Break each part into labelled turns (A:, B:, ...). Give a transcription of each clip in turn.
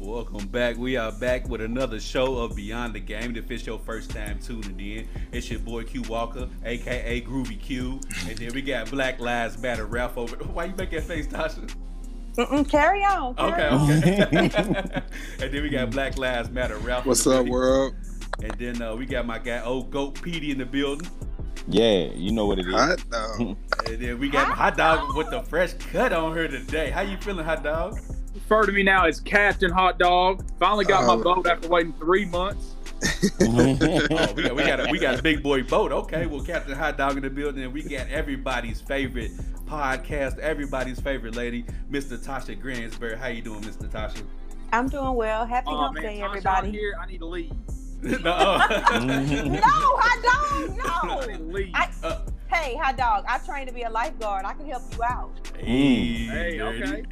A: Welcome back. We are back with another show of Beyond the Game. If it's your first time tuning in, it's your boy Q Walker, aka Groovy Q. And then we got Black Lives Matter Ralph over. Why you make that face, Tasha?
B: Mm-mm, carry on. Carry
A: Okay,
B: on.
A: okay. and then we got Black Lives Matter Ralph. in
C: What's
A: the
C: up,
A: building.
C: world?
A: And then uh, we got my guy Old Goat Petey in the building.
D: Yeah, you know what it is.
C: Hot dog.
A: And then we got Hot Dog with the fresh cut on her today. How you feeling, Hot Dog?
E: refer to me now as Captain Hot Dog. Finally got
C: Oh.
E: my boat after waiting three months.
A: Oh, we got we got a, we got a big boy boat. Okay, well, Captain Hot Dog in the building, and we got everybody's favorite podcast, everybody's favorite lady, Miss Natasha Gransberg. How you doing, Miss Natasha?
B: I'm doing well. Happy
A: Oh,
E: Aw,
B: hump
E: man,
B: day,
E: Tasha, I'm
B: everybody.
E: here. I need to leave.
A: No.
B: No, hot
E: I
B: dog,
E: need to
B: no.
E: leave.
B: I-
A: Uh,
B: Hey, hot dog, I trained to be a lifeguard. I can help you out.
A: hey,
E: hey, okay.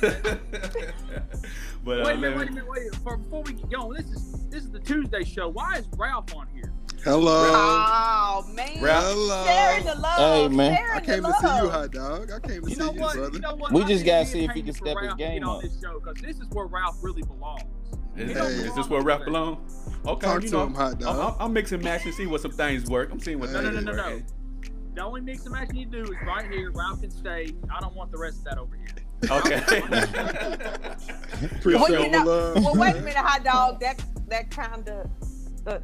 A: but uh,
E: Wait a
A: let
E: minute,
A: me-
E: wait a minute, wait. a minute. For- Before we get going, this is this is the Tuesday show. Why is Ralph on here?
C: Hello.
B: Oh, man.
A: Ralph.
B: Sharing
C: Hello.
B: the love.
D: Hey, man.
C: I
B: Sharing
C: came
B: the
C: to see you,
B: love.
C: hot dog. I came to
E: You
C: see
E: know
C: you,
E: what? You
C: brother.
E: know what?
D: We
E: I
D: just
E: think
D: gotta
E: it's
D: see if he
E: handy
D: can
E: for
D: step his
E: Ralph to get
D: game
E: on
D: up.
E: this show because this is where Ralph really belongs.
A: Is,
E: He
C: don't
A: is this
E: belong
A: where Ralph
E: nowhere.
A: belong? Okay,
C: Talk
A: you
C: to
A: know, Uh-huh.
C: him, hot
A: I'm,
C: dog.
A: I'm, I'm mixing match and see what some things work. I'm seeing what
C: No, no,
A: things
E: no, no,
A: work.
E: The only mix and match you need to do is right here. Ralph can stay. I don't want the rest of that over here.
A: Okay.
C: Appreciate
B: Well, you
C: all the
B: know-
C: love.
B: Well, wait a minute, hot dog. That, that kind of, uh,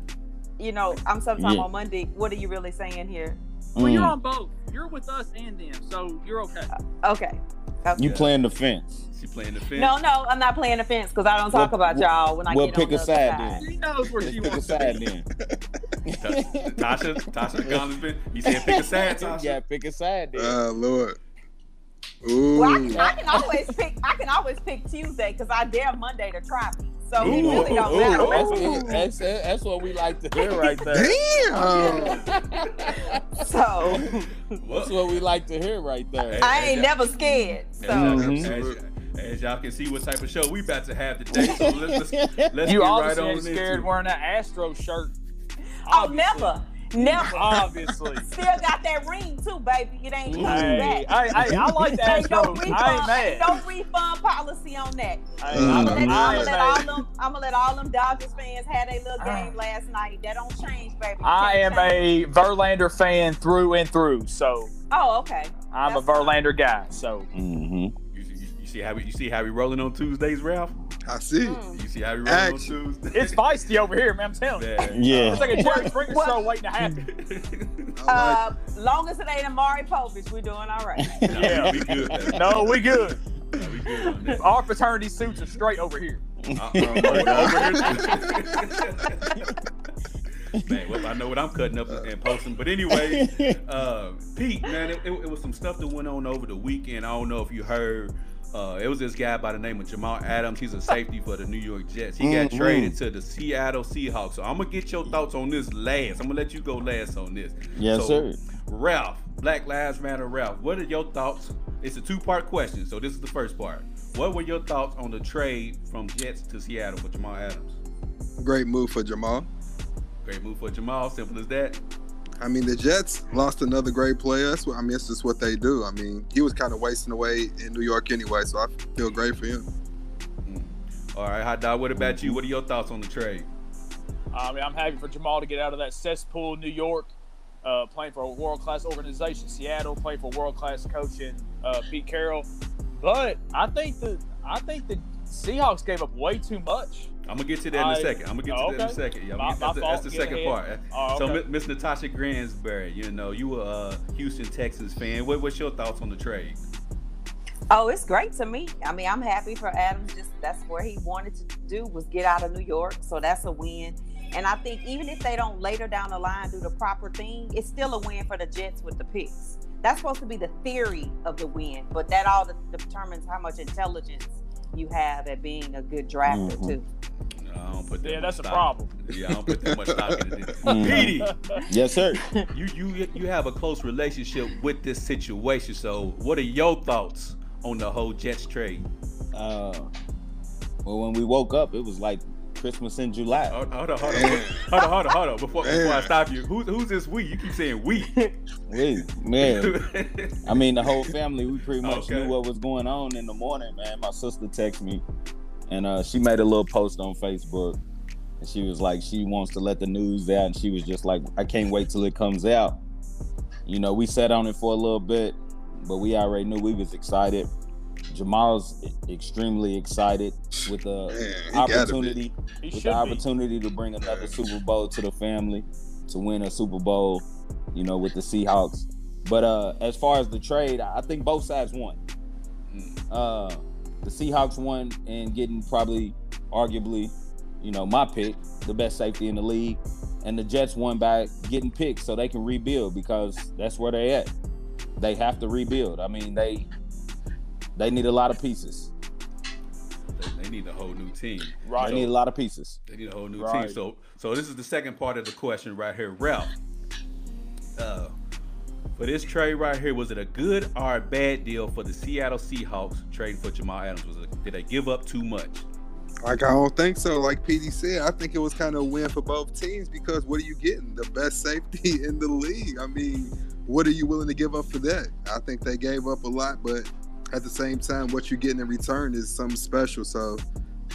B: you know, I'm sometime
D: Yeah.
B: on Monday. What are you really saying here?
E: Well, you're
D: Mm,
E: on both. You're with us and them, so you're okay.
B: Okay. okay.
D: you playing the fence.
A: she playing the fence.
B: No, no, I'm not playing the fence because I don't talk
D: Well,
B: about y'all when I
D: well,
B: get
D: pick
B: on the
D: a
B: other
D: side then.
E: She knows where
D: Let's
E: she
D: Uh, pick a
E: wants to be.
D: side then.
A: Tasha, Tasha Gonzalez been. You said pick a side, Tasha.
D: yeah, pick a side then.
C: Oh, Lord. Ooh.
B: Well, I can, I can always pick. I can always pick Tuesday because I dare Monday to try me. So it
A: Ooh,
B: really don't
A: ooh,
B: matter.
A: Uh, ooh.
D: that's, that's, that's what we like to hear right there.
C: Damn.
B: So
A: Well,
D: That's what we like to hear right there.
A: Hey,
B: I ain't never scared. So
E: Mm.
D: Mhm.
A: as, as, as y'all can see, what type of show we about to have today. So let's, let's, let's
E: You
A: get right
E: obviously
A: on
E: ain't scared
A: into it.
E: wearing that Astro shirt.
B: oh,
E: Obviously.
B: never, never.
E: Obviously.
B: Still got that ring too, baby. It ain't coming
E: hey, hey, hey,
B: back.
E: I like the
B: Ain't no
E: Astro.
B: refund.
E: I ain't
B: ain't
E: mad.
B: no refund policy on that.
E: Hey,
B: I'm
C: Mm.
E: I
B: gonna let,
E: ain't
B: I'ma
C: Mm.
B: let all
E: mad.
B: them. I'm gonna let all them Dodgers fans have their little
E: Ah.
B: game last night. That don't change, baby. It
E: I
B: can't
E: am
B: change.
E: a Verlander fan through and through, so
B: Oh, okay.
E: I'm a
B: That's fine.
E: Verlander guy. So
D: hmm
A: You, see- you, you see how we you see how we rolling on Tuesdays, Ralph.
C: I see.
B: Mm.
A: You see how we rolling
C: Action.
A: on Tuesdays.
E: it's feisty over here, man. I'm telling you.
A: Man.
D: Yeah.
E: It's like a Jerry Springer
B: What?
E: show waiting to happen.
C: I
B: Uh, long as it ain't Amari Povich, we're doing all right.
A: Nah,
E: Yeah.
A: we good. baby.
E: No, Oh, we good.
A: Nah, we good on that.
E: Our fraternity suits are straight over here.
A: Uh,
C: my
A: man, well, I know what I'm cutting up and posting. But anyway, uh, Pete, man, it, it, it was some stuff that went on over the weekend. I don't know if you heard. Uh, it was this guy by the name of Jamal Adams. He's a safety for the New York Jets. He got
D: Mhm.
A: traded to the Seattle Seahawks. So I'm gonna get your thoughts on this last. I'm gonna let you go last on this.
D: Yes,
A: So,
D: sir.
A: Ralph, Black Lives Matter, Ralph. What are your thoughts? It's a two-part question, so this is the first part. What were your thoughts on the trade from Jets to Seattle for Jamal Adams?
C: like great move for Jamal.
A: Great move for Jamal. Simple as that.
C: I mean, the Jets lost another great player. That's what I mean. It's just what they do. I mean, he was kind of wasting away in New York anyway, so I feel great for him.
A: All right, Hot Dog. What about you? What are your thoughts on the trade?
E: I mean, I'm happy for Jamal to get out of that cesspool in New York, uh, playing for a world class organization, Seattle, playing for world class coach in uh, Pete Carroll. But I think the I think the Seahawks gave up way too much.
A: I'm gonna get to that in a
E: I-
A: second. I'm gonna get to that in a
E: okay.
A: second. Yeah,
E: My-
A: that's,
E: my
A: the,
E: fault.
A: that's the
E: Get
A: second
E: ahead.
A: part.
E: Oh,
A: So,
E: okay.
A: Mi- Miss Natasha Gransberry, you know, you were a uh, Houston Texans fan. What, what's your thoughts on the trade?
B: Oh, it's great to me. I mean, I'm happy for Adams. Just that's where he wanted to do was get out of New York, so that's a win. And I think even if they don't later down the line do the proper thing, it's still a win for the Jets with the picks. That's supposed to be the theory of the win, but that all determines how much intelligence you have at being a good drafter
D: Mhm.
B: too.
A: No, I don't put that.
E: Yeah,
A: much
E: that's a
A: stock-
E: problem.
A: Yeah, I don't put that much stock in it.
C: Mm.
D: Mhm.
A: Petey,
D: Yes, sir.
A: you you you have a close relationship with this situation. So, what are your thoughts on the whole Jets trade?
D: Uh, well, when we woke up, it was like Christmas in July.
A: Hold hold on, hold on,
C: Man.
A: hold on, hold on, hold on. Before, before I
C: Man.
A: stop you, who's who's this we? You keep saying we.
D: We, man, I mean, the whole family, we pretty much
A: Okay.
D: knew what was going on in the morning, man. My sister texted me and uh, she made a little post on Facebook, and she was like, she wants to let the news out, and she was just like, I can't wait till it comes out. You know, we sat on it for a little bit, but we already knew we was excited. Jamal's e-, extremely excited with the
C: Man, he gotta be.
D: opportunity
E: He
D: with
E: should
D: the
E: be.
D: opportunity to bring another Super Bowl to the family, to win a Super Bowl, you know, with the Seahawks. But uh, as far as the trade, I I think both sides won.
A: Mm.
D: Uh, the Seahawks won and getting probably, arguably, you know, my pick, the best safety in the league, and the Jets won by getting picked so they can rebuild because that's where they at. They have to rebuild. I mean, they they need a lot of pieces.
A: They, they need a whole new team.
D: They need a
E: Right.
D: lot of pieces.
A: They need a whole new
E: Right.
A: team. So, so this is the second part of the question right here, Ralph. Uh, for this trade right here, was it a good or a bad deal for the Seattle Seahawks trading for Jamal Adams? Was it, did they give up too much?
C: Like I don't think so. Like PD said, I think it was kind of a win for both teams because what are you getting? The best safety in the league. I mean, what are you willing to give up for that? I think they gave up a lot, but at the same time, what you're getting in return is something special. So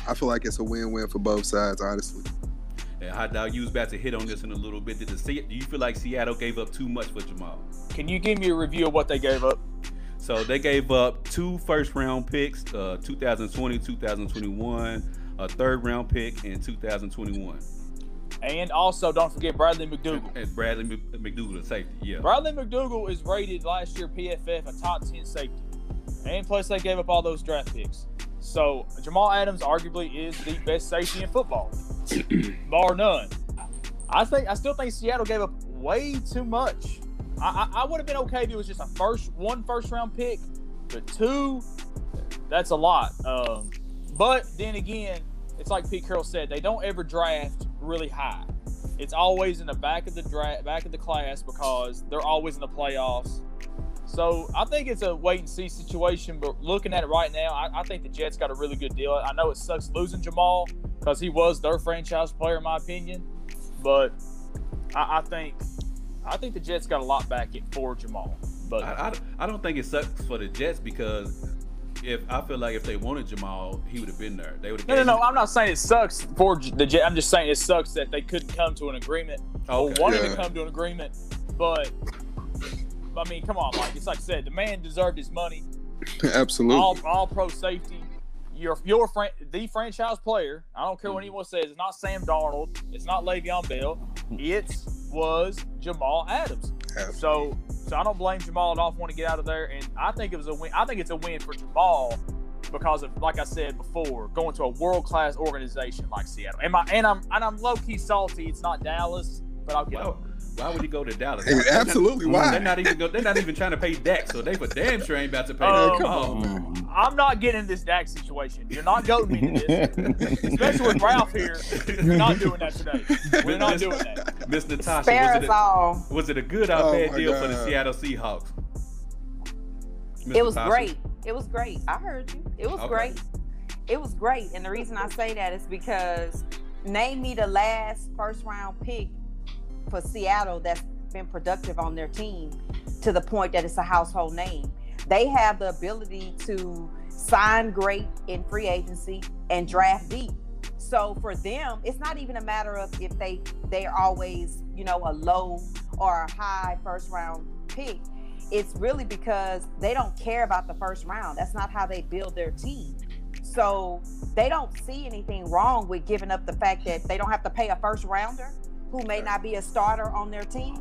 C: I feel like it's a win-win for both sides, honestly.
A: And Hot Dog, you was about to hit on this in a little bit. Did the Se- do you feel like Seattle gave up too much for Jamal?
E: Can you give me a review of what they gave up?
A: So they gave up two first round picks, uh, 2020, 2021, a third round pick in 2021,
E: And also, don't forget Bradley McDougal.
A: and Bradley Mc- McDougal, the safety. Yeah.
E: Bradley McDougal is rated last year PFF a top 10 safety. And plus, they gave up all those draft picks. So, Jamal Adams arguably is the best safety in football, bar none. I think I still think Seattle gave up way too much. I, I, I would have been okay if it was just a first one first round pick, but two, that's a lot. Um, but then again, it's like Pete Carroll said, they don't ever draft really high it's always in the back of the draft, back of the class because they're always in the playoffs. So I think it's a wait and see situation. But looking at it right now, I, I think the Jets got a really good deal. I know it sucks losing Jamal because he was their franchise player, in my opinion. But I, I think I think the Jets got a lot back it for Jamal. But
A: I, I, I don't think it sucks for the Jets because if I feel like if they wanted Jamal, he would have been there. They would have.
E: no, no, no. I'm not saying it sucks for J- the Jets. I'm just saying it sucks that they couldn't come to an agreement or
A: Okay.
E: wanted
C: Yeah.
E: to come to an agreement. But I mean, come on, Mike. It's like I said, the man deserved his money.
C: Absolutely.
E: All all pro safety. Your your fran- the franchise player. I don't care what
C: Mm.
E: anyone says. It's not Sam Darnold. It's not Le'Veon Bell. It was Jamal Adams.
C: Mm. Absolutely.
E: So so I don't blame Jamal at all for wanting to get out of there. And I think it was a win. I think it's a win for Jamal because of like I said before, going to a world class organization like Seattle. And my and I'm and I'm low key salty. It's not Dallas, but I'll get.
A: Why,
E: over it.
A: why would he go to Dallas?
C: Hey, absolutely.
A: They're
C: Why?
A: not even go, they're not even trying to pay Dak, so they for damn sure ain't about to pay.
E: Oh,
A: Dak.
E: come
A: Oh,
E: I'm not getting into this Dak situation. You're not goading me to this. especially with Ralph here. We're not doing that today. We're not doing that.
A: Miss Natasha,
B: Spare
A: was
B: us
A: it, a,
B: all.
A: was it a good or
C: Oh,
A: bad
C: my
A: deal for the
C: God.
A: Seattle Seahawks? Miss
B: It was
A: Natasha?
B: great. It was great. I heard you. It was
A: Okay.
B: great. It was great. And the reason I say that is because name me the last first round pick for Seattle that's been productive on their team to the point that it's a household name. They have the ability to sign great in free agency and draft deep. So for them, it's not even a matter of if they they're always, you know, a low or a high first round pick it's really because they don't care about the first round. That's not how they build their team. So they don't see anything wrong with giving up the fact that they don't have to pay a first rounder who may not be a starter on their team.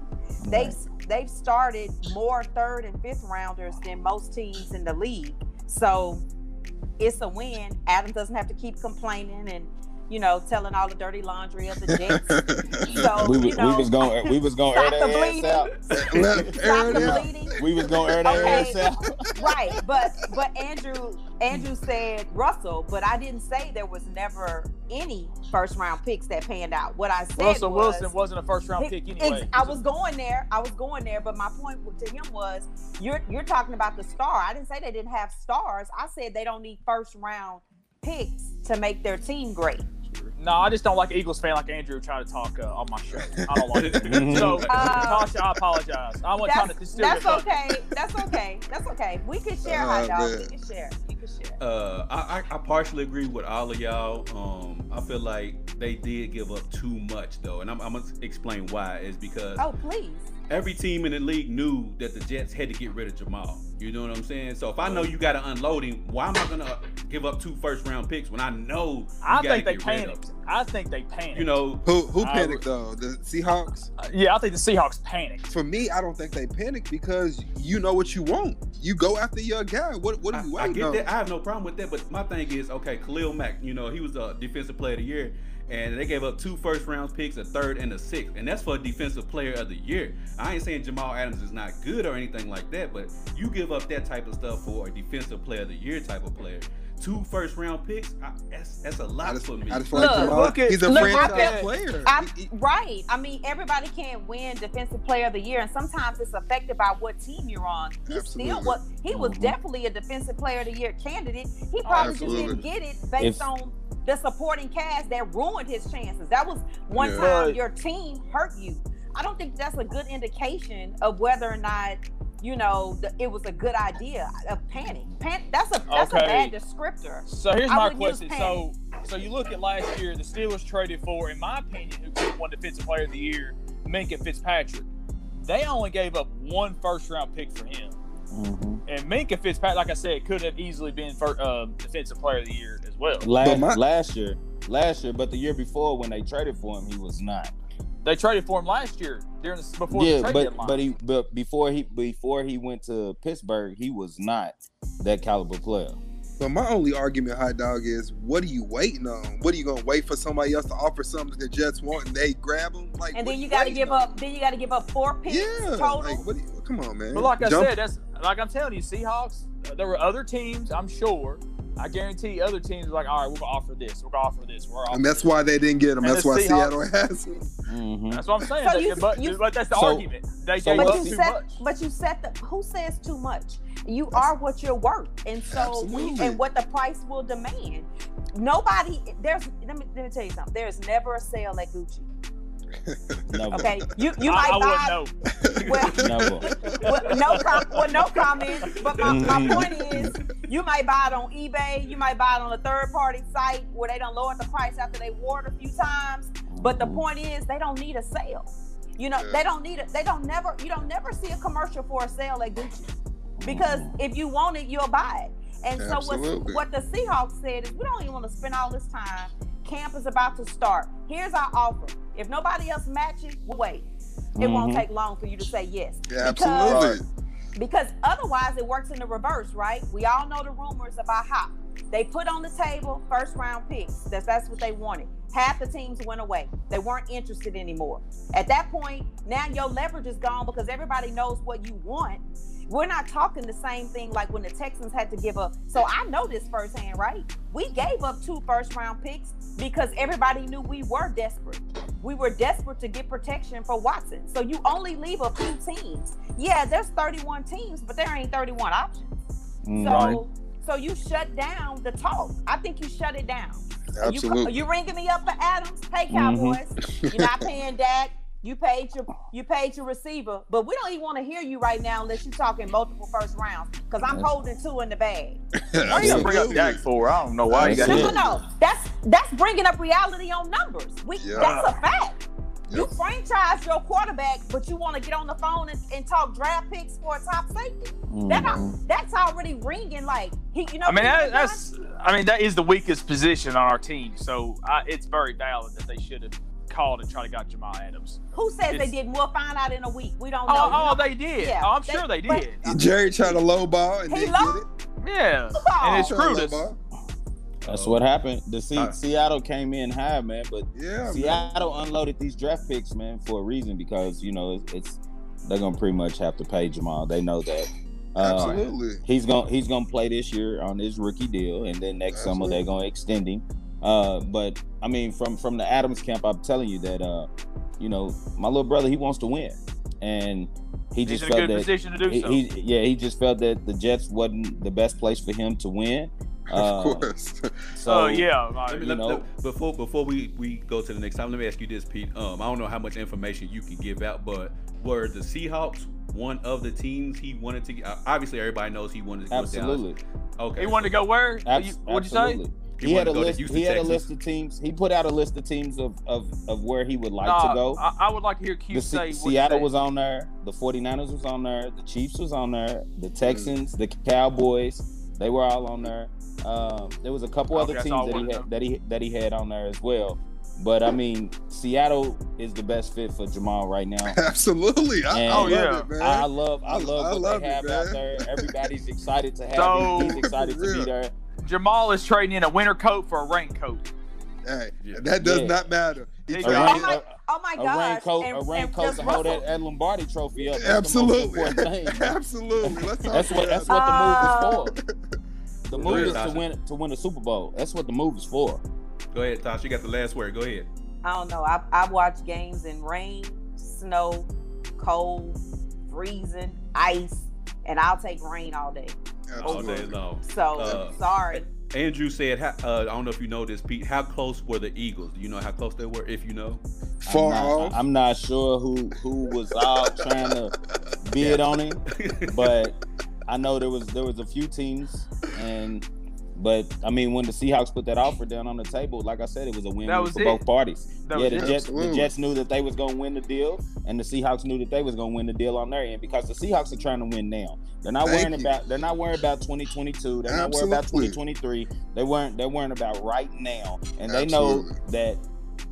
B: They've they've started more third and fifth rounders than most teams in the league. So it's a win. Adam doesn't have to keep complaining and you know telling all the dirty laundry of the
E: Mm,
B: Jets. So
D: we, was-
B: you know,
D: we was gonna we was gonna air
B: stop the
D: their ass
B: bleeding.
D: out.
C: Let- air
B: Stop
C: it
B: the
C: out.
B: bleeding.
D: We was gonna air their
B: Okay.
D: ass out.
B: right but but andrew andrew said russell but i didn't say there was never any first round picks that panned out what i said
E: Russell
B: was,
E: Wilson wasn't a first round pick
B: Ex-
E: anyway.
B: I was going there. I was going there, but my point to him was, you're you're talking about the star. I didn't say they didn't have stars. I said they don't need first round picks to make their team great.
E: No, I just don't like Eagles fan like Andrew trying to talk uh, on my show. I don't like it. so,
B: Uh,
E: Tasha, I apologize. I wasn't trying to
B: That's,
E: distill
B: that's
E: your
B: okay. That's okay. That's okay. We can share,
C: Oh,
B: hot dog.
C: man.
B: We can share. You can share.
A: Uh, I, I, I partially agree with all of y'all. Um, I feel like they did give up too much though, and I'm, I'm gonna explain why. Is because
B: Oh, please.
A: every team in the league knew that the Jets had to get rid of Jamal. You know what I'm saying? So if I know you got to unload him, why am I gonna give up two first round picks when I know you
E: I
A: gotta
E: think they
A: get rid of
E: panicked.
A: him?
E: I think they panicked.
A: You know,
C: Who who
E: I
C: panicked though? The Seahawks.
E: Uh, yeah, I think the Seahawks panicked.
C: For me, I don't think they panicked because you know what you want. You go after your guy. What what are
A: I,
C: you
A: I
C: waiting
A: get
C: on?
A: that. I have no problem with that. But my thing is, okay, Khalil Mack. You know, he was a defensive player of the year, and they gave up two first round picks, a third and a sixth, and that's for defensive player of the year. I ain't saying Jamal Adams is not good or anything like that, but you give up that type of stuff for a defensive player of the year type of player. Two first round picks, I, that's that's a lot
C: I just,
A: for me.
C: I just feel
B: Look,
C: like Jamal,
E: look at-
C: he's a
E: look, I
C: franchise
E: feel-
C: player.
B: I'm,
C: He- he-
B: right. I mean, everybody can't win Defensive Player of the Year, and sometimes it's affected by what team you're on. He still
C: Absolutely. Mm-hmm.
B: was. He was
D: Mhm.
B: definitely a Defensive Player of the Year candidate. He probably
C: Absolutely.
B: just didn't get it based
D: If-
B: on the supporting cast that ruined his chances. That was one
C: Yeah.
B: time
E: Right.
B: your team hurt you. I don't think that's a good indication of whether or not you know the, it was a good idea of panic. Pan- that's a that's a
E: Okay.
B: bad descriptor.
E: So here's
B: I
E: my
B: wouldn't use
E: question. So so you look at last year, the Steelers traded for, in my opinion, who could have won defensive player of the year, Minka Fitzpatrick. They only gave up one first round pick for him.
D: Mhm.
E: And Minka Fitzpatrick, like I said, could have easily been for, uh, defensive player of the year as well.
D: Last,
C: my-
D: last year, last year, but the year before when they traded for him, he was not.
E: They traded for him last year during the, before the
D: yeah,
E: trade
D: but
E: deadline.
D: but he but before he before he went to Pittsburgh, he was not that caliber player.
C: But my only argument, hot dog, is what are you waiting on? What are you gonna wait for somebody else to offer something that the Jets want and they grab them? Like,
B: And
C: what
B: then you got to
C: waiting
B: give
C: on?
B: up. Then you got to give up four picks
C: Yeah,
B: total.
C: like what? do you- Come on, man.
E: But like I
C: Jump-
E: said, that's like I'm telling you, Seahawks. uh, There were other teams, I'm sure. I guarantee other teams were like, all right, we're gonna offer this, we're gonna offer this, we're gonna offer.
C: and that's why they didn't get him.
E: And
C: That's
E: the
C: why
E: Seahawks-
C: Seattle has him.
D: Mhm.
E: That's what I'm saying.
B: So
E: They-
B: you-
E: but,
B: you-
E: but that's the
D: So-
E: argument. They
D: so
E: gave
D: what
E: up
B: But
D: Well,
B: you
E: too
B: said,
E: much.
B: but you said the who says too much. You are what you're worth, and so
C: Absolutely.
B: and what the price will demand. Nobody, there's let me let me tell you something. There's never a sale at Gucci.
D: Never,
B: Okay, you you
E: I, I
B: might buy
E: wouldn't know.
B: well,
D: never.
B: well, no com- well, no comment. But my, my point is, you might buy it on eBay. You might buy it on a third party site where they don't lower the price after they wore it a few times. But
D: Mm-hmm.
B: the point is, they don't need a sale. You know,
C: Yeah.
B: they don't need it. They don't never. You don't never see a commercial for a sale at Gucci because if you want it, you'll buy it. And so what's,
C: Absolutely.
B: what the Seahawks said is, we don't even want to spend all this time. Camp is about to start. Here's our offer. If nobody else matches, we'll wait. It won't
D: Mhm.
B: take long for you to say yes.
C: Mm-hmm. Yeah,
B: Because-
C: absolutely.
B: because otherwise it works in the reverse, right? We all know the rumors about Hop. They put on the table first round picks. That's that's what they wanted. Half the teams went away. They weren't interested anymore. At that point, now your leverage is gone because everybody knows what you want. We're not talking the same thing like when the Texans had to give up. So I know this firsthand, right? We gave up two first round picks because everybody knew we were desperate. We were desperate to get protection for Watson. So you only leave a few teams. Yeah, there's 31 teams, but there ain't 31 options. So
D: Right.
B: so you shut down the talk. I think you shut it down. You,
C: Absolutely.
B: you ringing me up for Adams? Hey Cowboys, you're not paying Dak. You paid your you paid your receiver, but we don't even want to hear you right now unless you're talking multiple first rounds because I'm
D: That's-
B: holding two in the bag.
E: Why you gotta bring up
C: Absolutely.
E: Dak for? I don't know why you
D: That's
E: got
B: No,
D: it.
B: no, no. That's that's bringing up reality on numbers. We
C: Yeah.
B: that's a fact. You
C: Yep.
B: franchise your quarterback, but you want to get on the phone and, and talk draft picks for a top safety. That al- that's already ringing like he. You know.
E: I mean,
B: what he done?
E: that, that's. I mean, that is the weakest position on our team. So I, it's very valid that they should have called and tried to got Jamal Adams.
B: who says they
E: it's-
B: didn't. We'll find out in a week. We don't know.
E: Oh,
B: You
E: oh,
B: know,
E: they did.
B: Yeah,
E: oh, I'm
B: they-
E: sure they
B: but-
E: did.
C: Jerry tried to lowball and
B: He
C: didn't
B: low-
C: get it.
E: Yeah,
B: football.
E: and
C: Tried
E: it
C: to
E: screwed us.
C: lowball.
D: That's what happened. The Se-
A: Uh,
D: Seattle came in high, man, but
C: Yeah. man.
D: Seattle unloaded these draft picks, man, for a reason because you know it's, it's they're gonna pretty much have to pay Jamal. They know that. Uh,
C: Absolutely.
D: he's gonna he's gonna play this year on his rookie deal, and then next summer
C: Absolutely.
D: they're gonna extend him. Uh, but I mean, from from the Adams camp, I'm telling you that uh, you know my little brother he wants to win, and he
E: He's
D: just
E: in a good
D: felt that
E: position to do
D: he,
E: so.
D: he- yeah he just felt that the Jets wasn't the best place for him to win. Uh,
C: of course.
D: So
E: so Oh, yeah, like,
A: Let me,
D: you
A: let,
D: know.
A: let- before before we, we go to the next time, let me ask you this, Pete. Um, I don't know how much information you can give out, but were the Seahawks one of the teams he wanted to? Obviously, everybody knows he wanted to go to Dallas.
D: absolutely.
A: Okay.
E: He wanted to go where?
D: Abs-
E: You- What'd you say?
D: absolutely. He, had
A: wanted
D: a
A: to go to
D: list.
A: Houston,
D: He had a
A: Texas.
D: list of teams. He put out a list of teams of of, of where he would like
E: Nah,
D: to go.
E: I, I would like to hear Q
D: the Se-
E: say. what
D: Seattle
E: they-
D: was on there. The 49ers was on there. The Chiefs was on there. The Texans, the Cowboys, they were all on there. Um, there was a couple
E: Okay,
D: other
E: that's all
D: teams that
E: I
D: he
E: wanted to
D: had, that he that he had on there as well. But I mean, Seattle is the best fit for Jamal right now.
C: Absolutely. I, I
D: And-
C: love
E: Yeah.
C: it, man.
D: I love I
C: I-
D: love
C: I
D: what
C: love
D: they
C: it,
D: have out
C: man.
D: there. Everybody's excited to have
E: So-
D: him. He's excited to
C: Real.
D: be there.
E: Jamal is trading in a winter coat for a raincoat.
C: hey,
A: Yeah.
C: that does
D: Yeah.
C: not matter. He
E: They
D: A,
E: got-
C: tried
D: rain,
C: to
B: my-
D: a,
B: Oh my
D: a
B: gosh.
D: raincoat,
B: and-
D: a
B: and
D: raincoat
B: just
D: to hold
B: Russell-
D: that, that Lombardi trophy up. That's the most
C: Absolutely.
D: important thing, man.
C: Absolutely. Let's talk
D: That's what
C: about
D: that's what
C: it.
D: the
B: Uh,
D: move is for. The
A: For
D: move
A: real,
D: is to
A: Tasha.
D: win to win a Super Bowl. That's what the move is for.
A: Go ahead, Tosh. You got the last word. Go ahead.
B: I don't know. I, I watch games in rain, snow, cold, freezing, ice, and I'll take rain all day.
A: All
C: Absolutely.
A: day long.
B: So
A: Uh,
B: sorry.
A: Andrew said, how- uh, I don't know if you know this, Pete. How close were the Eagles? Do you know how close they were? If you know,
C: Far
D: I'm not,
C: off.
D: I'm not sure who who was all trying to bid on him, but I know there was there was a few teams and but I mean when the Seahawks put that offer down on the table, like I said, it was a win
E: That was
D: for
E: it.
D: both parties.
E: That
D: yeah,
E: was
D: the
E: it.
D: Jets, the
C: Absolutely.
D: Jets knew that they was gonna win the deal, and the Seahawks knew that they was gonna win the deal on their end because the Seahawks are trying to win now. They're not
C: Thank
D: worrying
C: you.
D: about they're not worried about 2022. They're not worried about
C: Absolutely.
D: 2023. They weren't they're worrying about right now, and they know
C: Absolutely.
D: that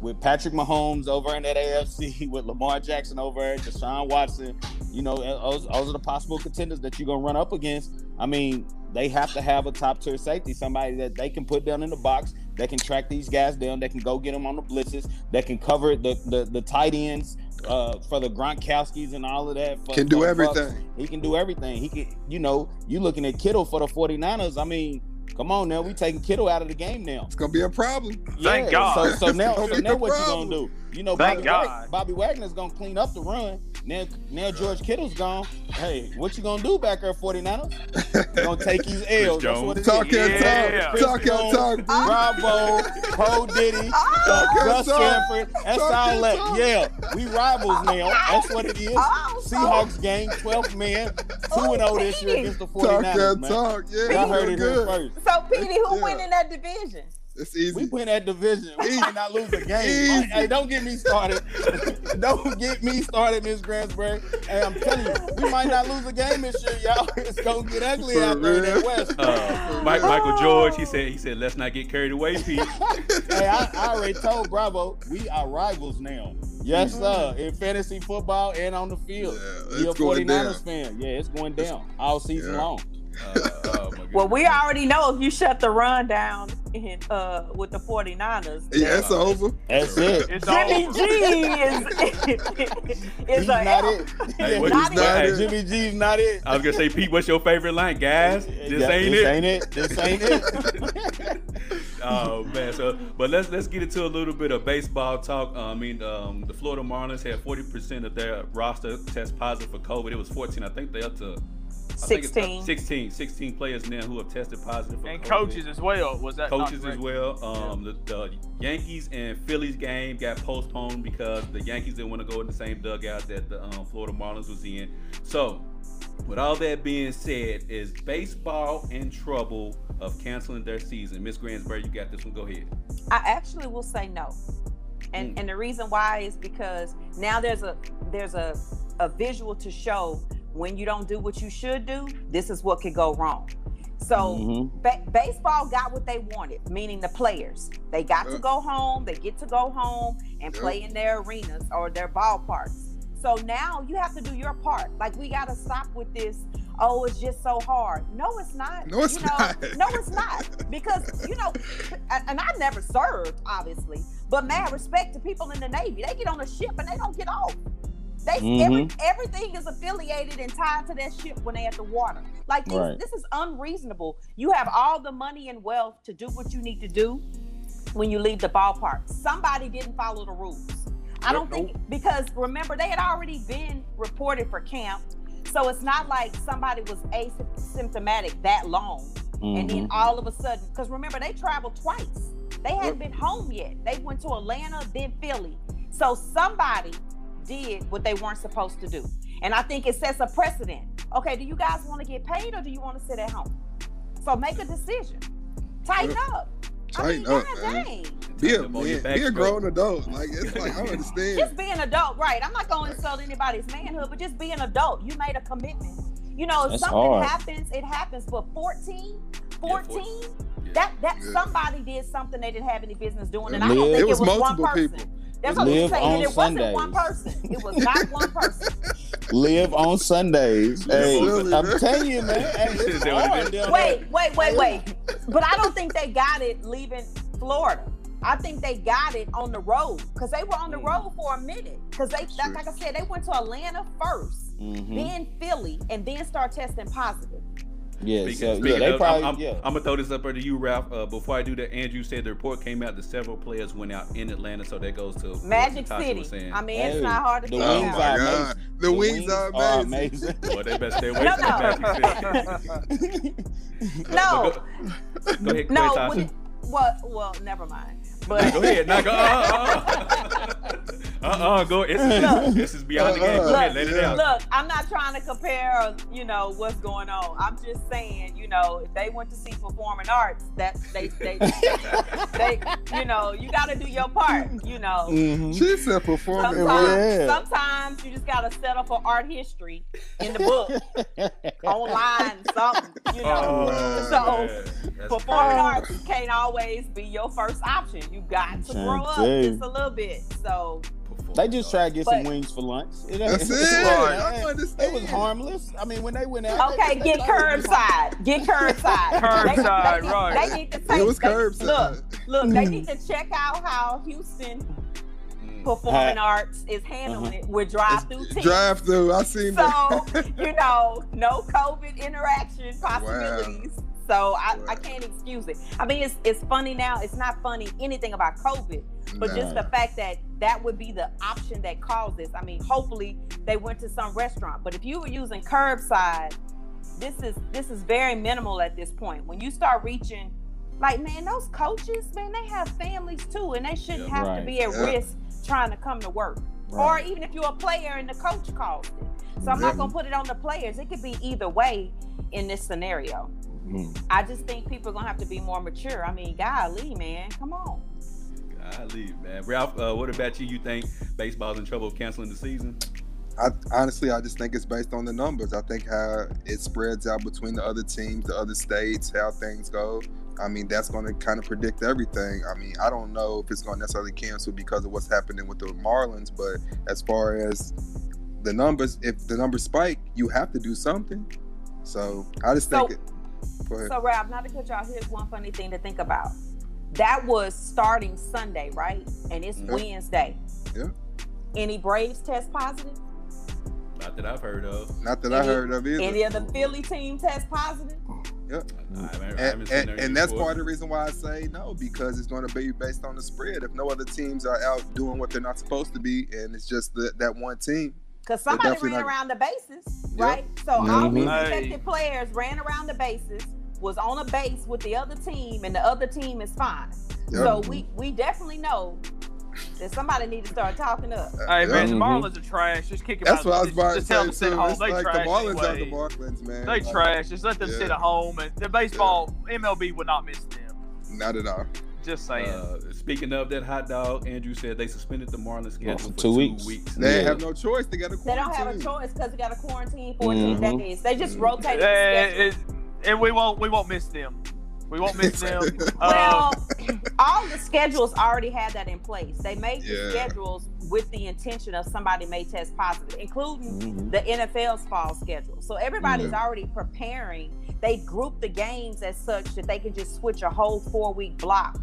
D: with Patrick Mahomes over in that AFC, with Lamar Jackson over there, Deshaun Watson, you know, those, those are the possible contenders that you're gonna run up against. I mean, they have to have a top tier safety, somebody that they can put down in the box, that can track these guys down, that can go get them on the blitzes, that can cover the the, the tight ends uh, for the Gronkowski's and all of that. For,
C: Can do
D: for the Bucks.
C: everything.
D: He can do everything. He can, you know, you looking at Kittle for the 49ers. I mean, come on now, we taking Kittle out of the game now.
C: It's gonna be a problem.
E: Thank God.
D: So, so now,
C: Don't
D: so
C: be
D: now
C: the
D: what you
C: problem.
D: gonna do? You know,
E: Thank
D: Bobby,
E: God.
D: Wag- Bobby Wagner's gonna clean up the run. Now, now George Kittle's gone. Hey, what you gonna do back there, 49ers? You gonna take these L's. That's what it is.
C: Talk your
E: Yeah.
C: talk. Talk your
D: Chris
C: talk, B.
D: Bravo, Cole Diddy,
B: Oh,
C: your
D: Gus
C: talk.
D: Sanford. That's
C: Talk
D: all
C: your
D: that.
C: talk.
D: Yeah, we rivals now. That's what it is.
B: oh, so-
D: Seahawks game, 12th man, 2 0 this year against the
C: Talk your
D: 49ers. Man.
C: talk. Yeah,
D: Y'all
C: it's
D: heard it here
C: good.
D: first.
B: So Petey, who
C: Yeah.
B: win in that division?
C: It's
D: We
C: easy.
D: win that division. We did not lose a game.
C: Easy.
D: Hey, don't get me started. don't get me started, Miss Gransbury. Hey, I'm telling you, we might not lose a game this year, y'all. It's gonna get ugly
C: For
D: out there in that
C: real.
D: West.
A: Uh, Mike, Michael George. He said, he said, let's not get carried away, Pete. Uh,
D: hey, I, I already told Bravo, we are rivals now. Yes, sir. In fantasy football and on the
C: Mm-hmm. Yeah,
D: field. You're a
C: it's
D: 49ers
C: going down.
D: fan. Yeah, it's going down all season
C: Yeah.
D: long.
A: Uh, oh my
B: Well,
A: goodness.
B: we already know if you shut the run down in, uh, with the 49ers,
C: Yeah, it's over.
D: That's it.
E: It's all
B: Jimmy
E: over.
B: G is, is
D: He's
B: a
D: not
B: help.
D: it.
A: Hey, what-
B: Not
A: what-
B: even-
A: hey,
D: Jimmy G's not it.
A: I was gonna say, Pete, what's your favorite line, guys? This
D: Yeah,
A: ain't it.
D: this Ain't it. This ain't it.
A: Oh man, so but let's let's get into a little bit of baseball talk. Uh, I mean, um, the Florida Marlins had forty percent of their roster test positive for COVID. It was fourteen. I think they're up to I think it's up
B: 16.
A: 16, 16 players now who have tested positive for
E: And
A: COVID.
E: coaches as well. Was that not
A: coaches as
E: correct?
A: well. Um, the, the Yankees and Phillies game got postponed because the Yankees didn't want to go in the same dugout that the um, Florida Marlins was in. So, with all that being said, is baseball in trouble of canceling their season? Miss Gransbury, you got this one. Go ahead.
B: I actually will say no. And and the reason why is because now there's a there's a a visual to show when you don't do what you should do, this is what could go wrong. So
D: Mhm.
B: ba- baseball got what they wanted, meaning the players. They got to go home, they get to go home and
C: Yeah.
B: play in their arenas or their ballparks. So now you have to do your part. Like we got to stop with this oh, it's just so hard. No, it's not.
C: No, it's
B: you know,
C: not.
B: No, it's not. Because, you know, and and I never served, obviously, but mad respect to people in the Navy. They get on a ship and they don't get off. They every, everything is affiliated and tied to that ship when they at the water. Like these,
D: Right.
B: this is unreasonable. You have all the money and wealth to do what you need to do when you leave the ballpark. Somebody didn't follow the rules. I don't think because remember they had already been reported for camp, so it's not like somebody was asymptomatic that long,
D: Mm-hmm.
B: and then
C: Mm-hmm.
B: all of a sudden, because remember they traveled twice. They hadn't been home yet. They went to Atlanta, then Philly. So somebody did what they weren't supposed to do, and I think it sets a precedent. Okay, do you guys want to get paid or do you want to sit at home? So make a decision. Tighten up.
C: Tighten
B: I mean,
C: up,
B: God
C: man.
B: dang.
C: Be a,
A: Tighten up on
C: man,
A: your back,
C: be a
A: bro.
C: grown adult. Like it's like I don't
B: Just
C: understand.
B: be an adult, right? I'm not gonna insult anybody's manhood, but just be an adult. You made a commitment. You know, if
D: That's
B: something
D: hard.
B: happens, it happens. But 14,
A: four-
B: 14,
A: yeah.
B: that that
C: Yeah.
B: somebody did something they didn't have any business doing, and I
D: Live-
B: don't think
C: It
B: it was,
C: was multiple
B: one person.
C: people.
B: That's
C: It
B: what I'm
D: live
B: saying. And
D: on
B: it wasn't one person. It was not one person.
D: Live on Sundays. Hey,
C: Really,
D: I'm
C: bro.
D: telling you, man. Hey,
A: Is
D: it's
A: that what it
D: hard
A: is?
D: down
B: Wait, wait, wait, wait. But I don't think they got it leaving Florida. I think they got it on the road because they were on the road for a minute. Because they,
C: Sure.
B: like I said, they went to Atlanta first,
D: there. Mhm.
B: then Philly, and then start testing positive.
D: Yeah,
A: Speaking,
D: so, yeah,
A: speaking
D: they
A: of,
D: probably,
A: I'm, I'm,
D: yeah.
A: I'm gonna throw this up there to you, Ralph. Uh, before I do that, Andrew said the report came out that several players went out in Atlanta, so that goes to what
B: Magic
A: Tasha was
B: City.
A: saying.
B: I mean,
D: Hey,
B: it's not hard to
D: the
B: figure
C: Oh
D: wings
B: out.
D: are
C: my
D: amazing.
C: god, the, wings, are amazing.
A: Boy, they better stay away
B: No,
A: from Magic City.
B: No.
A: But Go, go ahead,
B: No,
A: go ahead,
B: what
A: Tasha.
B: it- well, well, never mind.
A: Nah,
B: But
A: go ahead. Nah, go, uh, uh, uh, uh, go. It's,
B: Look.
A: this is beyond the game. Go
C: Look,
A: ahead, let it out.
B: Look, I'm not trying to compare, uh, you know, what's going on. I'm just saying, you know, if they went to see performing arts, that they, they, they, you know, you got to do your part. You know,
D: Mhm.
C: She said performing.
D: Sometimes-
C: art.
D: Yeah.
B: sometimes, sometimes you just got to settle for art history in the book, online, something. You know,
A: Oh,
B: So,
A: man. That's
B: performing
A: crazy.
B: arts can't always be your first option. You got to
D: Trying
B: grow
D: to
B: up
D: tell you.
B: just a little bit. So,
D: They just try to get some
B: But-
D: wings for lunch. It ain't-
C: That's it. I don't
D: Right.
C: understand.
D: It was harmless. I mean, when they went out. they-
B: Okay,
D: they
B: get
D: thought it was-
B: curbside. Get curbside. They- they
E: Curbside,
B: need-
E: right.
B: They need to take.
C: It was
B: they-
C: curbside. Mm.
B: Look, look, they need to check out how Houston
A: Mm.
B: Performing Arts is
C: Uh-huh.
B: handling it with drive-through teams.
C: Drive through. I seen that.
B: so you know, no COVID interaction possibilities. So I,
C: Wow.
B: I can't excuse it. I mean, it's it's funny now. It's not funny anything about COVID, but just the fact that that would be the option that caused this. I mean, hopefully they went to some restaurant, but if you were using curbside, this is this is very minimal at this point. When you start reaching, like man, those coaches, man, they have families too, and they shouldn't
A: Yeah.
B: have to
D: Right.
B: be at
C: Yeah.
B: risk trying to come to work or
D: Right.
B: even if you're a player and the coach calls it. So I'm
C: Yeah.
B: not gonna put it on the players. It could be either way in this scenario.
D: Mhm.
B: I just think people are gonna have to be more mature. I mean, golly, man, come on.
A: I leave, Oh, man. Ralph, uh, what about you? You think baseball's in trouble of canceling the season?
C: I, honestly, I just think it's based on the numbers. I think how it spreads out between the other teams, the other states, how things go. I mean, that's going to kind of predict everything. I mean, I don't know if it's going to necessarily cancel because of what's happening with the Marlins, but as far as the numbers, if the numbers spike, you have to do something. So I just think
B: So-
C: it. Go ahead.
B: So Ralph, not to cut y'all, here's one funny thing to think about. That was starting Sunday, right? And it's
C: Yeah.
B: Wednesday.
C: Yeah.
B: Any Braves test positive?
A: Not that I've heard of.
C: Not that I
B: any-
C: heard of either.
B: Any of the Philly team test positive?
A: I haven't, I haven't
C: and,
A: seen
C: and,
A: their
C: and that's
A: report.
C: part of the reason why I say no because it's going to be based on the spread. If no other teams are out doing what they're not supposed to be, and it's just that that one team,
B: Because somebody
C: definitely
B: ran
C: not-
B: around the bases,
C: Yeah.
B: right? So all these
E: Mhm.
B: affected players ran around the bases, was on a base with the other team, and the other team is fine.
C: Yeah.
B: So we we definitely know that somebody needs to start talking up.
E: Hey man, the
D: Mhm.
E: Marlins are trash. Just kick 'em
C: that's
E: out.
C: what I was
E: Just-
C: about to
E: just tell
C: say.
E: them to sit
C: too.
E: home.
C: It's
E: They
C: like the
E: trash
C: Marlins are the
E: anyway.
C: Marlins, man.
E: They
C: Like,
E: trash. Just let them
C: Yeah.
E: sit at home, and the baseball MLB would not miss them.
C: Not at all.
E: Just saying.
A: Uh, speaking of that hot dog, Andrew said they suspended the Marlins schedule
D: Well,
A: for,
D: for
A: two,
D: two weeks.
A: weeks.
C: They
D: Yeah.
C: have no choice. They got to
B: They
C: quarantine.
B: don't have a choice because they got to quarantine 14
D: Mhm.
B: days. They just
C: Mhm.
B: rotate the
E: and,
B: schedule.
E: Eh, and we won't we won't miss them. We won't miss them. Uh,
B: Well, all the schedules already had that in place. They made
C: Yeah.
B: the schedules with the intention of somebody may test positive, including
D: Mhm.
A: Mm-hmm.
B: the NFL's fall schedule. So everybody's already preparing. They group the games as such that they can just switch a whole four week block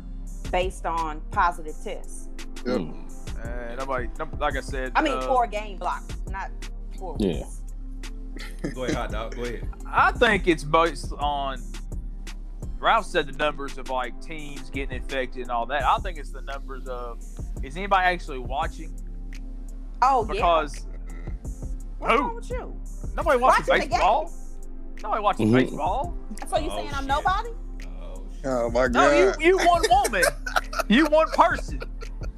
B: based on positive tests.
C: Yep.
A: Mm-hmm.
E: uh, nobody, no- like I said,
B: I mean,
E: uh,
B: four game block, not four
D: Yeah.
B: weeks.
A: Go ahead, hot dog. Go ahead.
E: I think it's based on. Ralph said the numbers of like teams getting infected and all that. I think it's the numbers of is anybody actually watching?
B: Oh, yeah.
E: Because
B: What's
E: who?
B: wrong with you?
E: nobody watches
B: Watching the game.
E: baseball. Nobody watches
D: Mhm.
E: baseball.
B: So you
A: Oh,
B: saying I'm
A: shit.
B: nobody?
A: Oh, shit.
C: Oh my
E: No, you
C: god.
E: you one woman, you one person.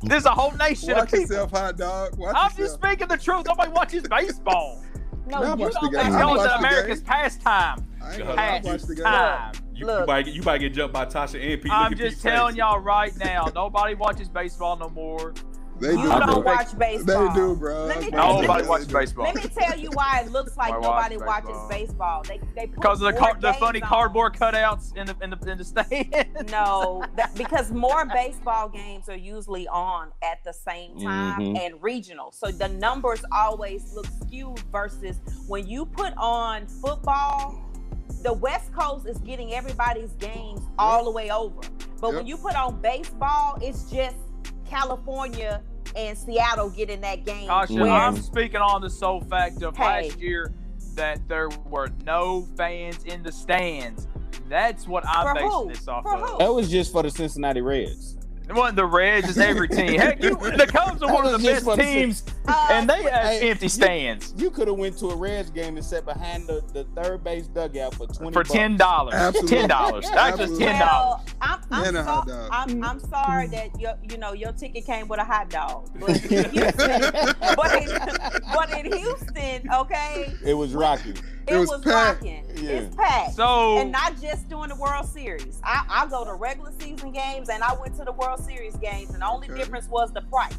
E: There's a whole nation of
C: Watch
E: people.
C: yourself, hot dog. Watch
E: I'm just
C: yourself.
E: speaking the truth. Nobody watches baseball.
B: No,
C: Nah, I
B: you
C: watch the
B: don't
C: game.
B: watch
C: I
E: Y'all
C: watch
E: is
B: baseball.
C: the
E: America's
C: game.
E: pastime.
C: I
A: God.
C: ain't gonna lie, I watched the game.
E: Pastime.
A: You You, you,
B: Look.
A: might, get- you might get jumped by Tasha and Pete. Look
E: I'm
A: at
E: just
A: Pete's
E: telling
A: face.
E: y'all right now, nobody watches baseball no more.
C: They
B: You
C: do.
D: I
B: don't
C: bro.
B: watch baseball.
C: They do, bro.
B: Let me-
E: Nobody
B: Nobody
E: watches baseball
B: Let me tell you why it looks like
E: Why watch
B: nobody
E: baseball?
B: watches baseball. They they put
E: because of the
B: more
E: car- the
B: games
E: funny
B: on.
E: cardboard cutouts in the in the in the stand.
B: No, that, because more baseball games are usually on at the same time
E: Mm-hmm.
D: Mhm.
B: and regional, so the numbers always look skewed. Versus when you put on football, the West Coast is getting everybody's games all the way over, but
C: Yep.
B: when you put on baseball, it's just California and Seattle getting that game.
E: Tasha,
D: Where-
E: I'm speaking on the sole fact of
B: Hey.
E: last year that there were no fans in the stands. That's what I'm
B: For
E: basing
B: who?
E: this off
B: For
E: of.
B: who?
D: That was just for the Cincinnati Reds.
E: It wasn't the Reds, it's every team. Heck, you, the Cubs are one of
D: That was
E: the
D: just
E: best
D: for the Cin-
E: teams,
B: Uh,
E: and they have
D: Hey,
E: empty
D: you-
E: stands
D: You could have went to a Reds game and sat behind the, the third base dugout for twenty
E: for
D: bucks.
E: ten dollars.
C: Absolutely.
E: Ten dollars. That's just
C: Absolutely.
E: ten dollars.
B: Well, I'm, I'm,
C: And a hot
B: so-
C: dog.
B: I'm, I'm sorry that your, you know your ticket came with a hot dog, but in Houston, but in, but in Houston, okay,
D: It was Rocky.
B: it,
C: It was
B: was,
C: packed.
B: rocking.
D: Yeah.
B: It's packed.
E: So
B: and not just during the World Series. I, I go to regular season games and I went to the World Series games, and the only
C: Okay.
B: difference was the price.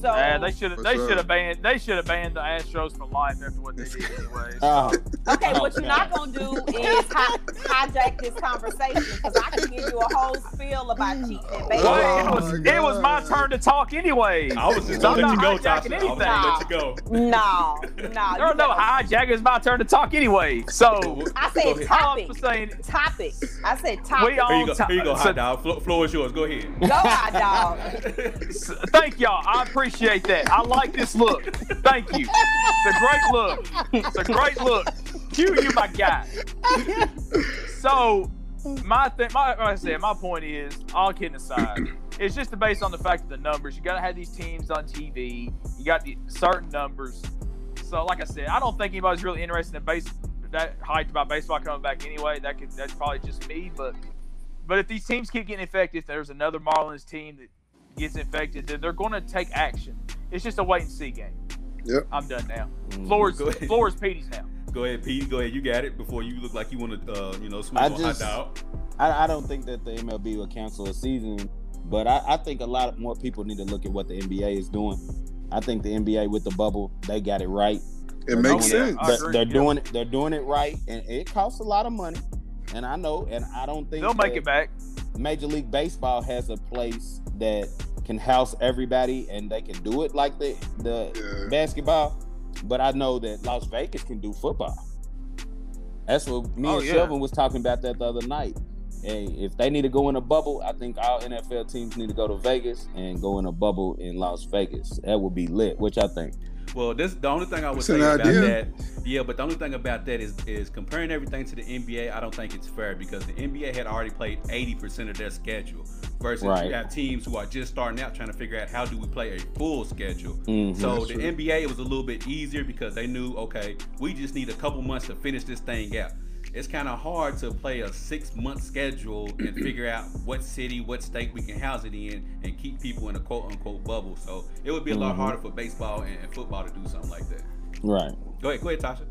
B: So
E: Man, they should have.
C: For
E: They
C: sure.
E: should have banned. They should have banned the Astros for life after what they did, anyways.
D: Oh,
B: okay, what you're not gonna do is hi- hijack this conversation because I can give you a whole spiel about cheating. and
D: Oh
E: Well,
B: baseball.
E: it was.
C: my
E: It was my
C: God.
E: turn to talk, anyways.
A: I was just gonna
E: I'm
A: let you go,
E: not hijacking
A: Tasha. I was gonna let you go.
B: No, no.
E: There are
B: you
E: no
B: better-
E: hijack. It's my turn to talk, anyway. So
B: I
A: Go
B: said
A: ahead.
E: all
B: topic.
E: I'm saying,
B: Topic. I said topic.
E: We all-
A: Here you go.
E: Long
A: Here you go,
E: time.
A: hot dog. Flo- Floor is yours. Go ahead.
B: Go hot dog.
E: s- thank y'all. I appreciate that. I like this look. Thank you. It's a great look. It's a great look. Q, you my guy. So my thing, my like I said, my point is, all kidding aside, it's just based on the fact of the numbers. You gotta have these teams on TV. You got the certain numbers. So like I said, I don't think anybody's really interested in base that hyped about baseball coming back anyway. That could that's probably just me, but but if these teams keep getting infected, if there's another Marlins team that gets infected, then they're gonna take action. It's just a wait and see game.
C: Yep.
E: I'm done now.
D: Mm.
E: Floors
A: Go ahead.
E: Floors Petey's now.
A: Go ahead, Pete. Go ahead. You got it. Before you look like you want to, uh, you know, swing
D: I
A: on
D: just-
A: hot dog.
D: I, I don't think that the MLB will cancel a season, but I, I think a lot more people need to look at what the NBA is doing. I think the NBA with the bubble, they got it right.
C: It makes
E: Okay.
C: sense.
E: I
D: They're,
E: agree,
D: they're
E: yeah.
D: doing it. They're doing it right, and it costs a lot of money. And I know, and I don't think
E: They'll make
D: that-
E: it back.
D: Major League Baseball has a place that can house everybody and they can do it like the the
C: Yeah.
D: basketball. But I know that Las Vegas can do football. That's what me
E: Oh,
D: and
E: yeah.
D: Shelvin was talking about that the other night. And if they need to go in a bubble, I think all NFL teams need to go to Vegas and go in a bubble in Las Vegas. That would be lit. What y'all think?
A: Well, this the only thing I would
C: It's
A: say
C: an
A: about
C: idea.
A: that. Yeah, but the only thing about that is is comparing everything to the NBA. I don't think it's fair because the NBA had already played eighty percent of their schedule versus
D: Right.
A: you have teams who are just starting out trying to figure out how do we play a full schedule.
D: Mhm.
A: So
C: That's
A: the
C: true.
A: NBA it was a little bit easier because they knew okay we just need a couple months to finish this thing out. It's kind of hard to play a six month schedule and figure out what city, what state we can house it in and keep people in a quote unquote bubble. So it would be a
C: Mm-hmm.
A: lot
D: Mhm.
A: harder for baseball and, and football to do something like that.
D: Right.
A: Go ahead, go ahead, Tasha.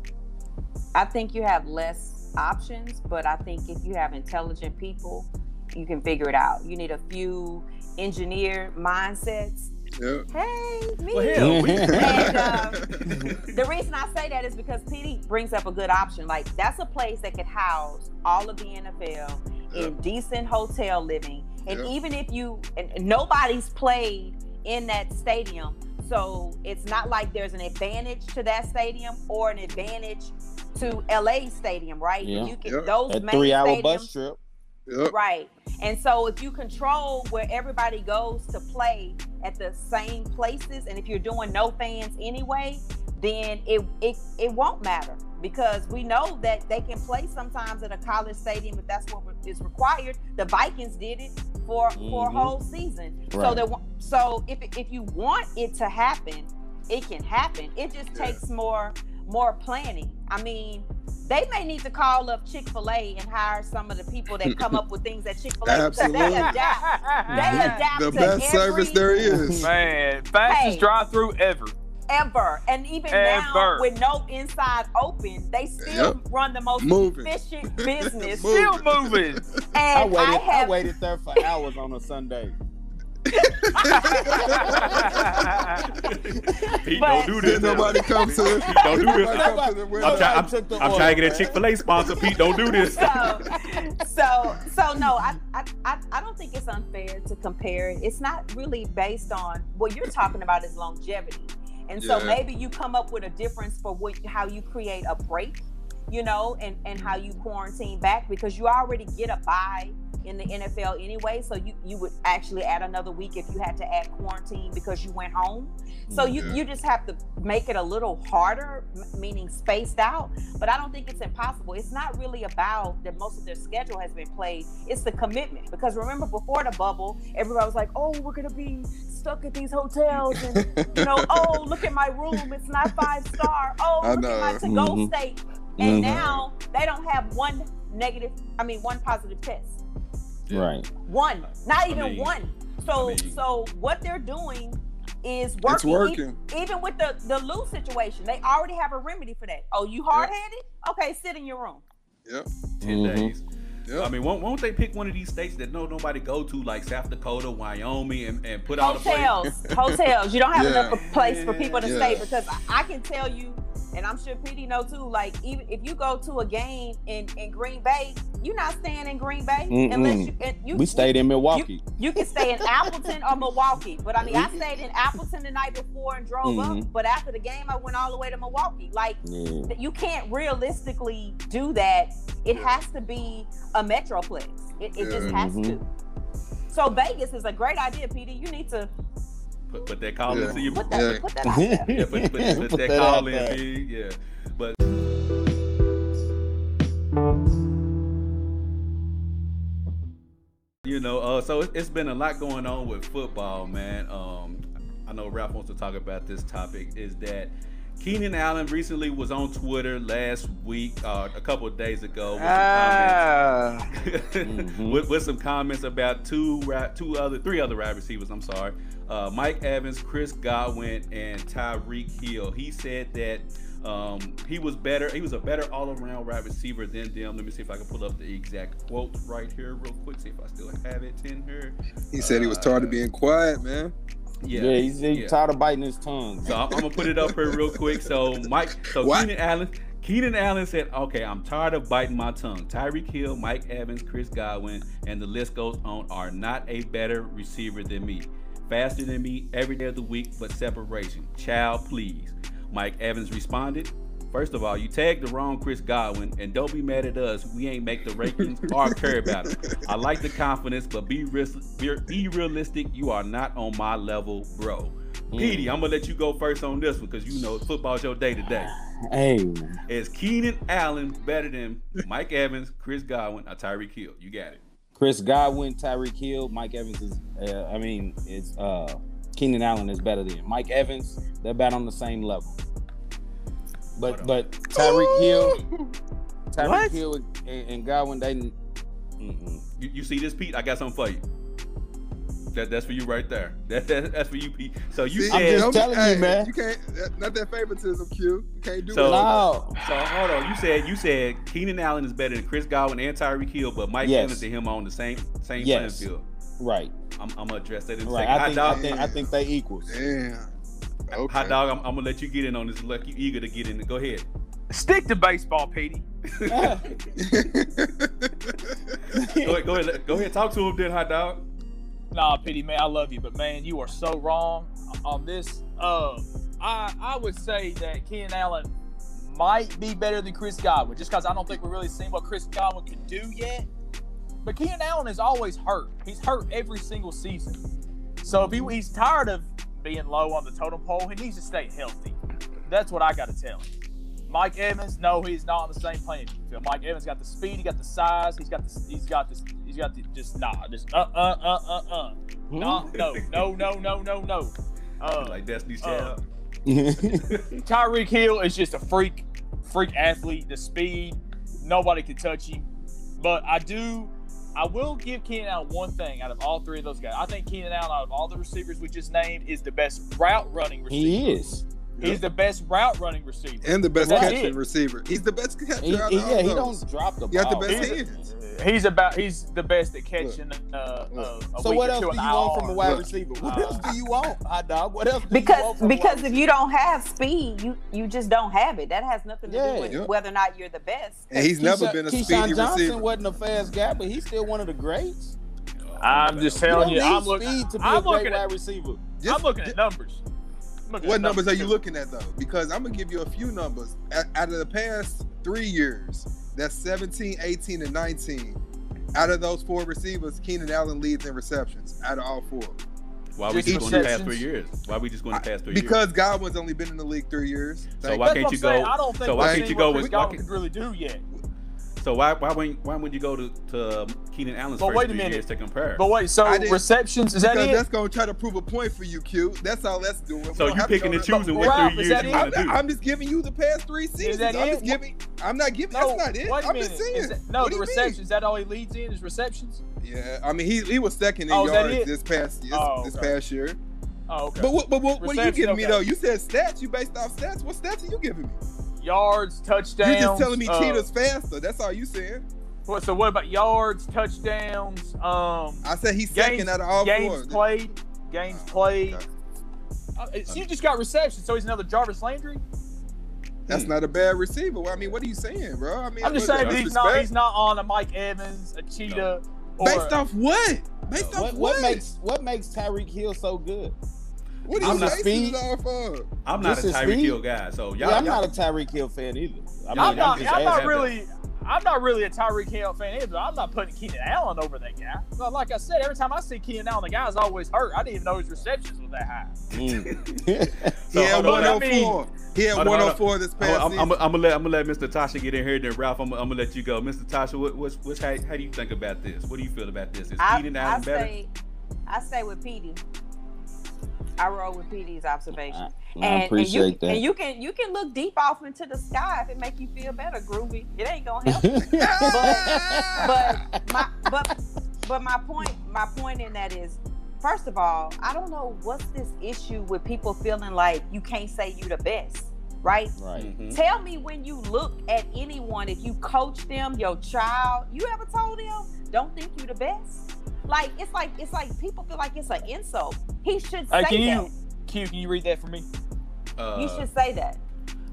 B: I think you have less options, but I think if you have intelligent people, you can figure it out. You need a few engineer mindsets.
C: Yep.
B: Hey, me.
A: Well, hell, we,
B: and, um, the reason I say that is because PD brings up a good option. Like that's a place that could house all of the NFL in decent hotel living, and
C: Yeah.
B: even if you and and nobody's played in that stadium, so it's not like there's an advantage to that stadium or an advantage to LA Stadium, right?
D: Yeah.
B: You can
C: Yeah.
B: those
D: A
B: main
D: three hour
B: stadiums,
D: bus trip.
C: Yep.
B: Right. And so if you control where everybody goes to play at the same places, and if you're doing no fans anyway, then it it, it won't matter because we know that they can play sometimes at a college stadium if that's what is required. The Vikings did it for for a
D: Mhm.
B: whole season. So
D: Right.
B: that so if if you want it to happen, it can happen. It just
C: Yeah.
B: takes more more planning. I mean, they may need to call up Chick Fil A and hire some of the people that come up with things at Chick Fil A because they
C: Absolutely.
B: adapt. They adapt
C: The
B: to
C: best
B: every-
C: service there is.
E: Man, fastest
B: Hey.
E: drive through ever.
B: ever. And even now,
E: Ever.
B: with no inside open, they still run the most
C: Moving.
B: efficient business.
C: Moving.
E: Still moving.
B: And
D: I
B: I,
D: waited. I,
B: have
D: waited there for hours on a Sunday.
A: Pete, don't
B: But-
A: do this.
C: Did nobody come to the
A: Pete, don't do this.
C: Nobody come to the window?
A: I'm, try- I'm,
D: took the
A: I'm
D: order,
A: trying to get a
D: man.
A: Chick Fil A sponsor. Pete, don't do this.
B: so, so, so no, I, I, I, I don't think it's unfair to compare. it. It's not really based on what you're talking about is longevity, and so
C: Yeah.
B: maybe you come up with a difference for what how you create a break, you know, and and how you quarantine back because you already get a buy in the NFL anyway. So you you would actually add another week if you had to add quarantine because you went home. So you
C: Yeah.
B: you just have to make it a little harder, m- meaning spaced out. But I don't think it's impossible. It's not really about that most of their schedule has been played. It's the commitment because remember before the bubble, everybody was like, "Oh, we're gonna be stuck at these hotels and you know, oh, look at my room. It's not five star. Oh,
C: I
B: look at my to
C: know.
B: go
D: Mhm.
B: state. And
D: Mhm.
B: now they don't have one negative, I mean, one positive test.
D: Mm-hmm. Right.
B: One, not even
A: mean,
B: one. So,
A: I mean-
B: so what they're doing is working.
C: It's working.
B: E- Even with the the loo situation, they already have a remedy for that. Oh, you hard headed? Okay, sit in your room.
A: 10
C: Mm-hmm.
D: Mhm.
A: days. I
C: Yep.
A: mean, won't, won't they pick one of these states that no nobody go to, like South Dakota, Wyoming, and, and put out a place?
B: hotels, hotels. You don't have
C: Yeah.
B: enough of place for people to
C: Yeah.
B: stay because I, I can tell you, and I'm sure PD know too. Like even if you go to a game in, in Green Bay, you're not staying in Green Bay unless
D: Mm-mm.
B: you and you
D: We stayed in Milwaukee.
B: You can stay in Appleton or Milwaukee, but I mean, I stayed in Appleton the night before and drove up.
D: Mhm.
B: But after the game, I went all the way to Milwaukee. Like
D: Yeah.
B: that you can't realistically do that. It has to be a metroplex. It, it just
C: Yeah.
B: has
D: Mhm.
B: to. So Vegas is a great idea, PD. You need to
A: Put, put that call
C: Yeah.
A: into your
B: put that
C: Yeah.
B: put that out there.
A: yeah, put, put, put, that,
D: out
A: call in,
D: there.
A: Pete. Yeah. But you know, uh, so it, it's been a lot going on with football, man. Um, I know Ralph wants to talk about this topic. Is that Keenan Allen recently was on Twitter last week, uh, a couple of days ago, with some comments
E: Ah.
D: Mhm.
A: with, with some comments about two ri- two other three other wide receivers. I'm sorry, uh, Mike Evans, Chris Godwin, and Tyreek Hill. He said that um, he was better. He was a better all around wide receiver than them. Let me see if I can pull up the exact quote right here real quick. See if I still have it in here.
C: He said he was tired of being quiet, man.
A: Yeah.
D: Yeah, he's, he's
A: yeah.
D: tired of biting his tongue.
A: So I'm, I'm gonna put it up here real quick. So Mike, so
C: What?
A: Keenan Allen, Keenan Allen said, "Okay, I'm tired of biting my tongue." Tyreek Hill, Mike Evans, Chris Godwin, and the list goes on are not a better receiver than me, faster than me every day of the week, but separation. Child, please. Mike Evans responded. First of all, you tagged the wrong Chris Godwin, and don't be mad at us. We ain't make the rankings or care about him. I like the confidence, but be, ris- be- be realistic. You are not on my level, bro.
D: Mm.
A: Petey, I'm gonna let you go first on this one because you know football's your day today.
D: Hey, man.
A: Is Keenan Allen better than Mike Evans, Chris Godwin, or Tyreek Hill? You got it.
D: Chris Godwin, Tyreek Hill, Mike Evans is. Uh, I mean, it's uh, Keenan Allen is better than Mike Evans. They're about on the same level.
A: Hold
D: But
A: on.
D: but Tyreek Hill, Tyreek
E: What?
D: Hill and, and Godwin, they. Mm-mm.
A: You, you see this, Pete? I got something for you. That, that's for you right there. That, that- that's for you, Pete. So you
C: See,
D: I'm
A: said
D: just
C: don't-
D: telling you,
C: hey,
D: man.
C: You can't. that- Not that favoritism, Q. You can't do
A: So-
C: it.
D: No,
A: so hold on. You said you said Keenan Allen is better than Chris Godwin and Tyreek Hill, but Mike
D: Yes.
A: Evans and him on the same same
D: Yes.
A: playing field.
D: right,
A: I'm, I'm gonna address that in a
D: right.
A: second.
D: I think, I
A: Hot dog,
D: think I think they equals.
C: Damn. Okay.
A: hot dog. I'm, I'm gonna let you get in on this. Look, you eager to get in. Go ahead.
E: Stick to baseball, Petey.
A: Go ahead. Go ahead. Go ahead. Talk to him then, hot dog.
E: Nah, Petey, man, I love you, but man, you are so wrong on this. Uh, I I would say that Ken Allen might be better than Chris Godwin, just because I don't think we've really seen what Chris Godwin can do yet. But Ken Allen is always hurt. He's hurt every single season. So if he, he's tired of being low on the totem pole, he needs to stay healthy. That's what I got to tell him. Mike Evans, no, he's not on the same plane. field. Mike Evans got the speed, he got the size, he's got the, he's got this, he's got the, just nah, just uh uh uh uh uh, no no no no no no no. Uh,
A: Like Destiny's
E: Uh,
A: Child.
E: Tyreek Hill is just a freak, freak athlete. The speed, nobody can touch him. But I do, I will give Keenan Allen one thing out of all three of those guys. I think Keenan Allen, out of all the receivers we just named, is the best route running receiver.
D: he is.
E: He's the best route running receiver.
C: and the best
E: That's
C: catching
E: it.
C: receiver. He's the best catcher.
D: He,
C: out
D: he-
C: of all
D: yeah, he
C: those.
D: don't drop the
C: He got the
D: ball.
C: best
E: He's-
C: hands.
E: He's about he's the best at catching uh, uh, a
D: So
E: week
D: what
E: or
D: else
E: two
D: do you
E: in
D: want from a
E: IR.
D: wide
C: Look.
D: receiver? What
E: Uh,
D: else do you want, hot dog? What else? Do you want
B: Because
D: from a
B: because
D: wide
B: if you don't have speed, you you just don't have it. That has nothing to
D: Yeah.
B: do with
C: Yep.
B: whether or not you're the best.
C: And he's never
D: Keyshawn-
C: been a
D: Keyshawn
C: speedy
D: Johnson
C: receiver.
D: wasn't a fast guy, but he's still one of the greats.
E: I'm just
D: You
E: telling
D: don't need
E: you, I'm looking.
D: speed to be
E: I'm
D: a great
E: looking at-
D: wide receiver.
C: Just-
E: I'm looking
C: just-
E: at numbers. I'm looking
C: What
E: at
C: numbers are you
E: too.
C: looking at though? Because I'm gonna give you a few numbers. Out out of the past three years, that's 17, 18, and 19. Out of those four receivers, Keenan Allen leads in receptions out of all four.
A: Why we
E: Just
A: just going to pass
E: receptions.
A: three years? Why we just going to pass three years?
C: Because Godwin's only been in the league three years.
A: So
C: Thank
A: why
E: That's
A: can't
E: what
A: you
E: I'm saying.
A: go-
E: I don't think
A: so why
E: we've
A: can't
E: seen
A: you go
E: what
A: with-
E: Chris
A: why
E: Godwin
A: can't-
E: could really do yet.
A: So why why wouldn't why wouldn't you go to, to um, Keenan Allen's
E: But
A: first
E: wait a
A: few
E: minute.
A: years to compare?
E: But wait, so
C: I didn't-
E: receptions is that
C: because
E: it?
C: that's gonna try to prove a point for you, Q. That's all that's doing. We
A: so
C: don't
A: you
C: have to
A: picking
C: go
A: and
C: to-
A: choosing what
E: Ralph,
A: three
E: is
A: years
E: that
A: you
E: it?
A: want
C: I'm,
A: to do?
C: I'm just giving you the past three seasons.
E: that
C: I'm
E: it?
C: just giving. I'm not giving.
E: no,
C: that's not it.
E: wait a
C: I'm
E: minute.
C: just saying.
E: Is that- no,
C: What
E: the
C: do you mean?
E: receptions. Is that all he leads in is receptions?
C: Yeah, I mean he he was second in
E: Oh, is that
C: yards
E: it?
C: this past this,
E: Oh,
C: this
E: okay.
C: past year.
E: Oh, okay.
C: But what but what, what are you
E: Reception,
C: giving me
E: okay.
C: though? You said stats. You based off stats. What stats are you giving me?
E: yards, touchdowns.
C: You're just telling me
E: uh,
C: Cheetah's faster. That's all you saying.
E: What, so what about yards, touchdowns, um,
C: I said he's
E: Games-
C: second out of all
E: games
C: four.
E: played, games
C: Oh,
E: played?
C: okay.
E: Uh, so you just got receptions, so he's another Jarvis Landry.
C: That's not a bad receiver. Well, I mean, what are you saying, bro? I mean,
E: I'm just
C: what-
E: saying that he's not
C: disrespect?
E: he's not on a Mike Evans, a Cheetah, or
C: Based off what? Based
D: What,
C: off what?
D: what makes what makes Tyreek Hill so good?
C: What are
D: I'm
C: you
D: not-
C: basing it off of?
A: I'm not
D: This
A: a
D: is
A: Tyreek
D: Steve.
A: Hill guy, so y'all.
D: yeah, I'm
A: y'all-
D: not a Tyreek Hill fan either. I mean,
E: I'm not.
A: just
E: I'm not
A: asking.
E: really. I'm not really a Tyreek Hill fan either. I'm not putting Keenan Allen over that guy. But like I said, every time I see Keenan Allen, the guy's always hurt. I didn't even know his receptions was that high.
D: Mm.
A: So,
C: he had
A: hold on,
E: what I
C: 104. He had
A: Hold on, hold on.
C: 104 this past
A: I'm, I'm,
C: season.
A: I'm gonna let I'm gonna let Mr. Tasha get in here. Then Ralph, I'm, I'm gonna let you go. Mr. Tasha, what, what's, what's how, how do you think about this? What do you feel about this? Is
B: I,
A: Keenan
B: I
A: Allen better?
B: stay, I stay with PD. I roll with PD's observation.
D: I appreciate
B: and you,
D: that.
B: And you can you can look deep off into the sky if it make you feel better, groovy. It ain't gonna help. but my but but my point my point in that is first of all i don't know what's this issue with people feeling like you can't say you the best right
D: right.
A: Mhm.
B: tell me when you look at anyone if you coach them your child you ever told them don't think you the best like it's like it's like people feel like it's an insult he should say
E: Hey, can
B: that
E: you, Q? Can you read that for me?
B: you
A: Uh,
B: should say that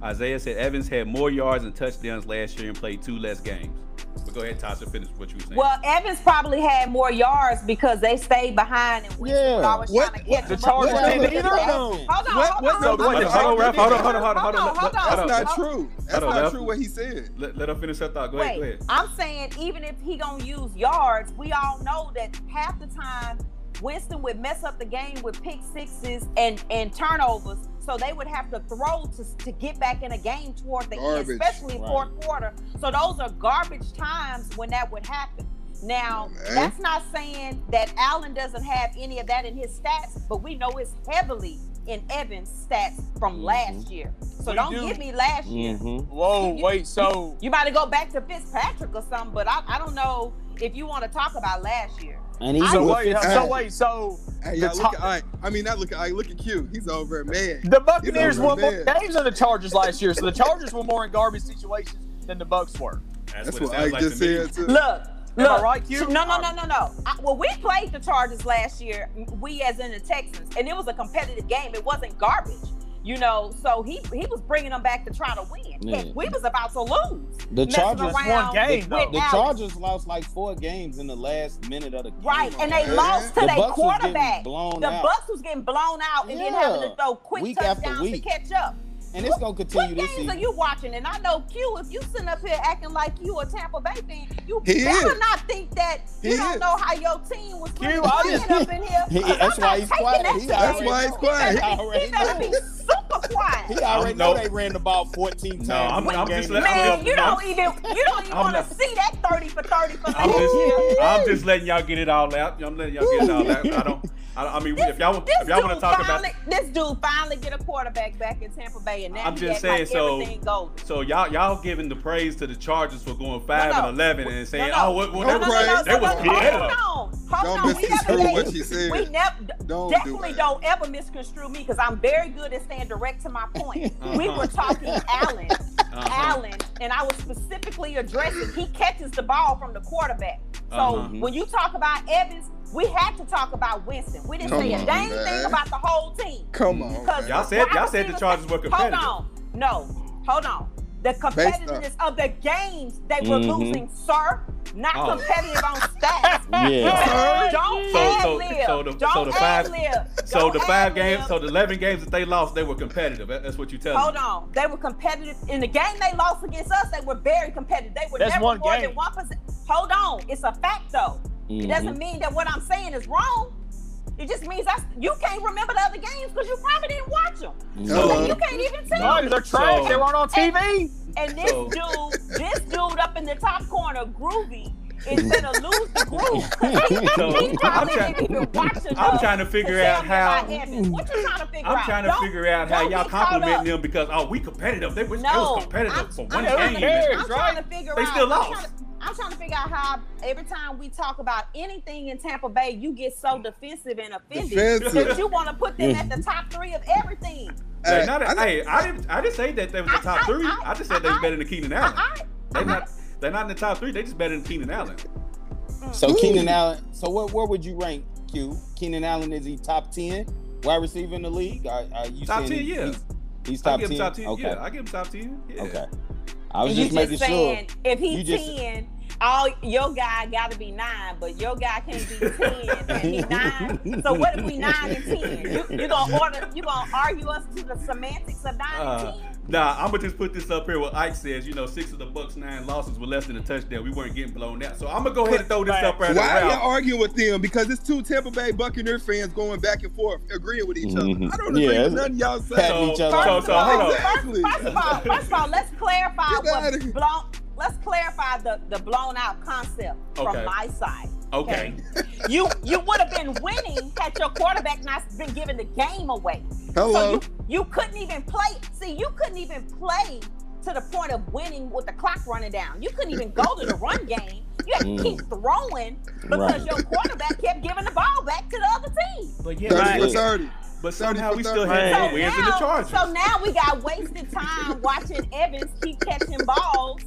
A: Isaiah said Evans had more yards and touchdowns last year and played two less games. But go ahead, Tasha, finish what you were saying.
B: well evans probably had more yards because they stayed behind and went
D: Yeah.
B: always
C: What-
B: trying to catch
E: The
B: them up.
E: Chargers
D: What-
E: didn't either of them.
B: Hold on, hold
C: What- what
B: on.
C: number-
B: hold
A: hold
B: on.
A: on, hold on, Ralph, hold on, hold on, hold on,
B: Hold on, hold on.
A: Hold
C: Ah, That's
A: on.
C: not true. That's
A: Hold on,
C: not
A: Ralph.
C: true what he said.
A: Let, let her finish her thought. Go ahead, go
B: Wait,
A: ahead.
B: I'm saying even if he gonna use yards, we all know that half the time Winston would mess up the game with pick sixes and and turnovers, so they would have to throw to to get back in a game toward the end,
C: Garbage.
B: especially
D: Right.
B: fourth quarter. So those are garbage times when that would happen. Now,
C: Yeah, man.
B: that's not saying that Allen doesn't have any of that in his stats, but we know it's heavily in Evans' stats from
A: Mm-hmm.
D: Mhm.
B: last year. So
E: We
B: don't
E: do.
B: give me last year.
D: Mm-hmm.
E: Whoa,
B: You-
E: wait. So
B: You might go back to Fitzpatrick or something, but I, I don't know if you want to talk about last year.
D: And he's
B: I-
E: so
D: a
E: wait. So wait. So
C: Hey, y'all,
E: The
C: look
E: top-
C: at, I, I mean, not look at, I look at Q. He's over man.
E: the Buccaneers
C: You're the
E: won more
C: man.
E: games than the Chargers last year. So the Chargers were more in garbage situations than the Bucks were.
C: That's what I just said. Too.
B: Look,
E: Am I
B: look.
E: right, Q?
B: No, no, no, no, no. I, well, we played the Chargers last year. We, as in the Texans, and it was a competitive game. It wasn't garbage, you know. So he he was bringing them back to try to win. Heck,
D: Yeah.
B: we was about to lose.
D: The
B: Messing
D: Chargers
E: It's
B: around
E: one game
B: with
E: though.
D: The
B: Alex.
D: Chargers lost like four games in the last minute of the game.
B: Right, and they
C: Yeah.
B: lost to
D: The
B: their
D: Bucs was getting
B: quarterback.
D: blown
B: The
D: out.
B: Bucks was getting blown out and then having
D: Yeah.
B: to throw quick
D: Week after
B: touchdowns
D: week.
B: to catch up.
D: and it's gonna continue
B: What
D: this
B: games are
D: season.
B: you watching? And I know Q, if you sitting up here acting like you a Tampa Bay fan, you
C: He
B: better
C: is.
B: not think that you
C: He
B: don't
C: is.
B: know how your team was
E: Q,
B: really
E: I
B: playing
D: just-
B: up in here.
D: He-
B: 'Cause
D: that's
B: I'm
D: why
B: not
D: he's
B: taking
D: quiet.
B: that
D: He
B: to
D: already-
B: you.
C: That's why he's
B: You
C: quiet.
B: better
D: He
B: be-
D: already
B: You better be
D: know.
B: super
D: He
B: quiet.
D: already know
A: know.
D: they ran the ball 14 times.
A: No, I'm-
D: in
A: I'm
D: the
A: just
D: game.
A: let- I'm
B: Man,
A: not-
B: you don't
A: I'm-
B: even you don't even
A: I'm
B: want to
A: not-
B: see that 30 for 30 for
A: I'm
B: last year.
A: just, I'm just letting y'all get it all out. I'm letting y'all get it all out. I don't. I, I mean,
B: This,
A: if y'all
B: this
A: if y'all want to
B: dude
A: talk about
B: finally, this dude finally get a quarterback back in Tampa Bay, and now
A: I'm
B: he
A: just
B: act
A: saying,
B: like
A: so-
B: everything golden.
A: So y'all y'all giving the praise to the Chargers for going five
B: no.
A: and eleven and saying,
B: no.
A: oh, what, what,
B: No,
A: they
B: no,
A: was-
B: no, no,
C: praise.
A: they
B: no,
A: was
B: no,
E: Yeah.
B: Hold on, hold
C: Don't
B: on. Oh, We never
C: misconstrue what
B: gave,
C: she said.
B: we never,
C: Don't do
B: definitely
C: that.
B: not ever misconstrue me because I'm very good at staying direct to my point. We
A: Uh-huh.
B: were talking Allen,
A: Uh-huh.
B: Allen, and I was specifically addressing he catches the ball from the quarterback. So
A: Uh-huh.
B: when you talk about Evans, we had to talk about Winston. We didn't
C: Come
B: say a
C: on,
B: dang thing
C: man.
B: about the whole team.
C: Come on.
B: Because
A: Y'all
C: man.
A: said-
B: wide
A: y'all said the
B: receivers-
A: Chargers were competitive.
B: Hold on. No, hold on. The competitiveness of the games they were
D: Mhm.
B: losing, sir, not
A: Mm-hmm. Oh.
B: competitive on stats.
D: Yeah.
B: Don't
A: So-
B: ad
A: so-
B: lib.
A: so the-
B: Don't
A: so the five-
B: ad lib.
A: So
B: Don't
A: the five
B: ad
A: games,
B: lib.
A: so the eleven games that they lost, they were competitive. That- That's what you tell
B: Hold
A: me.
B: on. They were competitive. In the game they lost against us, they were very competitive. They were
E: That's
B: never
E: one
B: more
E: game.
B: than one percent. Hold on. It's a fact though.
A: Mm-hmm.
B: It
D: Mhm.
B: doesn't mean that what I'm saying is wrong. It just means that's you can't remember the other games because you probably didn't watch them.
A: Mm-hmm.
C: Hello.
B: You can't even tell.
E: No, they're trash.
A: So-
E: they weren't on TV.
B: And this
A: So-
B: dude, this dude up in the top corner, Groovy, is gonna lose the groove. 'cause He,
A: So,
B: he
A: I'm
B: probably
A: try-
B: didn't even watch enough
A: I'm trying to
B: to
A: figure
B: tell
A: out
B: me about
A: how.
B: Evans. What you trying to figure out?
A: I'm trying to
B: Don't-
A: figure out how
B: don't
A: y'all
B: get caught
A: complimenting
B: up.
A: them because oh we competitive. They was, they
B: No,
A: was competitive
B: I'm-
A: for
B: I'm
A: one
E: who
B: trying
A: game.
B: to-
E: cares?
B: I'm
E: right?
B: trying to figure
A: They
B: out.
A: still
B: I'm
A: lost.
B: trying, to, I'm trying to figure out how every time we talk about anything in Tampa Bay, you get so defensive and offended
C: Defensive.
B: that you want to put them at the top three of everything.
A: Hey,
C: Hey,
A: not
C: I
A: that- hey, I didn't I didn't say that they was the
B: I-
A: top
B: I-
A: three.
B: I-
A: I just said they was
B: I-
A: better than Keenan
B: I,
A: Allen.
B: I,
A: They're not they're not in the top three. They just better than Keenan Allen.
D: So Keenan Allen. So what? Where would you rank Q? Keenan Allen is he top ten wide receiver in the league? Are, are you
A: Top
D: saying
A: 10,
D: he-
A: yeah.
D: He's, he's
A: I
D: top
A: give
D: ten.
A: him top ten.
D: Okay.
A: Yeah, I give him top ten. Yeah.
D: Okay. I was
B: And
D: just
B: you
D: making
B: just saying if
D: You
B: he's
D: just-
B: ten, all your guy got to be nine, but your guy can't be ten and he nine. So what if we nine and ten? You, you gonna order? You gonna argue us to the semantics of nine
A: Uh,
B: and ten?
A: Nah, I'm gonna just put this up here. What Ike says, you know, six of the Bucks' nine losses were less than a touchdown. We weren't getting blown out, so I'm gonna go ahead and throw this up right
C: Why
A: now.
C: y'all arguing with them? Because it's two Tampa Bay Buccaneer fans going back and forth, agreeing with each other.
D: Mhm.
C: I don't agree
D: Yeah,
C: with
D: that's-
C: nothing y'all say.
D: Pat-
A: So,
D: each
A: so,
D: other.
A: so,
B: First
A: so,
B: of all-
A: hold on.
C: Exactly.
B: First of all, first of all, let's clarify
C: Get outta here.
B: what blown. Let's clarify the the blown out concept
A: Okay.
B: from my side.
A: Okay.
B: You you would have been winning had your quarterback not been giving the game away.
C: Hello.
B: So you, you couldn't even play. See, you couldn't even play to the point of winning with the clock running down. You couldn't even go to the run game. You had to
D: Mm.
B: keep throwing because
D: Right.
B: your quarterback kept giving the ball back to the other team.
A: But yeah,
C: 30 for
A: but,
D: Right.
C: 30.
A: but somehow we still had
E: Man.
B: So
A: more wins than the
B: now,
A: Chargers.
B: so now we got wasted time watching Evans keep catching balls.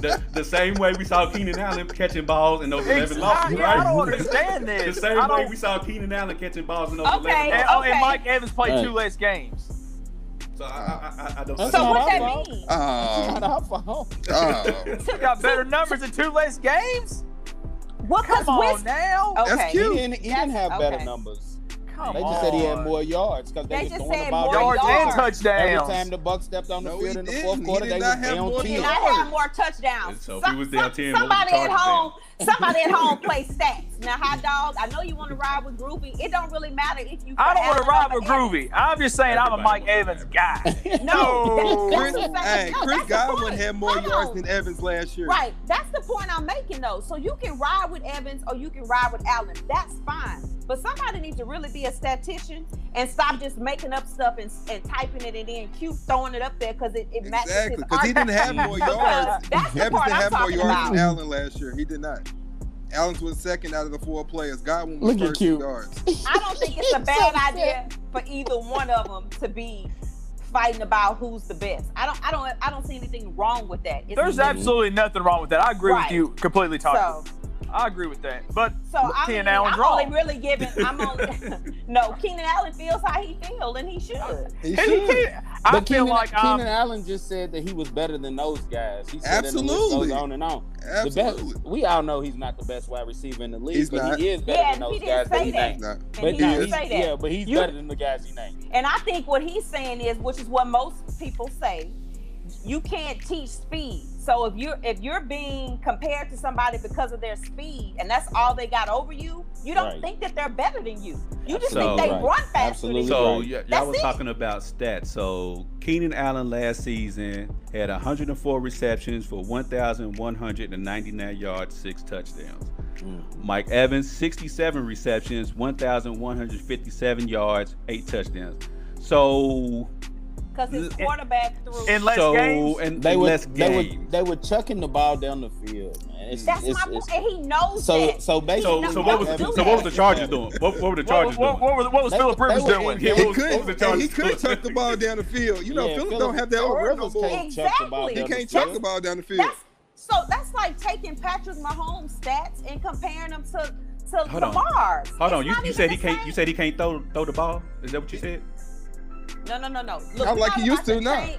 A: the, the same way we saw Keenan Allen catching balls in those 11
E: It's- I,
A: losses,
E: yeah, I don't
A: right?
E: understand
A: The
E: this. I
A: same way
E: don't-
A: we saw Keenan Allen catching balls in those
B: Okay.
A: 11
E: and,
A: losses.
E: oh, and
B: Okay.
E: Mike Evans played
D: Hey.
E: two less games.
A: So I, I, I, I don't.
D: That's
B: So
D: not
B: what
D: our
B: that
D: fault.
B: mean?
C: Oh,
D: Not our fault.
C: oh.
B: To-
E: Got better
B: to-
E: numbers and two less games.
B: Well, because
E: Come on now.
C: That's
B: okay.
D: He
C: cute.
D: didn't, he didn't have
B: That's-
D: better
B: okay.
D: numbers.
E: Come
D: they
E: on.
D: just said he had more yards because they,
B: They
D: was
B: just
D: throwing the
B: said
D: ball
B: more
E: yards
D: down.
E: and
B: yards.
D: Every
E: touchdowns.
D: time the Bucks stepped on the
C: No,
D: field
C: he
D: in the
C: didn't.
D: fourth
C: He
D: quarter,
C: did
D: they
C: not
D: was
C: have
D: down
C: more
B: Did
C: than
D: 10.
B: I have more touchdowns?
A: So if he was
B: Some-
A: down
B: some-
A: 10, what was the
B: somebody at
A: Chargers
B: home, somebody at home play stats. Now, hot dog, I know you want to ride with Groovy. It don't really matter if you.
E: I don't want to
B: Allen
E: ride
B: over
E: with Groovy. I'm just saying I'm a
A: Everybody
E: Mike
A: wanna ride
E: Evans
A: with
E: guy.
B: Evans. No,
E: No.
B: that-
C: Chris,
B: that's the
C: hey,
B: thing. No,
C: Chris
B: that's the
C: Godwin
B: point.
C: had more
B: Hold
C: yards
B: on.
C: than Evans last year.
B: Right, that's the point I'm making though. So you can ride with Evans or you can ride with Allen. That's fine. But somebody needs to really be a statistician and stop just making up stuff and, and typing it and then Q throwing it up there because it, it matches
C: Exactly,
B: his
C: because he didn't have
B: argument.
C: more
B: Because
C: yards.
B: That's the
C: Evans
B: part
C: didn't
B: I'm
C: have more
B: talking
C: yards
B: about.
C: than Allen last year. He did not. Allen's was second out of the four players. Godwin was
D: Look at
C: first
D: you.
C: in yards.
B: I don't think it's a bad idea for either one of them to be fighting about who's the best. I don't, I don't, I don't see anything wrong with that. It's-
E: There's absolutely nothing wrong with that. I agree
B: Right.
E: with you completely, Todd.
B: so,
E: I agree with that. But
B: so I
E: Keenan
B: mean,
E: Allen's
B: I'm only
E: wrong.
B: really giving. I'm only no. Keenan Allen feels how he feels, and he should.
C: He
E: He-
C: should.
E: he- I feel
D: but Keenan,
E: like um,
D: Keenan
E: I'm.
D: Allen just said that he was better than those guys. He said that the list
C: Absolutely.
D: goes on and on. The
C: Absolutely.
D: best, we all know he's not the best wide receiver in the league,
C: He's
D: but
C: not.
D: he is better
B: Yeah,
D: than
B: and
D: those
B: he
D: guys
B: didn't
D: that
B: say
D: he
B: that.
D: named.
C: Nah.
D: But
B: And he
C: now
D: now
B: didn't
D: he's,
B: say that.
D: yeah, but he's
B: You-
D: better than the guys he named.
B: And I think what he's saying is, which is what most people say, you can't teach speed. So if you're if you're being compared to somebody because of their speed and that's all they got over you, you don't
D: Right.
B: think that they're better than you. You just
A: So-
B: think they
D: Right.
B: run faster than
D: Absolutely.
B: you.
A: So
D: Right.
A: y- y'all
B: That's
A: was
B: it.
A: talking about stats. So Keenan Allen last season had 104 receptions for 1,199 yards, six touchdowns. Mike Evans, 67 receptions, 1,157 yards, eight touchdowns. So,
B: because his quarterback threw.
E: And less
A: so
E: games?
A: and
D: They were,
A: less
D: they were
A: games.
D: they were chucking the ball down the field, man. It's,
B: that's
D: it's-
B: my point.
D: it's-
B: And he knows
D: so
B: that.
D: so basically,
A: so, so
B: don't
A: what was
B: do
A: so what was
B: that.
A: the Chargers doing? What, what were the
E: What,
A: Chargers
E: what,
A: doing?
E: what, was- what was
D: They-
E: Philip
D: they
E: Rivers
D: were-
E: doing?
D: they
E: Yeah,
C: He
E: what was-
A: what was the
C: could, and he
A: Chargers
C: could
A: doing?
C: chuck the ball down the field. You know,
D: Yeah,
C: Phillips
D: Phillip-
C: don't have that
D: Phillip
C: arm no
D: Rivers
C: more.
D: can't chuck the ball
B: Exactly.
C: He
D: down the
C: can't chuck
D: field.
C: the ball down the field.
B: that's so that's like taking Patrick Mahomes stats and comparing them to to
A: Hold on. Hold
B: Lamar's. It's
A: on, you,
B: not
A: you
B: even
A: said he
B: the
A: can't.
B: same.
A: You said he can't throw throw the ball. Is that what you said?
B: no, no, no, no. Look,
C: Not
B: we
C: like he
B: talking
C: used
B: about
C: to,
B: the
C: nah.
B: same-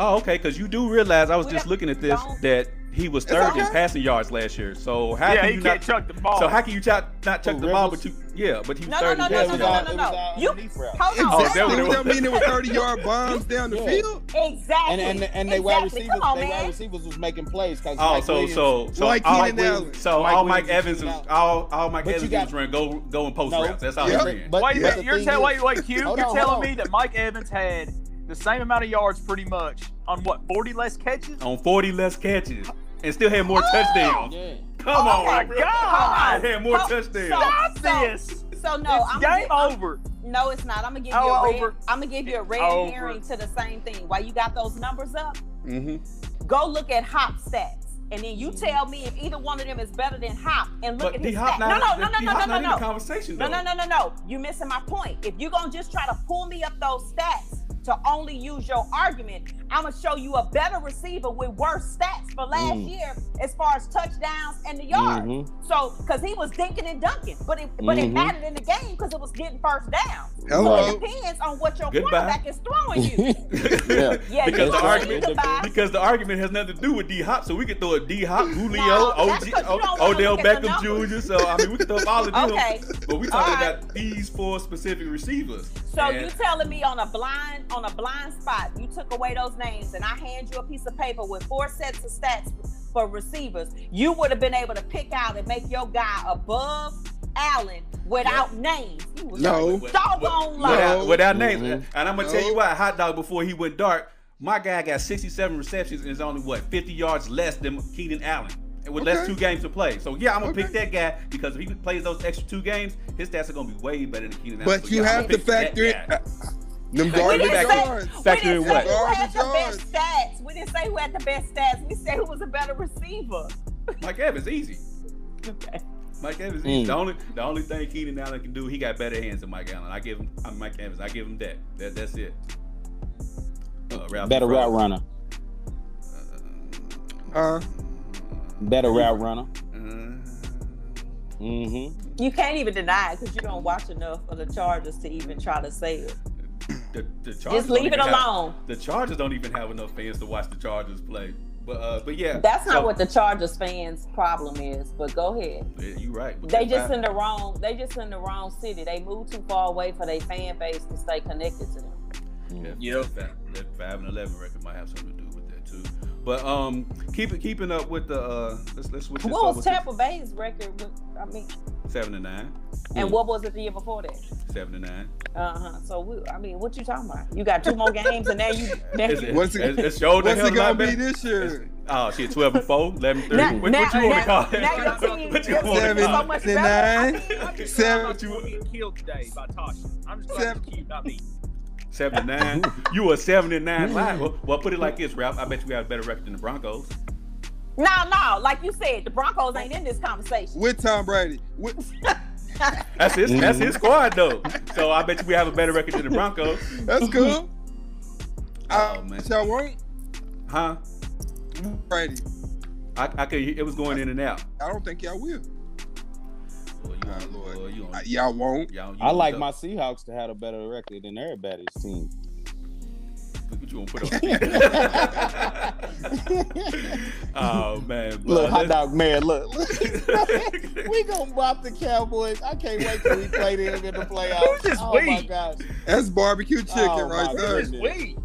A: Oh, okay. Because you do realize I was
B: We
A: just
B: don't-
A: looking at this
B: don't-
A: that he was
C: It's
A: third in
C: okay.
A: passing yards last year. So how
E: yeah,
A: can
E: he
A: you
E: can't
A: not?
E: chuck the ball.
A: So how can you not not chuck
D: Who,
A: the ball?
D: Oh, Rivers?
A: But you, yeah, but he was
B: No, no,
A: third
B: no,
A: in
B: no,
A: passing
B: no,
A: yards.
B: no, no, no. You
D: no.
B: Hold on.
A: Oh,
C: Exactly.
B: let's-
A: that
C: what
A: was-
C: that mean? It was 30 yard bombs down the
D: Yeah.
C: field?
B: Exactly.
D: And and and they wide
B: exactly.
D: receivers,
B: Come on,
D: they wide
B: man.
D: receivers was making plays because
A: Oh, so so so
C: Like
A: all,
C: Keenan Allen.
A: so
D: Mike
A: all Mike
D: Williams
A: Evans
D: is
A: is
D: out.
A: all all Mike
D: But you
A: Evans
D: got-
A: is running go go and post
D: No.
A: routes. That's all
C: Yeah,
A: he's ran.
D: but- but
E: wait, wait,
D: the
E: you're
D: thing
E: telling
D: is-
E: wait, wait, Q,
D: Hold
E: you're
D: on,
E: telling
D: hold
E: me
D: on.
E: that Mike Evans had the same amount of yards, pretty much, on what 40 less catches?
A: on forty less catches and still had more
B: Oh!
A: touchdowns.
D: Yeah.
A: Come
B: Oh
A: on,
B: my
A: bro.
E: God.
A: I had more
B: Oh,
A: touchdowns.
E: Stop this!
B: So no,
E: it's
B: I'm
E: game
B: gonna, give-
E: over.
B: no, it's not. I'm gonna give you
E: Oh,
B: a red,
E: over.
B: I'm gonna give you a red
E: Over.
B: herring to the same thing. While you got those numbers up,
C: Mm-hmm.
B: go look at Hop stats, and then you tell me if either one of them is better than Hop, and look
A: But
B: at
A: D
B: his
A: Hop
B: stats. No,
A: not
B: no, no, no,
A: D
B: no,
A: Hop
B: no,
A: not in the
B: no, no.
A: conversation
B: No,
A: though.
B: no, no, no, no. You're missing my point. If you're gonna just try to pull me up those stats to only use your argument, I'm gonna show you a better receiver with worse stats for last
D: Mm.
B: year as far as touchdowns and the yards.
D: Mhm.
B: So, because he was dinking and dunking, but it but it
D: Mhm.
B: mattered in the game because it was getting first down.
C: Hello.
B: It depends on what your
A: Mm. Goodbye.
B: quarterback is throwing you.
D: Yeah.
B: Yeah,
A: because
B: you
A: the
B: can
A: argument
B: goodbye.
A: because the argument has nothing to do with D Hop, so we can throw a D Hop, Julio,
B: No, that's
A: OG,
B: 'cause you don't
A: O-
B: wanna
A: Odell
B: look at the
A: Beckham Jr.
B: numbers.
A: So I mean, we can throw up all of them.
B: Okay.
A: But we talking
B: All right.
A: about these four specific receivers.
B: So
A: And-
B: you telling me on a blind on a blind spot, you took away those names, and I hand you a piece of paper with four sets of stats for receivers. You would have been able to pick out and make your guy above Allen without names. You was
C: No.
B: a doggone
A: With
B: lie.
A: our
C: No.
A: without names.
D: Mhm.
A: And I'm gonna tell you
C: No.
A: why hot dog before he went dark. My guy got 67 receptions and is only what 50 yards less than Keenan Allen. And with less
C: Okay.
A: two games to play. So yeah, I'm gonna pick
C: Okay.
A: that guy because if he plays those extra two games, his stats are gonna be way better than Keenan Allen. So,
C: But you
A: yeah, I'ma
C: have to
A: pick that
C: factor in
A: guy.
C: them
A: We
B: We
C: garbage
B: didn't
A: Back
B: say,
C: yards.
B: we
A: Factor
B: didn't
A: in
B: say
A: what?
B: who had the
C: Garbage
B: best stats. We didn't say who had the best stats. We said who was a better receiver.
A: Mike Evans easy.
B: Okay.
A: Mike Evans easy.
D: Mm.
A: The only the only thing Keenan Allen can do, he got better hands than Mike Allen. I give him I'm Mike Evans. I give him that. That that's it. Uh, Ralph
D: Better
A: Frost.
D: route runner.
C: Huh?
D: Better route runner.
A: Uh,
D: Mm-hmm.
B: You can't even deny it because you don't watch enough of the Chargers to even try to say it.
A: the, the Chargers
B: Just
A: don't
B: leave it
A: even have-
B: alone.
A: the Chargers don't even have enough fans to watch the Chargers play. But uh, but yeah,
B: That's not
A: so-
B: what the Chargers fans' problem is. But go ahead.
A: Yeah, you right. but
B: They
A: that's
B: just
A: fine.
B: in the wrong. They just in the wrong city. They moved too far away for their fan base to stay connected to them.
A: yeah,
E: Yep.
A: That, that five and eleven record might have something to do with that too. But um, keep it keeping up with the uh, let's let's switch this
B: What
A: over
B: was
A: to
B: Tampa Bay's record? With, I mean,
A: seven and nine, Mm.
B: and what was it the year before that?
A: seven and nine.
B: Uh huh. So we, I mean, what you talking about? You got two more games, and now you. Now,
A: It's, it's,
C: What's it-
A: it's, it's showed the
C: What's
A: hell
C: it
A: of a lot
C: gonna be
A: better.
C: this year?
A: Oh shit, 12 and 4, 11 and 3.
B: now,
A: what,
B: now,
A: what you want to call it?
B: now your team-
A: what you
B: your
A: want
B: team
A: to
B: is
A: call
B: so
A: it?
B: much
C: Seven,
B: better.
C: nine,
B: I mean,
C: seven-
E: I'm just getting killed today by Tasha. I'm just glad
C: Seven-
E: Q, not me.
A: 79. you a 79 line. Well, well, put it like this, Ralph. I bet you we have a better record than the Broncos.
B: No, no, like you said, the Broncos ain't in this conversation.
C: With Tom Brady. With,
A: That's his. That's
D: Mhm.
C: Mm-hmm.
A: his squad though. So I bet you we have a better record than the Broncos.
C: that's
A: Oh,
C: cool. I,
A: man.
C: y'all want
A: Huh?
C: Brady.
A: I, I could. It was going in and out.
C: I don't think y'all will.
A: Well, you
C: Nah,
A: on-
C: Lord.
A: well, you on-
C: I- y'all won't.
A: y'all- you
D: I
A: on
D: like
A: the-
D: my Seahawks to have a better record than everybody's team.
A: What you gonna put on? oh man!
D: Look,
A: but
D: hot
A: let's-
D: dog man, look. we gonna bop the Cowboys. I can't wait till we play them in the playoffs.
E: Who's this
D: oh my
E: weak?
D: gosh.
C: That's barbecue chicken
D: Oh, my
C: right there.
E: This
D: goodness.
E: week,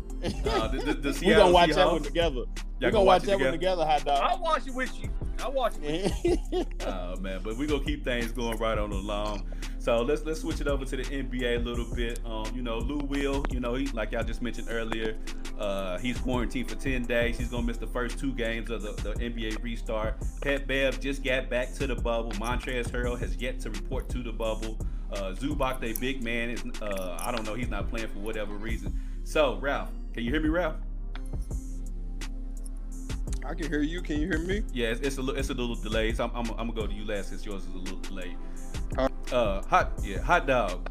A: Uh, the, the, the
D: we
A: Seattle
D: gonna watch
A: Seahawks.
D: that one together. we
A: Y'all
D: gonna watch
A: it
D: that one together, hot
E: I'll
D: dog.
E: watch it with you. I'll watch it. With you.
A: Oh man, but we gonna keep things going right on along. So let's let's switch it over to the NBA a little bit. Um, you know, Lou Will, you know, he, like y'all just mentioned earlier, uh, he's quarantined for 10 days. He's gonna miss the first two games of the, the NBA restart. Pat Bev just got back to the bubble. Montrez Harrell has yet to report to the bubble. Uh, Zubac, they big man, is uh, I don't know, he's not playing for whatever reason. So Ralph, can you hear me, Ralph?
C: I can hear you. Can you hear me?
A: Yeah, it's, it's a li- it's a little delayed. So I'm, I'm, I'm gonna go to you last since yours is a little delayed. Uh, hot yeah, hot dog.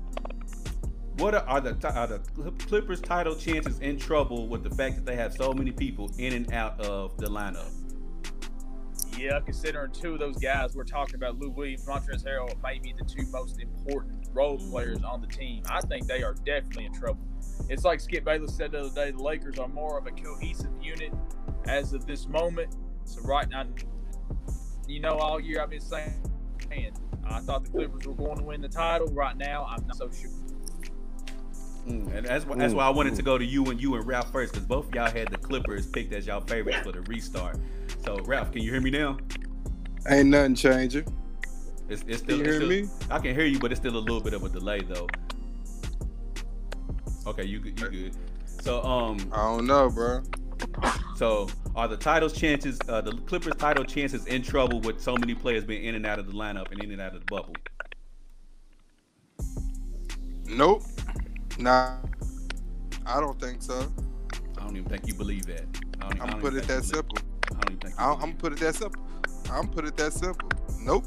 A: What are, are the ti- are the Clip- Clippers' title chances in trouble with the fact that they have so many people in and out of the lineup?
E: Yeah, considering two of those guys we're talking about, Lou Williams, Montrezl Harrell, may be the two most important role players on the team. I think they are definitely in trouble. It's like Skip Bayless said the other day: the Lakers are more of a cohesive unit as of this moment. So right now, you know, all year I've been saying, man, I thought the Clippers were going to win the title. Right now, I'm not so sure.
A: Mm, And that's why, that's why I wanted to go to you and you and Ralph first because both of y'all had the Clippers picked as y'all favorites for the restart. So Ralph, can you hear me now?
C: Ain't nothing changing.
A: It's, it's
C: Can
A: still,
C: you
A: it's
C: hear
A: still-
C: me?
A: I can hear you, but it's still a little bit of a delay though. Okay, you good- you good. So um,
C: I don't know, bro.
A: So are the titles chances, uh, the Clippers' title chances, in trouble with so many players being in and out of the lineup and in and out of the bubble?
C: Nope. Nah. I don't think so.
A: I don't even think you believe that. I don't,
C: I'm
A: I
C: gonna
A: don't
C: put
A: even
C: it
A: think
C: that
A: you
C: simple.
A: believe- I don't even think. you
C: I, I'm gonna
A: believe
C: put it that simple. I'm put it that simple. Nope.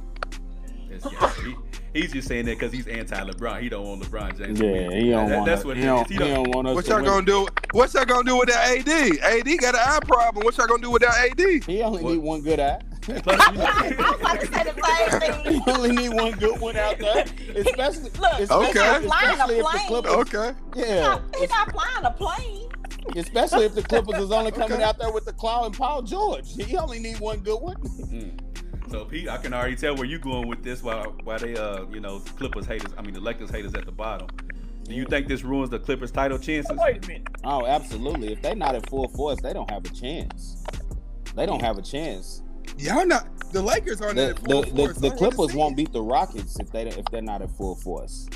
A: it. It's- yeah, he- he's just saying that because he's anti-LeBron. He don't want LeBron James. to
D: Yeah,
A: win.
D: he don't
A: That-
D: want.
A: That's what
D: he
A: it is.
D: don't,
A: He
D: he
A: don't-
D: don't want us.
C: What
D: to
C: y'all
D: win.
C: gonna do? What y'all gonna do with that AD? AD got an eye problem. What y'all gonna do with that AD?
D: He only
A: What?
D: need one good eye.
A: Plus, you
B: I was about to
A: know-
B: say the same
D: he
B: thing.
D: only need one good one out there, especially.
B: Look,
D: especially,
C: he's not
B: flying a
D: especially if the
B: plane.
D: Clippers,
C: Okay.
B: He's
D: yeah,
B: not, he not flying a plane.
D: especially if the Clippers is only coming
C: Okay.
D: out there with the Clown and Paul George. He only need one good one.
A: Mm. So Pete, I can already tell where you going with this. Why, why they, uh, you know, Clippers haters. I mean, the Lakers haters at the bottom. Do you think this ruins the Clippers' title chances?
E: Wait a minute.
D: Oh, absolutely. If they not at full force, they don't have a chance. They don't have a chance.
C: Y'all not. The Lakers aren't
D: The,
C: at full
D: the,
C: force.
D: the, the
C: I
D: Clippers
C: understand.
D: won't beat the Rockets if they if they're not at full force.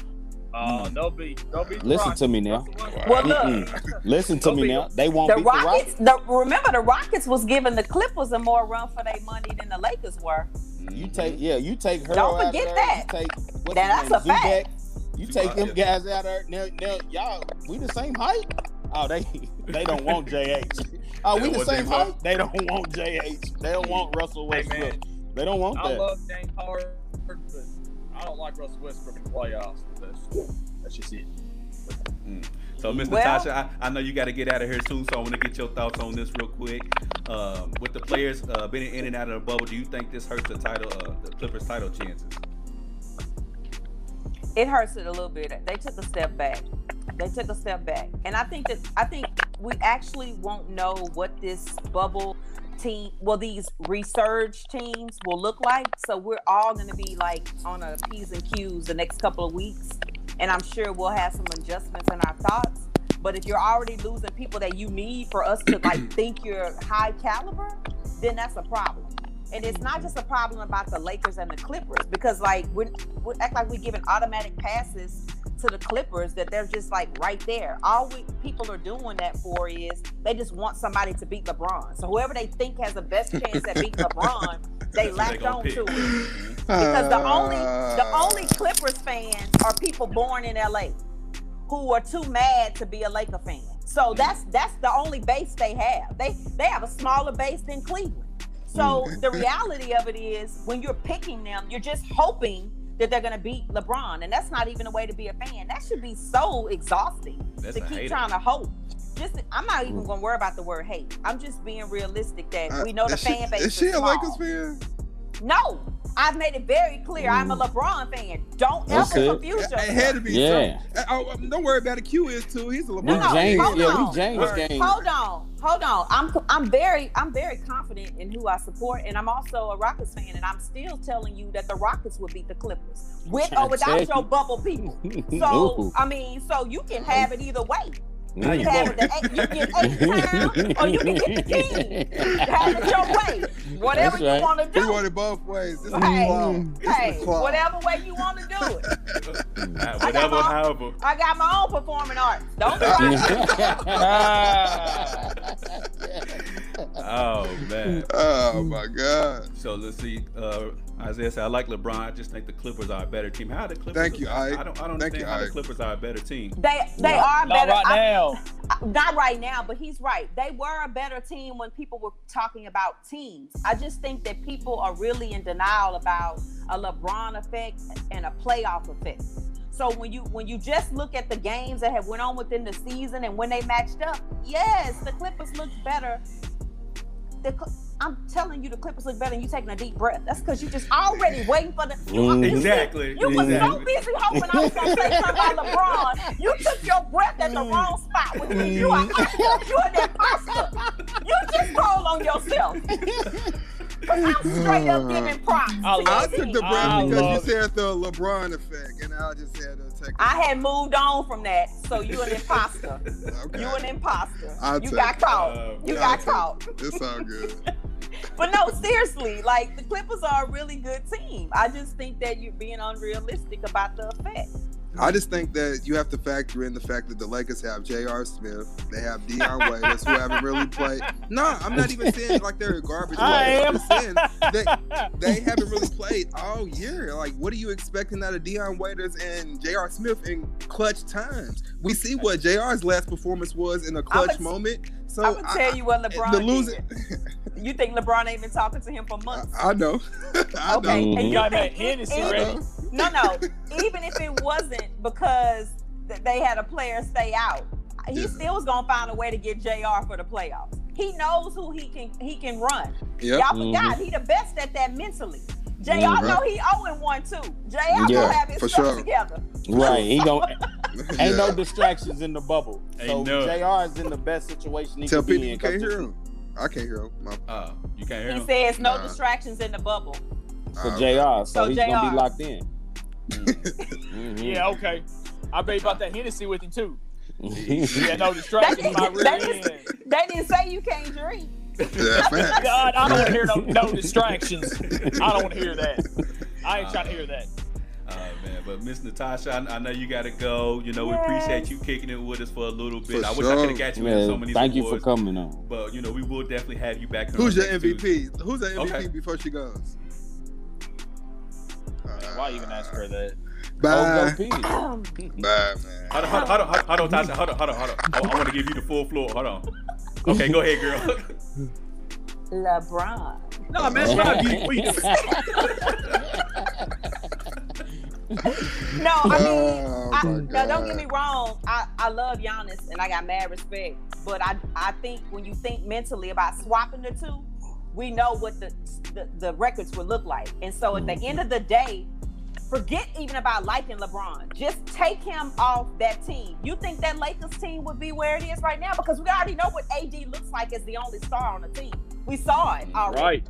E: Uh, they'll be. They'll be. the
D: Listen
E: Rockets.
D: to me now.
B: Well, look,
D: Mm-mm. Listen to me now. They won't
B: the
D: beat
B: Rockets. The, remember, the Rockets was giving the Clippers a more run for their money than the Lakers were.
D: the Rockets. You take
E: Mm-hmm.
D: yeah. You take her.
B: Don't
D: out
B: forget
D: there,
B: that.
D: You take what's
B: Now,
D: his
B: that's
D: name,
B: a
D: Zubac. You take
A: Zubac,
D: them
A: yeah.
D: guys out there. Now, now y'all, we the same height. Oh, they they don't want JH. Oh,
A: They
D: we
A: don't
D: the
A: want
D: same
A: James
D: height. They don't want JH. They don't want Russell
E: Hey,
D: Westbrook.
E: man.
D: they don't want
E: I
D: that.
E: love James Harden, but I don't like Russell Westbrook in the playoffs. That's, that's just it.
A: So, Mr.
B: Well-
A: Tasha, I, I know you got to get out of here soon, so I want to get your thoughts on this real quick. Um, with the players uh, being in and out of the bubble, do you think this hurts the title, uh, the Clippers' title chances?
B: It hurts it a little bit. They took a step back. They took a step back, and I think that I think we actually won't know what this bubble team, well, these resurge teams will look like. So we're all going to be like on a p's and q's the next couple of weeks, and I'm sure we'll have some adjustments in our thoughts. But if you're already losing people that you need for us to like think you're high caliber, then that's a problem. And it's not just a problem about the Lakers and the Clippers because like we we act like we're giving automatic passes to the Clippers that they're just like right there. All we people are doing that for is they just want somebody to beat LeBron. So whoever they think has the best chance at beating LeBron, they
A: That's what they
B: latch
A: gonna
B: on
A: pick.
B: to it because the only the
C: Uh.
B: only Clippers fans are people born in LA who are too mad to be a Laker fan. So that's that's the only base they have. They they have a smaller base than Cleveland. So
C: Mm.
B: the reality of it is when you're picking them, you're just hoping that they're gonna beat LeBron. And that's not even a way to be a fan. That should be so exhausting
A: That's
B: to
A: a
B: keep
A: hater.
B: trying to hope. Just I'm not even gonna worry about the word hate. I'm just being realistic that
C: Mm. Uh,
B: we know the
C: is
B: fan
C: she,
B: base.
C: Is she
B: is
C: a
B: small.
C: Lakers fan?
B: No, I've made it very clear. I'm a LeBron fan. Don't ever
D: That's it.
B: confuse
C: It, it
B: yourself.
C: had to be.
D: Yeah.
C: so- Oh, um, don't worry about it. Q is too. He's a LeBron.
D: We
B: No, no,
D: James,
B: hold
D: yeah,
B: on.
D: we James game.
B: Hold on, hold on. I'm I'm very I'm very confident in who I support, and I'm also a Rockets fan, and I'm still telling you that the Rockets would beat the Clippers with or
D: I tell
B: without
D: you.
B: your bubble people. So
D: Ooh.
B: I mean, so you can have it either way. You can have it the eight, you get eight times, or you can get the king. Have it your way. Whatever
D: That's right.
B: you want to
C: We
B: do.
C: want it both ways. This is
B: Hey,
C: the clown. This
B: hey,
C: is the clown.
B: whatever way you want to do it.
A: Whatever,
B: my-
A: however.
B: I got my own performing arts. Don't try.
A: Oh man.
C: Oh my god.
A: So let's see. Uh, Isaiah said, "I like LeBron. I just think the Clippers are a better team. How the Clippers?
C: Thank you,
A: I,
C: Ike.
A: I don't. I don't
C: Thank
A: understand
C: you,
A: how the
C: Ike.
A: Clippers are a better team.
B: They they are
E: Not
B: better.
E: right
B: I-
E: now.
B: I- not right now, but he's right. They were a better team when people were talking about teams. I just think that people are really in denial about a LeBron effect and a playoff effect. So when you when you just look at the games that have went on within the season and when they matched up, yes, the Clippers looked better. The Cl- I'm telling you, the Clippers look better. And you taking a deep breath. That's because you just already waiting for the.
D: Mhm.
B: you-
A: Exactly.
B: You was so
A: exactly.
B: busy hoping I was gonna say something about LeBron. You took your breath at
C: Mm.
B: the wrong spot. Which means you are you an imposter. You just told on yourself. Cause I'm straight
C: Uh.
B: up giving props.
E: I
B: to
C: I
E: love
B: your
C: took
B: team.
C: the breath
E: I
C: because
E: love-
C: you said the LeBron effect, and I just had to take.
B: I had moved on from that, so you an imposter.
C: it. Okay.
B: You an imposter.
C: I'll
B: you
C: take
B: got
C: it.
B: caught.
A: Uh,
B: you
C: I'll
B: got
C: take it.
B: caught.
C: It's all good.
B: But no, seriously, like the Clippers are a really good team. I just think that you're being unrealistic about the effect.
C: I just think that you have to factor in the fact that the Lakers have J.R. Smith, they have Deion Waiters, who haven't really played. No, I'm not even saying like they're a garbage.
E: I
C: player. I'm
E: am.
C: just saying they haven't really played all year. Like, what are you expecting out of Deion Waiters and J.R. Smith in clutch times? We see what J.R.'s last performance was in a clutch
B: I'ma-
C: moment. So
B: I'm gonna tell you what LeBron
C: the
B: did.
C: losing.
B: You think LeBron ain't been talking to him for
C: I,
B: months?
C: I know. I
B: Okay,
C: know.
B: and
D: Mhm.
E: You
B: you
E: got that
B: think-
E: Hennessy
B: it-
C: I
B: it-
E: ready.
C: know.
B: No, no. Even if it wasn't because th- they had a player stay out, he
C: Yeah.
B: still was gonna find a way to get Jr. for the playoffs. He knows who he can he can run. Y'all
C: Yep.
E: Mm-hmm.
B: forgot he the best at that mentally. junior
D: Mhm.
B: know he 0 1 too. Jr.
D: Yeah,
B: gonna have his
C: for
B: stuff
C: sure.
B: together.
D: Right. He don't
C: Yeah.
D: ain't no distractions in the bubble.
A: Ain't
D: so
A: none.
D: JR is in the best situation he
C: Tell
D: can be
C: people you
D: in.
C: can't
D: 'cause
C: hear him. I can't hear him. My,
A: Uh, you can't hear
B: He
A: him.
B: says no
C: Nah.
B: distractions in the bubble.
D: for
C: uh,
D: JR, so,
B: So
D: he's gonna
B: JR.
D: be locked in.
C: Mm.
D: Mhm.
E: Yeah, okay. I bet you about that Hennessy with him too. Yeah, no
B: They
E: distractions.
B: didn't,
E: My real
B: they, didn't,
E: end.
B: they didn't say you can't drink.
C: yeah, facts.
E: God, I don't want to hear no, no distractions. I don't want to hear that. I ain't trying to hear that.
A: Oh man, but Miss Natasha, I, I know you gotta go. You know, we appreciate you kicking it with us for a little bit.
C: For
A: I wish I could
C: sure.
A: have got you in
D: Man,
A: so many
D: thank you for
A: awards,
D: coming on.
A: But you know, we will definitely have you back. here
C: Who's
A: on
C: your
A: next
C: MVP?
A: Tuesday.
C: Who's your MVP
A: Okay.
C: before she goes? Uh,
E: Why even ask her that?
D: Oh,
C: Bye.
D: go Pete.
C: Bye, man.
A: Hold on, hold on, hold on, hold on, Tasha. Hold on, hold on, hold on. I, want to give you the full floor. Hold on. Okay, go ahead, girl.
B: LeBron.
E: No, man, it's not you. What you doing?
B: No, I mean
C: Oh,
B: I,
C: my
B: now, don't get
C: God.
B: me wrong. I, I love Giannis and I got mad respect, but I I think when you think mentally about swapping the two, we know what the the, the records would look like. And so at
E: Mm-hmm.
B: the end of the day, forget even about liking LeBron. Just take him off that team. You think that Lakers team would be where it is right now because we already know what AD looks like as the only star on the team. We saw it already.
E: Right.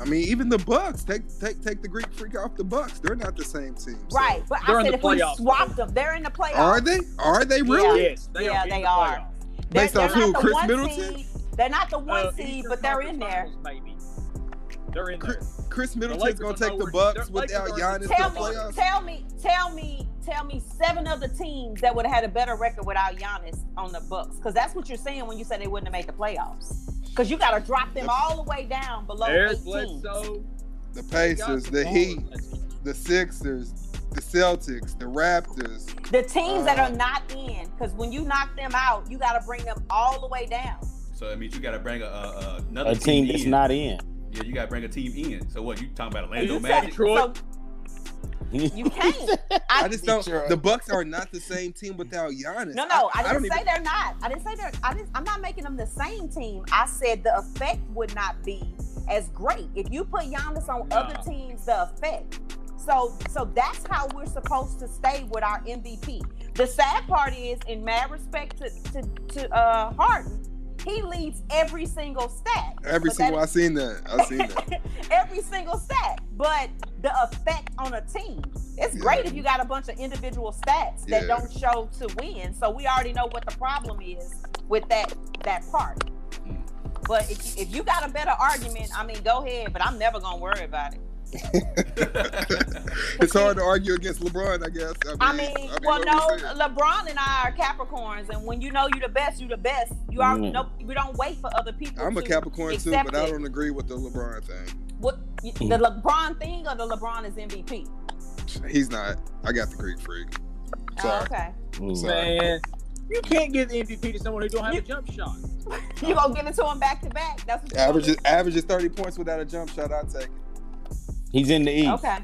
C: I mean, even the Bucks. Take take take the Greek freak off the Bucks. They're not the same team. so-
B: Right, but
E: They're
B: I
E: in
B: said
E: the
B: if we
E: playoffs,
B: swapped them, they're in the playoffs.
C: Are they? Are they really?
E: Yes, they
B: Yeah,
E: are. in
B: they
E: the
B: are.
E: playoffs.
B: They're,
C: Based
B: they're
C: off who?
B: not the
C: Chris
B: one
C: Middleton?
B: seed. They're not the one
E: Uh,
B: seed,
E: Eastern
B: but they're in
E: Conference
B: there.
E: Finals, Maybe. They're in
C: Cr-
E: there.
C: Chris Middleton's
E: Lakers
C: gonna
E: are
C: take the
E: nowhere-
C: Bucks
E: the Lakers
C: without
E: are-
C: Giannis to
B: Tell
C: the
B: me,
C: playoffs.
B: tell me, tell me, tell me seven other teams that would have had a better record without Giannis on the books. Because that's what you're saying when you say they wouldn't have made the playoffs. Because you got to drop them all the way down below
E: There's
B: 18.
E: Bledsoe.
C: The
E: They got
C: Pacers, the
E: ball.
C: Heat, the Sixers, the Celtics, the Raptors.
B: The teams that
C: Uh.
B: are not in, because when you knock them out, you got to bring them all the way down.
A: So that means you gotta bring a, a another
D: A team that's
A: in.
D: not in.
A: Yeah, you gotta bring a team in. So what? You talking about Orlando
E: You said
A: Magic?
E: Detroit.
B: You can't.
C: I just don't.
D: Sure.
C: The Bucks are not the same team without Giannis.
B: No, no, I,
C: don't
B: didn't say
C: even-
B: they're not. I didn't say they're. I didn't, I'm not making them the same team. I said the effect would not be as great if you put Giannis on
E: No.
B: other teams. The effect. So, so that's how we're supposed to stay with our MVP. The sad part is, in mad respect to to, to uh, Harden, he leads every single stat.
C: Every
B: But
C: single
B: that-
C: I seen that. I seen that.
B: every single stat. But the effect on a team. It's great if you got a bunch of individual stats that
C: Yeah.
B: don't show to win. So we already know what the problem is with that that part.
A: Mm.
B: But if, if you got a better argument, I mean, go ahead. But I'm never gonna worry about it.
C: it's hard to argue against LeBron, I guess.
B: I mean, well,
C: what
B: no,
C: we said.
B: LeBron and I are Capricorns, and when you know you're the best, you're the best. You already
D: Mm.
B: know. We don't wait for other people.
C: I'm a
B: uh, to
C: Capricorn too,
B: accept
C: but I
B: it.
C: don't agree with the LeBron thing.
B: What the LeBron thing or the LeBron is MVP?
C: He's not. I got the Greek freak.
B: Oh,
C: Sorry.
B: okay.
D: Mm.
C: Sorry.
E: Man, you can't give the MVP to someone who don't have
B: You-
E: a jump shot.
B: You gonna give it to him back to back? That's what you
C: Average
B: gonna
C: is, average is 30 points without a jump shot. I take it.
D: He's in the
B: do?
D: East.
B: Okay.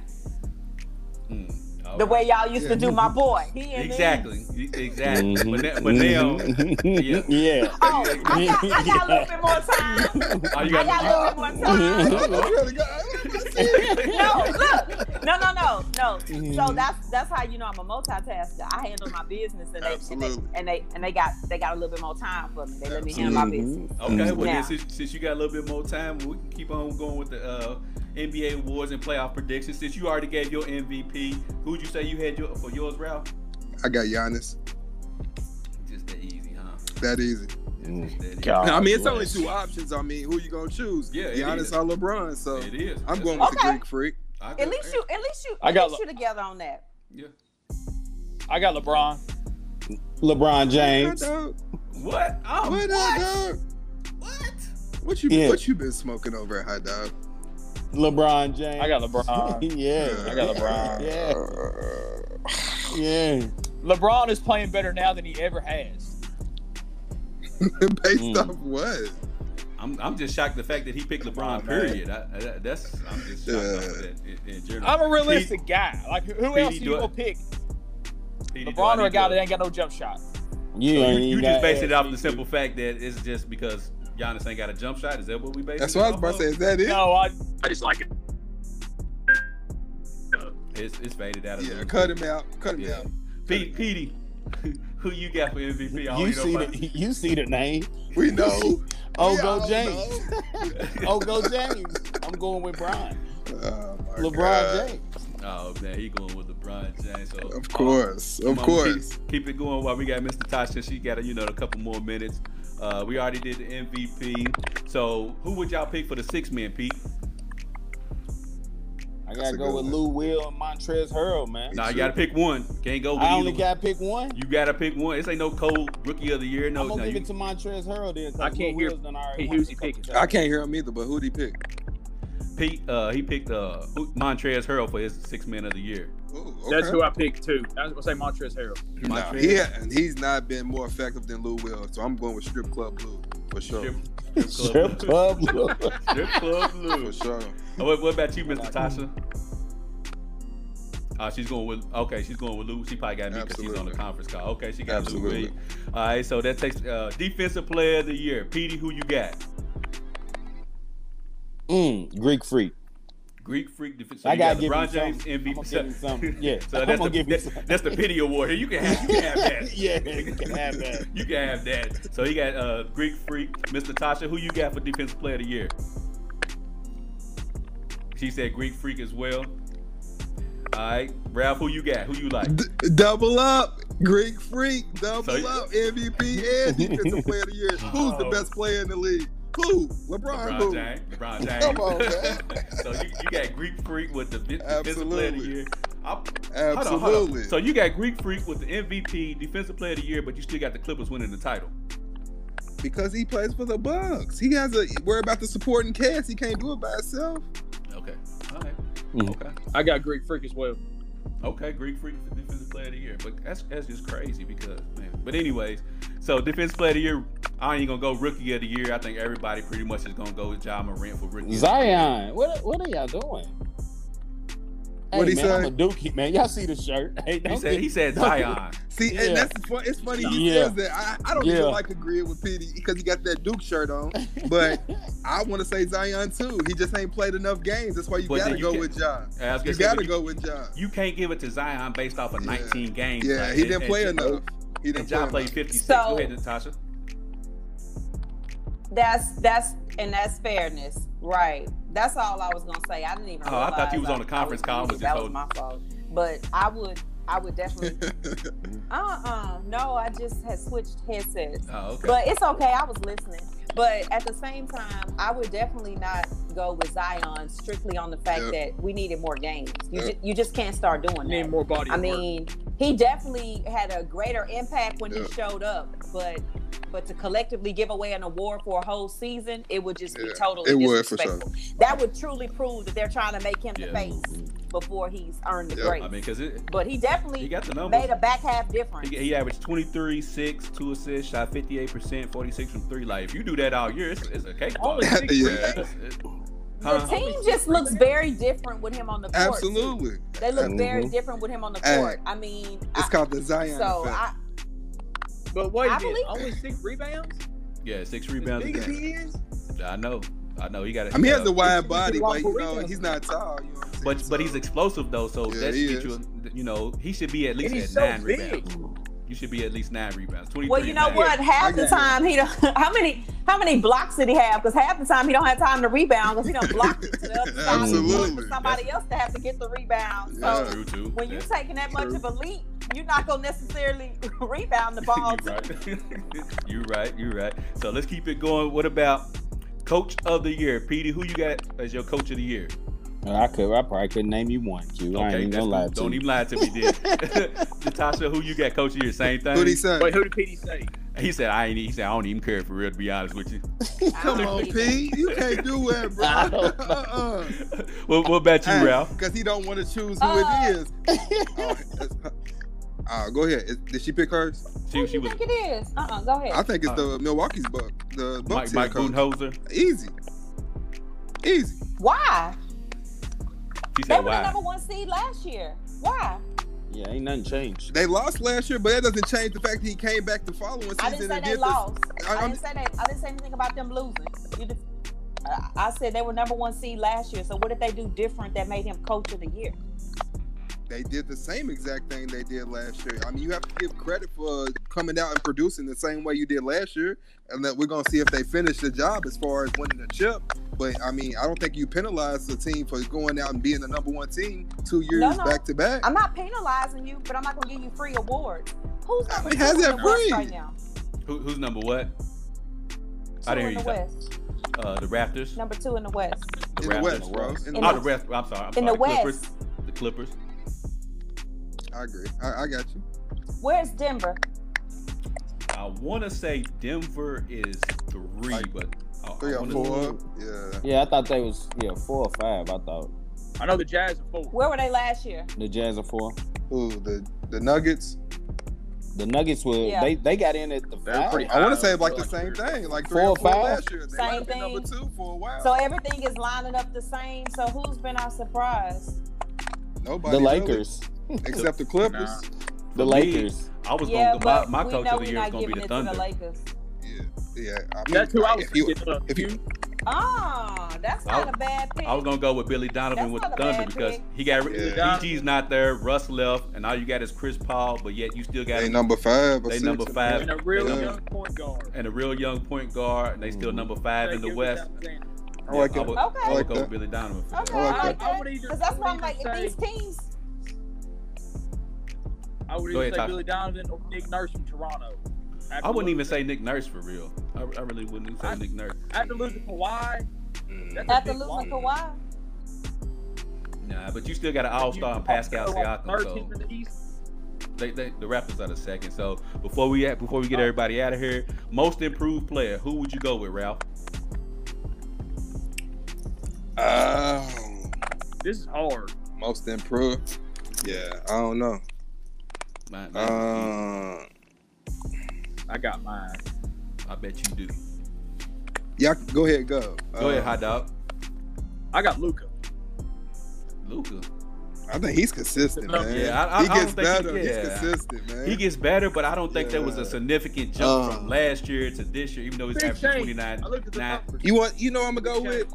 A: Mm, all
B: The
A: right.
B: way y'all used to do my boy. He in there.
A: Exactly. e- Exactly.
D: Mhm.
A: But, that, but now,
D: yeah. Mm-hmm. yeah.
B: Oh, I got, I got a little bit more time.
A: all you
B: I
A: got to
B: got a little bit more time.
C: You gotta go-
B: No, look, no, no, no, no. So that's that's how you know I'm a multitasker. I handle my business, and they and
C: Absolutely.
B: they and they, and they got they got a little bit more time for me. They let me handle my
D: Absolutely.
B: business.
A: Okay, well,
B: Yeah.
A: then, since, since you got a little bit more time, we can keep on going with the uh, NBA awards and playoff predictions. Since you already gave your MVP, who'd you say you had your, for yours, Ralph?
C: I got Giannis.
A: Just that easy, huh?
C: That easy.
D: Mm.
A: That easy.
E: God.
C: I mean, it's
E: bless.
C: only two options. I mean, who you gonna choose?
A: Yeah, it
C: Giannis
A: is.
C: or LeBron? So
A: It is.
C: I'm
A: That's-
C: going with
B: Okay.
C: the Greek freak.
A: I go-
B: At least you, at least you,
E: I
B: at
E: got
B: least you together on that.
A: Yeah.
E: I got LeBron.
D: LeBron
C: What,
D: James.
C: dog?
A: What? Oh,
C: What,
A: what?
C: up,
A: What?
C: dog? What you
D: Yeah.
C: what you been smoking over at Hot Dog?
D: LeBron James.
E: I got LeBron.
D: yeah.
E: I got LeBron.
D: Yeah. Yeah.
E: LeBron is playing better now than he ever has.
C: Based
D: Mm.
C: off what?
A: I'm, I'm just shocked the fact that he picked LeBron,
E: on, man.
A: period. I, I, that's I'm just shocked
C: Yeah.
A: off of that in, in general.
E: I'm a realistic guy. Like who
A: P.D.
E: else you
A: do it.
E: gonna pick?
A: Petey, do I
E: LeBron or a
A: need
E: guy
A: to-
E: that ain't got no jump shot?
D: You,
A: So
D: ain't
A: you, you
D: even
A: just
D: got
A: based it off
D: ass
A: the
D: beat.
A: simple fact that it's just because Giannis ain't got a jump shot. Is that what we based?
C: That's
A: it
C: what I was
A: off
C: about to say.
A: of?
C: Is that it?
E: No, I
A: It's, it's faded out of
C: Yeah,
A: the-
C: cut him out. Cut him out.
A: Pete, Petey, who you got for MVP? I don't
D: You
A: even
D: see
A: know
D: the you see the name.
C: We know.
D: Oh
C: We
D: go
C: all
D: James.
C: know.
D: Oh go James. I'm going with Brian.
C: Oh my
D: LeBron
C: God.
D: James.
A: Oh man, he going with LeBron James. So,
C: Of course,
A: uh,
C: of
A: come on,
C: course.
A: keep, keep it going while we got Mr. Tasha. She got a, you know a couple more minutes. Uh, we already did the MVP. So who would y'all pick for the six man, Pete?
D: I
C: That's
D: gotta
C: a
D: go
C: good
D: with
C: one.
D: Lou Will and Montrez Hurl, man.
A: Nah, you gotta pick one. Can't go with
D: I
A: either.
D: only
A: one.
D: gotta pick one.
A: you gotta pick one. This ain't no cold rookie of the year. No,
D: I'm gonna
A: no,
D: give
A: you-
D: it to Montrez Hurl then. 'cause
E: I can't
D: Lou
E: hear-
D: Will's done already
E: he-
D: won
E: who's
D: a
E: he
D: couple
E: picking?
D: times.
C: I can't hear him either, but who'd he pick?
A: Pete, uh, he picked uh, who- Montrez Harrell for his six man of the year.
C: Ooh,
E: that's
C: okay.
E: who I picked too. I was gonna say Montrezl Harrell.
C: Nah,
A: Montrez.
C: he ha- and he's not been more effective than Lou Will, so I'm going with Strip Club Blue for sure.
A: Strip,
D: Strip club. Lou.
A: strip club blue.
C: For sure.
A: Oh, what, what about you, Miss Natasha? Uh, she's going with okay. She's going with Lou. She probably got me because she's on the
C: Absolutely.
A: conference call. Okay, she got Lou.
C: Absolutely.
A: Reed. All right, so that takes uh, defensive player of the year. Petey, who you got?
D: Mm, Greek freak.
A: Greek freak defensive. So
D: I
A: you
D: gotta give
A: LeBron
D: him
A: James
D: something.
A: MVP.
D: I'ma give him something. Yeah,
A: so
D: I'ma
A: that's the,
D: give him
A: that-
D: something.
A: that's the pity award. Here you can have you can have that.
D: yeah, you can have that.
A: You can have that. So you got uh, Greek freak, Miss Natasha. Who you got for defensive player of the year? She said Greek freak as well. All right, Ralph, who you got? Who you like?
C: D- double up, Greek Freak. Double
A: So you-
C: up, MVP and Defensive Player of the Year. Who's the
A: Oh.
C: best player in the league? Who? LeBron.
A: LeBron
C: who?
A: James. LeBron James.
C: Come on, man.
A: so you, you got Greek Freak with the vi- defensive player of the
C: Absolutely.
A: year. I, hold on, hold on.
C: Absolutely.
A: So you got Greek Freak with the MVP, defensive player of the year, but you still got the Clippers winning the title.
C: because he plays for the Bucks, he has a worry about the supporting cast. He can't do it by himself.
A: Okay. All right.
D: Mm.
A: Okay.
E: I got Greek Freak as well.
A: Okay, Greek Freak for Defensive Player of the Year, but that's that's just crazy because man. But anyways, so Defensive Player of the Year, I ain't gonna go Rookie of the Year. I think everybody pretty much is gonna go with John Morant for Rookie. of the Year.
D: Zion, what what are y'all doing?
C: What'd
D: hey,
C: he
D: man,
C: say?
D: I'm a dookie, man. Y'all see the shirt? Hey,
A: He
D: don't
A: said he
D: get-
A: said
D: don't get-
A: Zion.
C: See,
D: Yeah.
C: and that's fu- it's funny he
D: Yeah.
C: says that. I, I don't
D: Yeah.
C: even like agreeing with Petey because he got that Duke shirt on, but I want to say Zion too. He just ain't played enough games. That's why you
A: But then
C: gotta
A: you
C: go
A: can-
C: with
A: I
C: John.
A: was
C: You
A: gonna say,
C: gotta
A: but
C: go with John.
A: You can't give it to Zion based off of
C: Yeah.
A: 19 games.
C: Yeah,
A: like,
C: he
A: and-
C: didn't
A: and
C: play
A: John-
C: enough. He didn't
A: And John
C: play
A: played
C: enough.
A: 56.
B: So-
A: go ahead, Natasha.
B: That's that's and that's fairness, right? That's all I was gonna say. I didn't even.
A: Oh, I thought you
B: realize
A: was on a conference
B: I
A: call. I was
B: was
A: just
B: muted. That was
A: holding-
B: my fault. But I would, I would definitely. uh uh No, I just had switched headsets.
A: Oh, okay.
B: But it's okay. I was listening. But at the same time, I would definitely not go with Zion strictly on the fact
C: Yeah.
B: that we needed more games. You,
C: Yeah.
B: ju- you just can't start doing that.
E: Need more body.
B: I
E: of work.
B: mean, he definitely had a greater impact when
C: Yeah.
B: he showed up, but but to collectively give away an award for a whole season, it would just be
C: Yeah,
B: totally
C: it would, for
B: disrespectful. That would truly prove that they're trying to make him
A: Yeah.
B: the face before he's earned the
C: Yeah.
B: grade.
A: I mean, because it
B: but he
A: he
B: definitely
A: got the numbers.
B: made a back half difference.
A: He, he averaged 23, 6, 2 assists, shot 58%, 46 from 3. Like, if you do that all year, it's, it's a cakewalk.
E: Only six
C: Yeah.
A: It's- it-
B: the
A: Huh?
B: team just looks very different with him on the court. too.
C: Absolutely.
B: They look very
C: Mhm.
B: different with him on the
C: Hey,
B: court. I mean, I,
C: It's called the Zion
B: so
C: effect.
B: I,
E: But wait
B: I
E: a minute,
B: believe-
E: only six rebounds?
A: Yeah, six
E: As
A: rebounds a
E: big as
A: game.
E: he is?
A: I know. I know. He got it.
C: I mean, he has
A: uh,
C: a
E: He
C: wide
E: can
C: body,
E: block
C: but
E: for
C: you know
E: rebounds.
C: he's not tall. You know what I'm saying?
A: But but he's
C: So-
A: explosive though, so
C: Yeah,
A: that
C: he
A: should get
C: is.
A: you. a- You know, he should be at least
E: he's
A: at
E: so
A: nine
E: big.
A: rebounds. You should be at least nine rebounds. Twenty.
B: Well, you know what?
C: I
B: Half the
C: got
B: time he don't. How many? How many blocks did he have? Because half the time he don't have time to rebound because he don't block it to the other side of the court for
C: Absolutely.
B: somebody else to have to get the rebound. So
C: Yeah.
A: True too.
B: when you're
A: That's-
B: taking that much
C: True.
B: of a leap, you're not gonna necessarily rebound the ball.
A: you right. you right. You right. So let's keep it going. What about coach of the year, Petey? Who you got as your coach of the year?
D: I could. I probably couldn't name you one. Q. I ain't even
A: that's
D: gonna lie
A: cool.
D: to
A: Don't
D: you.
A: even lie to me, dude. Natasha, who you got coach of the year? Same thing.
C: Who'd he say?
E: Wait, who did PD say?
A: He said I ain't. e, He said I don't even care for real. To be honest with you.
B: I
C: Come
B: don't
C: on,
B: even-
C: P. You can't do that, bro.
D: I don't
C: uh-uh.
A: what, what about you, Ralph?
C: Because he don't want to choose who
B: Uh,
C: it is. Oh, it's- uh, go ahead. Is- Did she pick hers?
B: Who
A: She,
B: do
A: she
B: you
A: was
B: think it is? Uh, uh go
C: I
B: ahead.
C: think it's the Milwaukee's Buck. The
A: Mike,
C: Bucks
A: Mike
C: head coach.
A: Budenholzer.
C: Easy. Easy.
B: Why?
A: She
B: They
A: said
B: were the
A: why.
B: number one seed last year. Why?
D: Yeah, ain't nothing changed.
C: They lost last year, but that doesn't change the fact that he came back the following season.
B: I didn't say
C: and
B: they
C: did the-
B: lost. I
C: I- I'm-
B: didn't say that. I didn't say anything about them losing. You just, I- I said they were number one seed last year. So what did they do different that made him coach of the year?
C: they did the same exact thing they did last year. I mean, you have to give credit for coming out and producing the same way you did last year, and that we're gonna see if they finish the job as far as winning the chip. But I mean, I don't think you penalize the team for going out and being the number one team two years
B: no.
C: back to back.
B: I'm not penalizing you, but I'm not gonna give you free awards. Who's
C: I
B: number
C: mean,
B: two
C: how's
B: in
C: that
B: the West
C: free?
B: right now?
A: Who, who's number what?
B: Two
A: I didn't
B: in
A: hear
B: the
A: you say.
B: West.
A: Uh, the Raptors.
B: Number two in the West.
A: The
C: In the
A: Raptors.
C: West, bro. In the
A: oh, the
C: West.
A: Raptors. I'm sorry. I'm
B: In
A: sorry.
B: the West.
A: Clippers. The Clippers.
C: I agree. I, I got you.
B: Where's Denver?
A: I want to say Denver is three,
C: Like,
A: but I,
C: Three
A: I
C: or
A: wanna-
C: four. Yeah.
D: Yeah, I thought they was yeah four or five. I thought
E: I know the Jazz are four.
B: Where were they last year?
D: the Jazz are four.
C: Ooh, the the Nuggets.
D: The Nuggets were
B: Yeah.
D: they they got in at the
E: They're
D: five.
E: pretty
C: I want
E: Uh,
C: to say like the
E: like
C: same
E: three or
C: thing, like
D: Four
C: three
D: or
C: or four
D: five?
C: last year. They might have been
B: Same
C: number two for a while.
B: So everything is lining up the same. So who's been our surprise?
C: Nobody
D: The
C: really,
D: Lakers.
C: except the Clippers.
E: Nah.
A: For me,
D: The Lakers.
A: I was
B: yeah,
A: going to my,
B: but
A: my
B: we
A: coach
B: know
A: of the
B: we're
A: year is going
B: not
A: to
B: giving
A: be the
B: it to the
A: Thunder.
B: Lakers.
C: Yeah, yeah. I mean,
E: That's who I was
C: if you-
E: thinking of.
C: if you-
E: Q.
B: Ah, that's
A: I-
B: not a bad pick.
A: I was going to go with Billy Donovan
B: That's
A: with the
B: not a
A: Thunder
B: bad
A: because
B: pick.
A: he got
C: Yeah.
A: DG's not there, Russ left, and all you got is Chris Paul, but yet you still got
C: They
A: him
C: number five. or
A: They
C: six
A: number
C: or something.
A: five.
E: And a real
C: Yeah.
E: young point guard.
A: and a real young point guard, and they still
D: Mhm.
A: number five in the
E: Shea
A: West.
E: Gilgeous-Alexander.
C: I like
A: Mm-hmm. I
C: it.
A: would,
B: Okay.
A: I
C: I
A: would
C: like
A: go with
C: that.
A: Billy Donovan. for
B: Okay,
A: that.
C: I
B: I
C: like
B: like
E: that. I
B: that.
E: would either-
B: Because that's
E: I would
B: why I'm
E: either
B: like, if
E: say-
B: these teams,
E: I would
A: Go
E: either
A: ahead,
E: say
A: Tasha.
E: Billy Donovan or Nick Nurse from Toronto. After
A: I wouldn't even
E: losing-
A: say Nick Nurse for real. I, I really wouldn't even say
E: I-
A: Nick Nurse.
E: after losing Kawhi.
C: Mm.
E: That's a
B: after
E: big loss.
B: losing Kawhi,
A: Nah, but you still got an All Star and
E: You-
A: Pascal
E: they're like
A: Siakam.
E: third team
A: So
E: in the East.
A: they, they, the Raptors are the second. So before we at, before we get everybody out of here, most improved player, who would you go with, Ralph?
C: Oh,
E: This is hard.
C: most improved. Yeah, I don't know.
A: Mine- mine- Mm-hmm.
C: Uh,
E: I got mine.
A: I bet you do.
C: yeah, go ahead, go.
A: Go ahead,
C: Uh,
A: hot dog.
E: I got Luca.
A: Luca.
C: I think he's consistent,
E: No,
C: man.
A: yeah, I- I-
C: he
A: I don't
C: gets
A: think he-
C: better.
A: yeah.
C: He's consistent, man.
A: He gets better, but I don't think there was a
C: Yeah.
A: significant jump
C: Uh.
A: from last year to this year, even though he's
E: Big
A: averaging
E: change.
A: twenty nine.
E: I looked at the
A: Nine,
E: numbers.
C: you want? You know, I'm gonna go with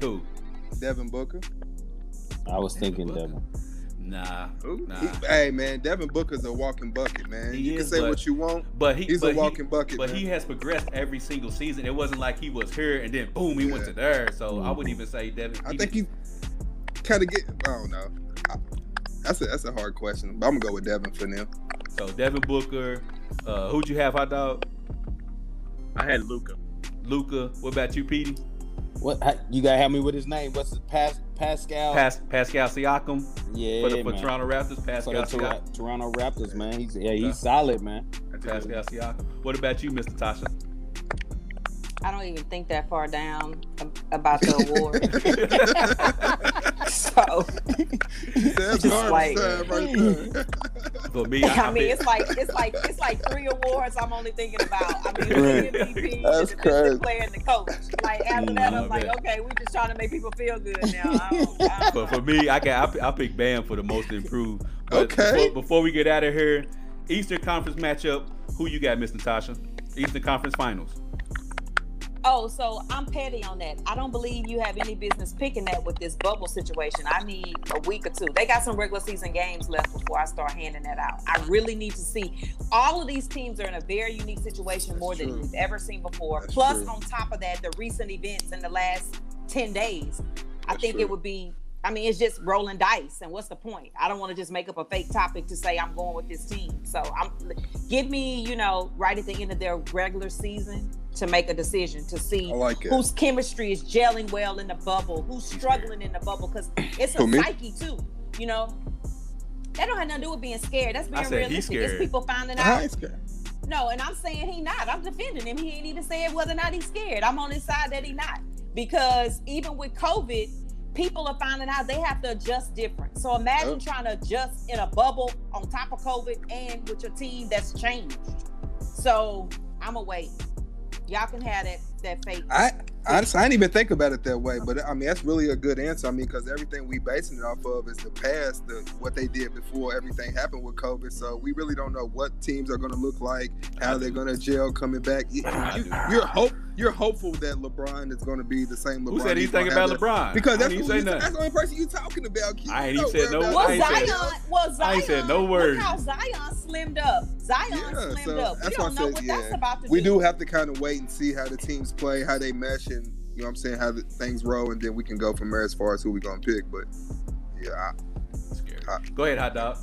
A: two.
C: Devin Booker.
D: I was thinking Devin.
A: Nah,
C: Ooh,
A: nah.
C: he- hey man, Devin Booker's a walking bucket, man.
A: He
C: you can
A: is,
C: say
A: but-
C: what you want.
A: But he,
C: He's
A: but
C: a
A: he-
C: walking bucket.
A: but
C: man.
A: he has progressed every single season. It wasn't like he was here and then boom, he went
C: Yeah. Mm-hmm.
A: to there. So I wouldn't even say Devin.
C: I
A: he-
C: think he kind of get. I don't know. I- That's a that's a hard question. But I'm gonna go with Devin for now.
A: so. Devin Booker, uh, who'd you have? Hot dog,
F: I had Luca.
A: Luca. What about you, Petey?
D: What how- you gotta help me with his name? What's his Pas, Pascal?
A: Pas- Pascal Siakam
D: Uh, yeah,
A: for the for
D: man.
A: Toronto Raptors.
D: So
A: Pascal
D: the
A: Siakam.
D: Tor- Toronto Raptors, man. He's yeah, he's solid, man.
A: Pascal Siakam. What about you, Mr. Tasha?
B: I don't even think that far down ab- about the award. so
C: That's
B: Just
C: garbage
B: like-
C: time
A: hmm.
C: right there.
A: For me, I,
B: I mean, it's like it's like it's like three awards. I'm only thinking about. I mean,
A: Right.
B: the MVP,
C: That's
B: the
C: crazy.
B: defensive player, and the coach. Like after that,
A: Nah,
B: I'm like,
A: man.
B: okay, we're just trying to make people feel good now. I don't, I
A: but
B: don't
A: for
B: know.
A: me, I got I, I picked Bam for the most improved. But
C: Okay.
A: Before, before we get out of here, Eastern Conference matchup. Who you got, Miss Natasha? Eastern Conference Finals.
B: Oh, so I'm petty on that. I don't believe you have any business picking that with this bubble situation. I need a week or two. They got some regular season games left before I start handing that out. I really need to see. All of these teams are in a very unique situation
C: That's
B: more
C: true.
B: than we've ever seen before.
C: That's
B: Plus,
C: true.
B: on top of that, the recent events in the last 10 days, I
C: That's
B: think
C: true.
B: it would be. I mean, it's just rolling dice, and what's the point? I don't want to just make up a fake topic to say I'm going with this team. So I'm, give me, you know, right at the end of their regular season to make a decision to see
C: I like it.
B: whose chemistry is gelling well in the bubble, who's struggling in the bubble, because it's
C: Who,
B: a
C: me?
B: psyche too. You know, that don't have nothing to do with being scared. That's
A: I
B: being
A: said he's
B: realistic. It's
A: scared.
B: people finding
C: I
B: out.
C: ain't scared.
B: No, and I'm saying he not. I'm defending him. He ain't even said whether or not he's scared. I'm on his side that he not because even with COVID, people are finding out they have to adjust different. So imagine
C: Yep.
B: trying to adjust in a bubble on top of COVID and with your team that's changed. So I'm away. Y'all can have that that fake.
C: I honestly, I didn't even think about it that way, but I mean, that's really a good answer. I mean, because everything we basing it off of is the past, the what they did before everything happened with COVID. So we really don't know what teams are going to look like, how they're going to gel coming back. You,
A: I do.
C: are hope you're hopeful that LeBron is going to be the same LeBron.
A: Who said
C: he's
A: he's thinking
C: gonna
A: about
C: have
A: LeBron?
C: that- Because
A: I
C: that's,
A: didn't
C: who
A: say
C: you,
A: nothing.
C: that's the only person you talking about. Kid.
A: I ain't
C: You
A: even
C: don't
A: said
C: worry
A: no- I
B: Well,
C: about
A: ain't
C: that.
A: said-
B: Zion, well, Zion,
A: I ain't said no word.
B: Look how Zion slimmed up. Zion
C: Yeah,
B: slimmed
C: so
B: up. We
C: that's why I
B: don't know
C: said,
B: what
C: yeah.
B: that's about to
C: We
B: be.
C: do have to kind of wait and see how the teams play, how they mesh, and you know what I'm saying, how the things roll, and then we can go from there as far as who we're going to pick. But yeah, I,
A: Scared. Go ahead, hot dog.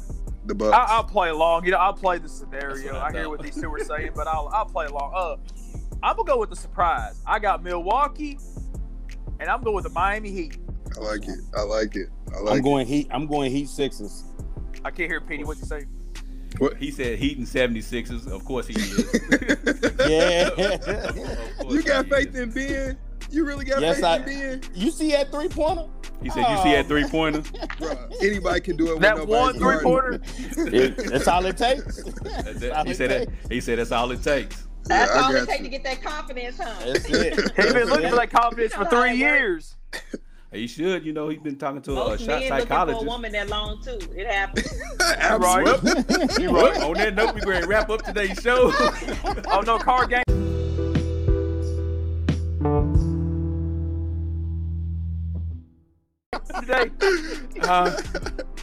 C: the Bucks.
E: I, I'll play along. You know, I'll play the
A: That's
E: scenario.
A: what I
E: I, hear
A: thought.
E: what these two are saying, but I'll, I'll play along. Uh, I'm gonna go with the surprise. I got Milwaukee, and I'm going with the Miami Heat.
C: I like it. I like it. I like
D: I'm going heat. I'm going heat sixes.
E: I can't hear Petey. What you say?
A: He said Heat and 76ers. Of course he is.
C: it.
A: Of
D: Yeah.
A: course
C: you got
A: he
C: faith
A: is.
C: in Ben? You really got
D: Yes,
C: faith
D: I-
C: in Ben?
D: you see that three pointer?
A: He said, "You see
D: Oh,
A: that three pointer?
C: Bro, anybody can do it with
E: That one
C: nobody's
E: three
C: guarding.
E: pointer.
D: That's all it takes.
A: That's it. He said that. He said that's all it takes."
B: That's
C: Yeah, I
B: all it
C: got
B: takes
C: you.
B: to get that confidence, huh?
D: That's it.
E: He's been
D: That's
E: looking
D: it.
E: for that confidence for three years.
A: He should, you know. He's been talking to a, a
B: Most
A: shot
B: men looking for a
A: psychologist.
B: woman that long too. It happens.
C: Absolutely.
A: You right. On that note, we're going to wrap up today's show.
E: Oh no, card game. Today,
A: Uh, uh,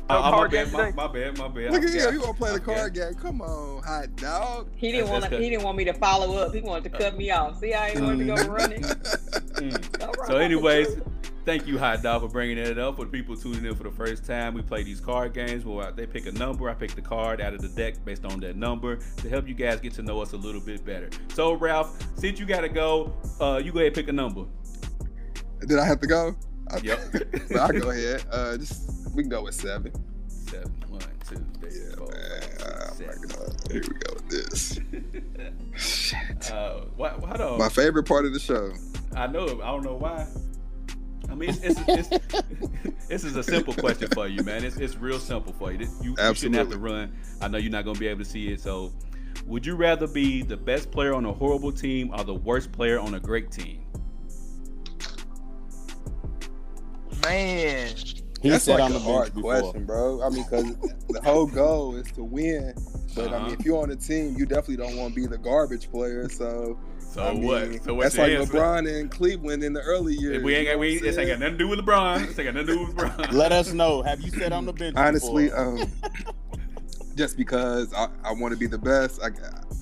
A: my,
E: card
A: bad,
E: game
A: my,
E: today.
A: my bad, my bad.
C: Look at
A: Yeah.
C: him. You gonna play the
A: Okay.
C: card game? Come on, hot dog.
B: He didn't
A: That's
B: want
A: good.
B: to. He didn't want me to follow up. He wanted to cut me off. See, I ain't wanted to go running.
A: Mm.
B: All right,
A: So,
B: that's
A: anyways,
B: the truth.
A: thank you, Hot Dog, for bringing that up. For the people tuning in for the first time, we play these card games where they pick a number. I pick the card out of the deck based on that number to help you guys get to know us a little bit better. So, Ralph, since you got to go, uh, you go ahead and pick a number.
C: Did I have to go? I-
A: Yep.
C: I'll go ahead. Uh, just we can go with seven.
A: Seven, one, two, three,
C: Yeah,
A: four,
C: man.
A: five,
C: Oh
A: six, seven.
C: my god. Here we go with this. Shit.
A: Uh, why, why don't-
C: My favorite part of the show.
A: I know. it. I don't know why. I mean, it's, it's, it's, this is a simple question for you, man. It's, it's real simple for you. You, you shouldn't have
C: Absolutely.
A: to run. I know you're not going to be able to see it. So, would you rather be the best player on a horrible team or the worst player on a great team?
E: man.
D: He
C: That's
D: said
C: like
D: on the
C: a hard
D: bench before.
C: question, bro. I mean, because the whole goal is to win. But I
A: Uh-huh.
C: mean, if you're on a team, you definitely don't want to be the garbage player. So
A: So
C: I mean,
A: what? So what's
C: that's
A: the
C: like
A: answer?
C: LeBron in Cleveland in the early years.
A: If we ain't
C: you know
A: got, we
C: what
A: ain't,
C: I'm
A: this ain't got
C: saying?
A: nothing to do with LeBron. This ain't got nothing to do with LeBron.
D: Let us know. Have you sat on the bench?
C: Honestly,
D: before?
C: um, just because I, I want to be the best, I,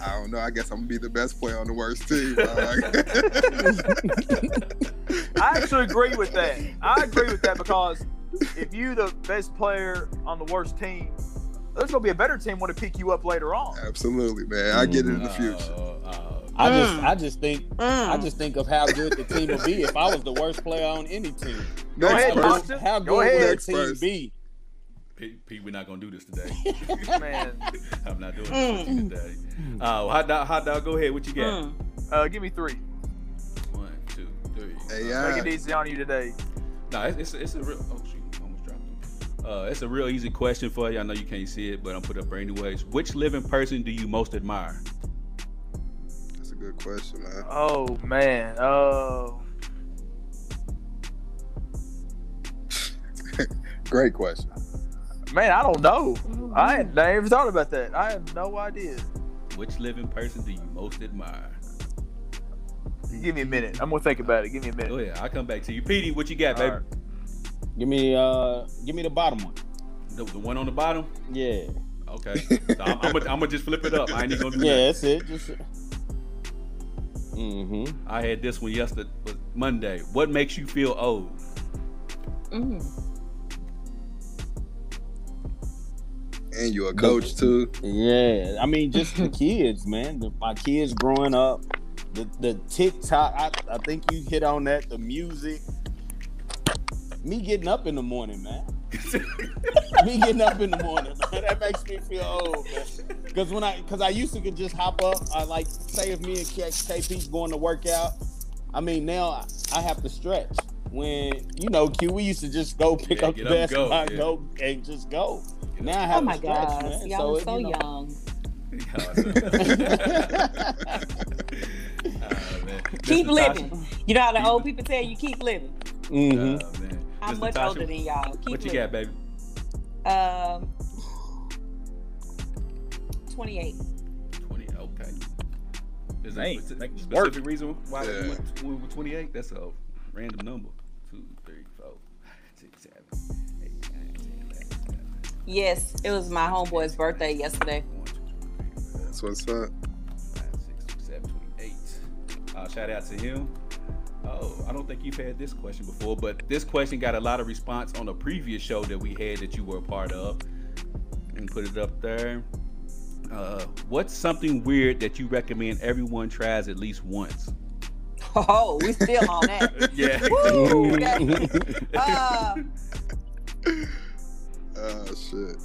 C: I don't know. I guess I'm gonna be the best player on the worst team.
E: I actually agree with that. I agree with that because if you the best player on the worst team, there's gonna be a better team want to pick you up later on.
C: Absolutely, man. I get it in the
A: Uh,
C: future.
A: uh,
D: I just,
E: Mm.
D: I just think, I
B: Mm.
D: just think of how good the team would be if I was the worst player on any team.
E: Go
C: Next
E: ahead,
C: person.
E: Austin.
D: How
E: Go
D: good would
E: ahead.
D: the team
C: Next
D: be?
A: Pete, Pete, we're not gonna do this today.
E: Man,
A: I'm not doing this with you today. Uh, well, hot dog, hot dog. Go ahead. What you got?
B: Mm.
E: uh, give me three.
A: One, two, three.
C: AI.
E: Make it easy on you today.
A: No, it's, it's it's a real. Oh shoot, I almost dropped it. Uh, it's a real easy question for you. I know you can't see it, but I'm put up there anyways. Which living person do you most admire?
C: That's a good question, man.
E: Oh man. Oh.
C: Great question.
E: Man, I don't know. I had never thought about that. I have no idea.
A: Which living person do you most admire?
E: Give me a minute. I'm gonna think about it. Give me a
A: Go
E: minute.
A: ahead. I'll come back to you. Petey, what you got,
E: All
A: baby?
E: right.
D: Give me, uh, give me the bottom one.
A: The, the one on the bottom?
D: Yeah,
A: Okay. So I'm, I'm gonna I'm gonna just flip it up. I ain't even gonna do that.
D: yeah, that's it. Just. Mm-hmm.
A: I had this one yesterday, was Monday. What makes you feel old?
B: Mm.
C: And you a coach too.
D: Yeah, I mean, just the kids, man. The, my kids growing up, the the TikTok. I, I think you hit on that. The music, me getting up in the morning, man. me getting up in the morning, man. That makes me feel old, man. Because when I, because I used to could just hop up. I like say if me and K- KP's going to work out. I mean, now I, I have to stretch. When you know, Q, we used to just go pick
A: Yeah,
D: up the
A: get up and go,
D: basketball,
A: yeah.
D: go, and just go.
A: Get
D: Now I have
B: Oh my
D: to stretch,
B: gosh,
D: man.
B: y'all
D: it,
B: are so
D: you know,
B: young.
A: Ah, man.
B: Keep
A: Mr.
B: living.
A: Tasha-
B: You know how the old people tell you keep living.
D: Mhm.
A: Ah, man.
B: I'm
A: Mr.
B: much
A: Tasha,
B: older than y'all. Keep
A: What you
B: living.
A: got, baby?
B: Um, 28.
A: 20. Okay. Is there
F: Hey,
A: a speci-
F: make it
A: specific
F: work.
A: reason why
C: Yeah.
A: we went we were 28? That's a random number. Two, three, four, six, seven, eight, nine, ten, eleven, twelve,
B: Yes, it was my homeboy's birthday yesterday.
A: one, two, three, four,
C: That's what's up.
A: five, six, seven, eight. Uh, shout out to him. Oh, I don't think you've had this question before, but this question got a lot of response on a previous show that we had that you were a part of. And put it up there. Uh, what's something weird that you recommend everyone tries at least once?
B: Oh, we still on that.
A: Yeah.
B: Woo, that- uh,
C: Oh shit.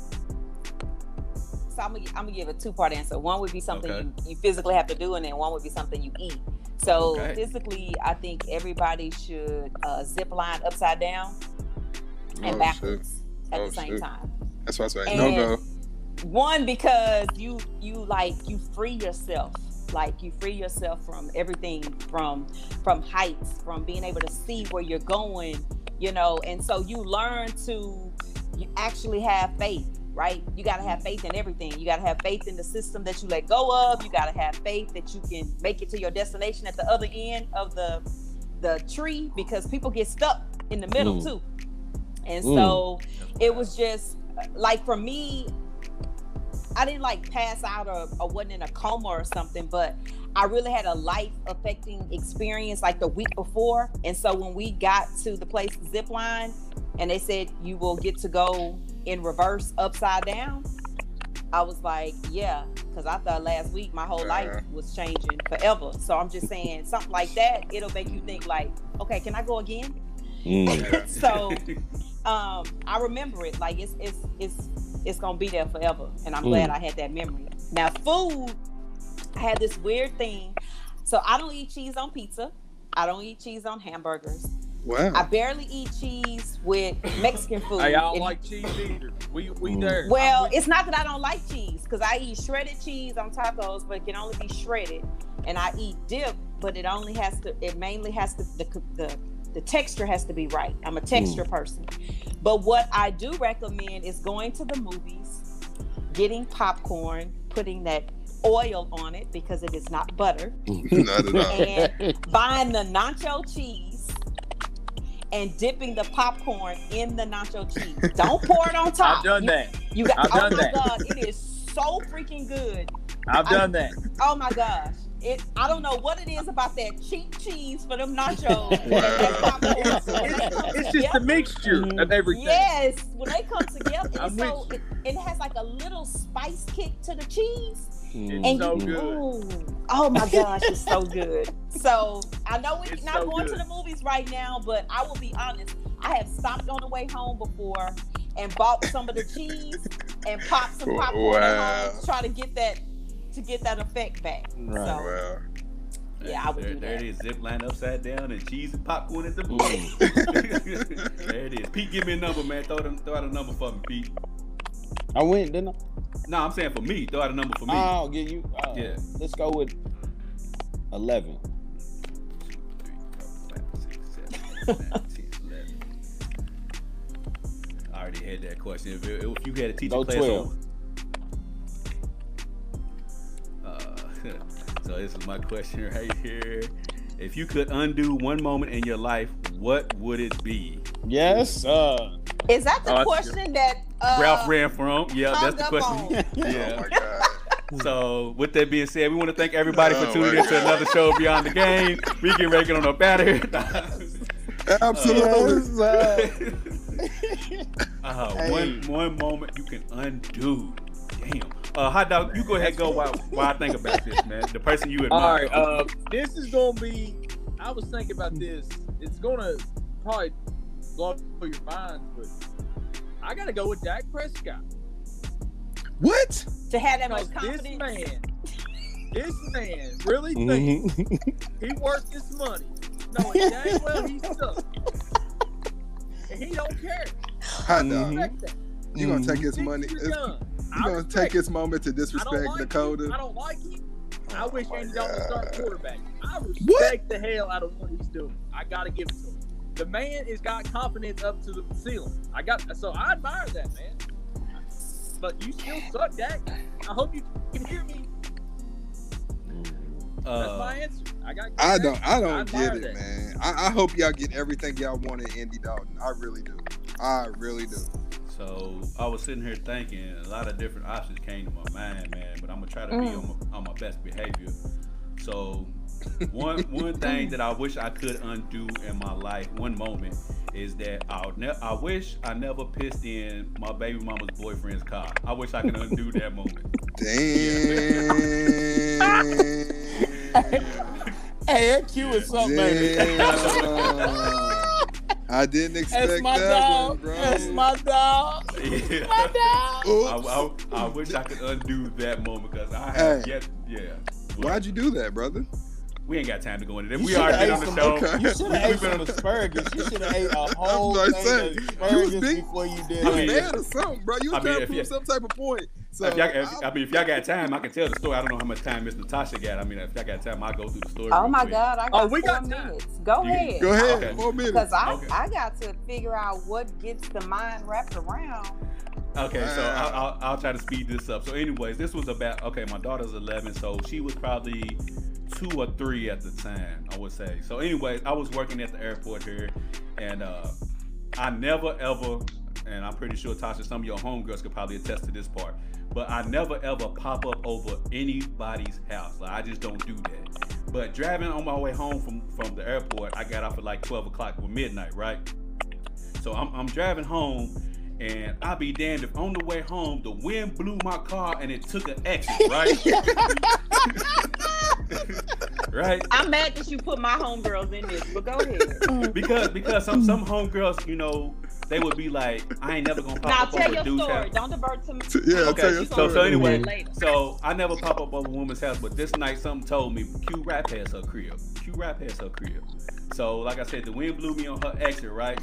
B: so I'm gonna, I'm gonna give a two part answer. One would be something
A: Okay.
B: you, you physically have to do, and then one would be something you eat. So
A: Okay.
B: physically, I think everybody should uh, zip line upside down and
C: Oh, shit.
B: backwards at
C: Oh,
B: the same
C: shit.
B: time.
C: That's why I say
B: And-
C: no go.
B: one because you you like you free yourself like you free yourself from everything from from heights from being able to see where you're going you know and so you learn to you actually have faith right you got to have faith in everything you got to have faith in the system that you let go of you got to have faith that you can make it to your destination at the other end of the the tree because people get stuck in the middle
D: Mm.
B: too and
D: Mm.
B: so it was just like for me i didn't like pass out or, or wasn't in a coma or something but i really had a life affecting experience like the week before and so when we got to the place zip line and they said you will get to go in reverse upside down i was like yeah because i thought last week my whole life was changing forever so i'm just saying something like that it'll make you think like okay can i go again
D: Mm.
B: so um i remember it like it's it's it's it's gonna be there forever and i'm glad i had that memory now food i had this weird thing so i don't eat cheese on pizza i don't eat cheese on hamburgers i
C: Wow.
B: barely eat cheese with mexican food
E: Mm. Hey, I don't
B: If-
E: like cheese either. We we
D: Mm.
E: there.
B: well
E: I'm with-
B: it's not that i don't like cheese because i eat shredded cheese on tacos but it can only be shredded and i eat dip but it only has to it mainly has to the the, the texture has to be right i'm a texture person but what i do recommend is going to the movies getting popcorn putting that oil on it because it is not butter,
C: Not at all.
B: and buying the nacho cheese and dipping the popcorn in the nacho cheese. Don't pour it on top.
E: I've done
B: you,
E: that.
B: You got,
E: I've
B: oh
E: done
B: my
E: that.
B: god, it is so freaking good.
E: I've
B: I-
E: done that.
B: Oh my gosh. It, I don't know what it is about that cheap cheese for them nachos. and
C: Wow.
B: that popcorn. So when they come
E: It's just
B: together-
E: the mixture
B: Mm-hmm.
E: of everything.
B: Yes, when they come together,
E: I'm
B: it's so
E: with
B: it, it has like a little spice kick to the cheese.
D: Mm.
B: And
E: so
B: you,
E: good.
B: Ooh, oh my gosh, it's so good. So I know we're
E: It's
B: not
E: so
B: going
E: good.
B: to the movies right now, but I will be honest. I have stopped on the way home before and bought some of the cheese and popped some popcorn at home
C: Wow.
B: to try to get that to get that effect back.
D: Right.
B: So
C: Wow.
B: yeah, I would
A: there,
B: do
A: there
B: that.
A: it is, zip line upside down and cheese and popcorn at the booth. there it is. Pete, give me a number, man. Throw them, throw out a number for me, Pete.
D: I went, didn't I?
A: No, I'm saying for me. Throw out a number for me.
D: I'll give you. Uh,
A: Yeah.
D: Let's go with eleven.
A: Three, four, five, six, seven, eight, nine, 10, 11. I already had that question. If, if you had a teacher
D: Go
A: class
D: 12.
A: on- Uh, so this is my question right here. If you could undo one moment in your life, what would it be?
D: Yes. Uh,
B: Is that the
F: Oh, that's
B: question that uh,
A: Ralph ran from. Yeah,
B: hung
A: that's the
B: up
A: question.
B: on?
A: Yeah.
C: Oh my god.
A: So, with that being said, we want to thank everybody
C: Oh,
A: for tuning in
C: my
A: to
C: God.
A: another show of Beyond the Game. We get ready to get on up out of here.
C: Absolutely.
D: yes, uh,
A: Uh, One one moment you can undo. Damn. Uh, hot dog, you go ahead and go while, while I think about this, man. The person you
E: All
A: admire.
E: right, uh, this is gonna be. I was thinking about this. It's gonna probably blow your minds, but I gotta go with Dak Prescott.
C: What?
B: To have that much
E: Because this
B: confidence.
E: man, this man really thinks
D: mhm.
E: he worth this money, knowing dang well he sucks, and he don't care.
C: Hot dog.
E: Respect that.
C: You gonna take
E: He's
C: his money?
E: too
C: You
E: young. I
C: gonna
E: respect
C: take this moment to
E: I don't
C: disrespect
E: like
C: Dakota? Oh
E: Him. I don't like him. I wish
C: my
E: Andy Dalton
C: God.
E: was start quarterback. I respect
C: What?
E: the hell out of what he's doing. I gotta give it to him. The man has got confidence up to the ceiling. I got so I admire that man. But you still suck, Dak. I hope you can hear me.
A: Uh,
E: That's my answer. I got.
C: I don't. I don't
E: I admire
C: get it,
E: that.
C: man. I, I hope y'all get everything y'all want in Andy Dalton. I really do. I really do.
A: So I was sitting here thinking, a lot of different options came to my mind, man. But I'm gonna try to be on my, on my best behavior. So one one thing that I wish I could undo in my life, one moment, is that I'll ne- I wish I never pissed in my baby mama's boyfriend's car. I wish I could undo that moment.
C: Damn.
D: Hey, that Q is something, baby.
C: Damn. I didn't expect
D: That's my
C: that
D: dog.
C: one, bro.
D: That's my dog.
A: Yeah.
D: My dog.
A: I,
C: Oops.
A: I, I wish I could undo that moment because I
C: Hey.
A: have yet. Yeah.
C: Why'd you do that, brother?
A: We ain't got time to go into that.
D: You
A: We already
D: shoulda
A: been on
D: ate
A: the
D: some-
A: show.
C: okay.
D: You should have
A: We-
D: ate
A: we
D: some
A: been-
D: asparagus. You should have ate a whole
C: like
D: thing
C: saying,
D: of
C: you was
D: asparagus
C: big-
D: before you did
A: I
C: You
A: mean,
D: that.
C: mad or something, bro? You was
A: I mean,
C: trying to
A: if
C: prove
A: you-
C: some type of point. So
A: if y'all, if,
C: I-
A: I mean, if y'all got time, I can tell the story. I don't know how much time Miss Natasha got. I mean, if y'all got time, I'll go through the story.
B: Oh
A: real
B: my
A: quick.
B: God, I got
E: Oh, we
B: four
E: got time.
B: minutes. Go
A: You-
B: ahead.
C: go ahead.
A: Okay.
C: Four minutes.
B: Because I,
A: Okay.
B: I got to figure out what gets the mind wrapped around.
A: Okay, so
C: Wow.
A: I'll, I'll, I'll try to speed this up. So, anyways, this was about okay. My daughter's 11, so she was probably two or three at the time, I would say. So, anyways, I was working at the airport here, and uh, I never ever, and I'm pretty sure Tasha, some of your homegirls could probably attest to this part, but I never ever pop up over anybody's house. Like I just don't do that. But driving on my way home from from the airport, I got off at like 12 o'clock or midnight, right? So I'm, I'm driving home, and I'll be damned if on the way home the wind blew my car and it took an exit, right? right?
B: I'm mad that you put my homegirls in this, but go ahead.
A: Because because some some homegirls, you know, they would be like, I ain't never gonna pop
B: now
A: up over
B: tell
A: a
B: your
A: dude's
B: story.
A: house.
B: Don't divert to me.
C: Yeah,
A: Okay,
C: tell your
A: so-
C: story.
A: so anyway,
B: Later.
A: So I never pop up over a woman's house, but this night something told me Q right past her crib. Q right past her crib. So like I said, the wind blew me on her exit, right?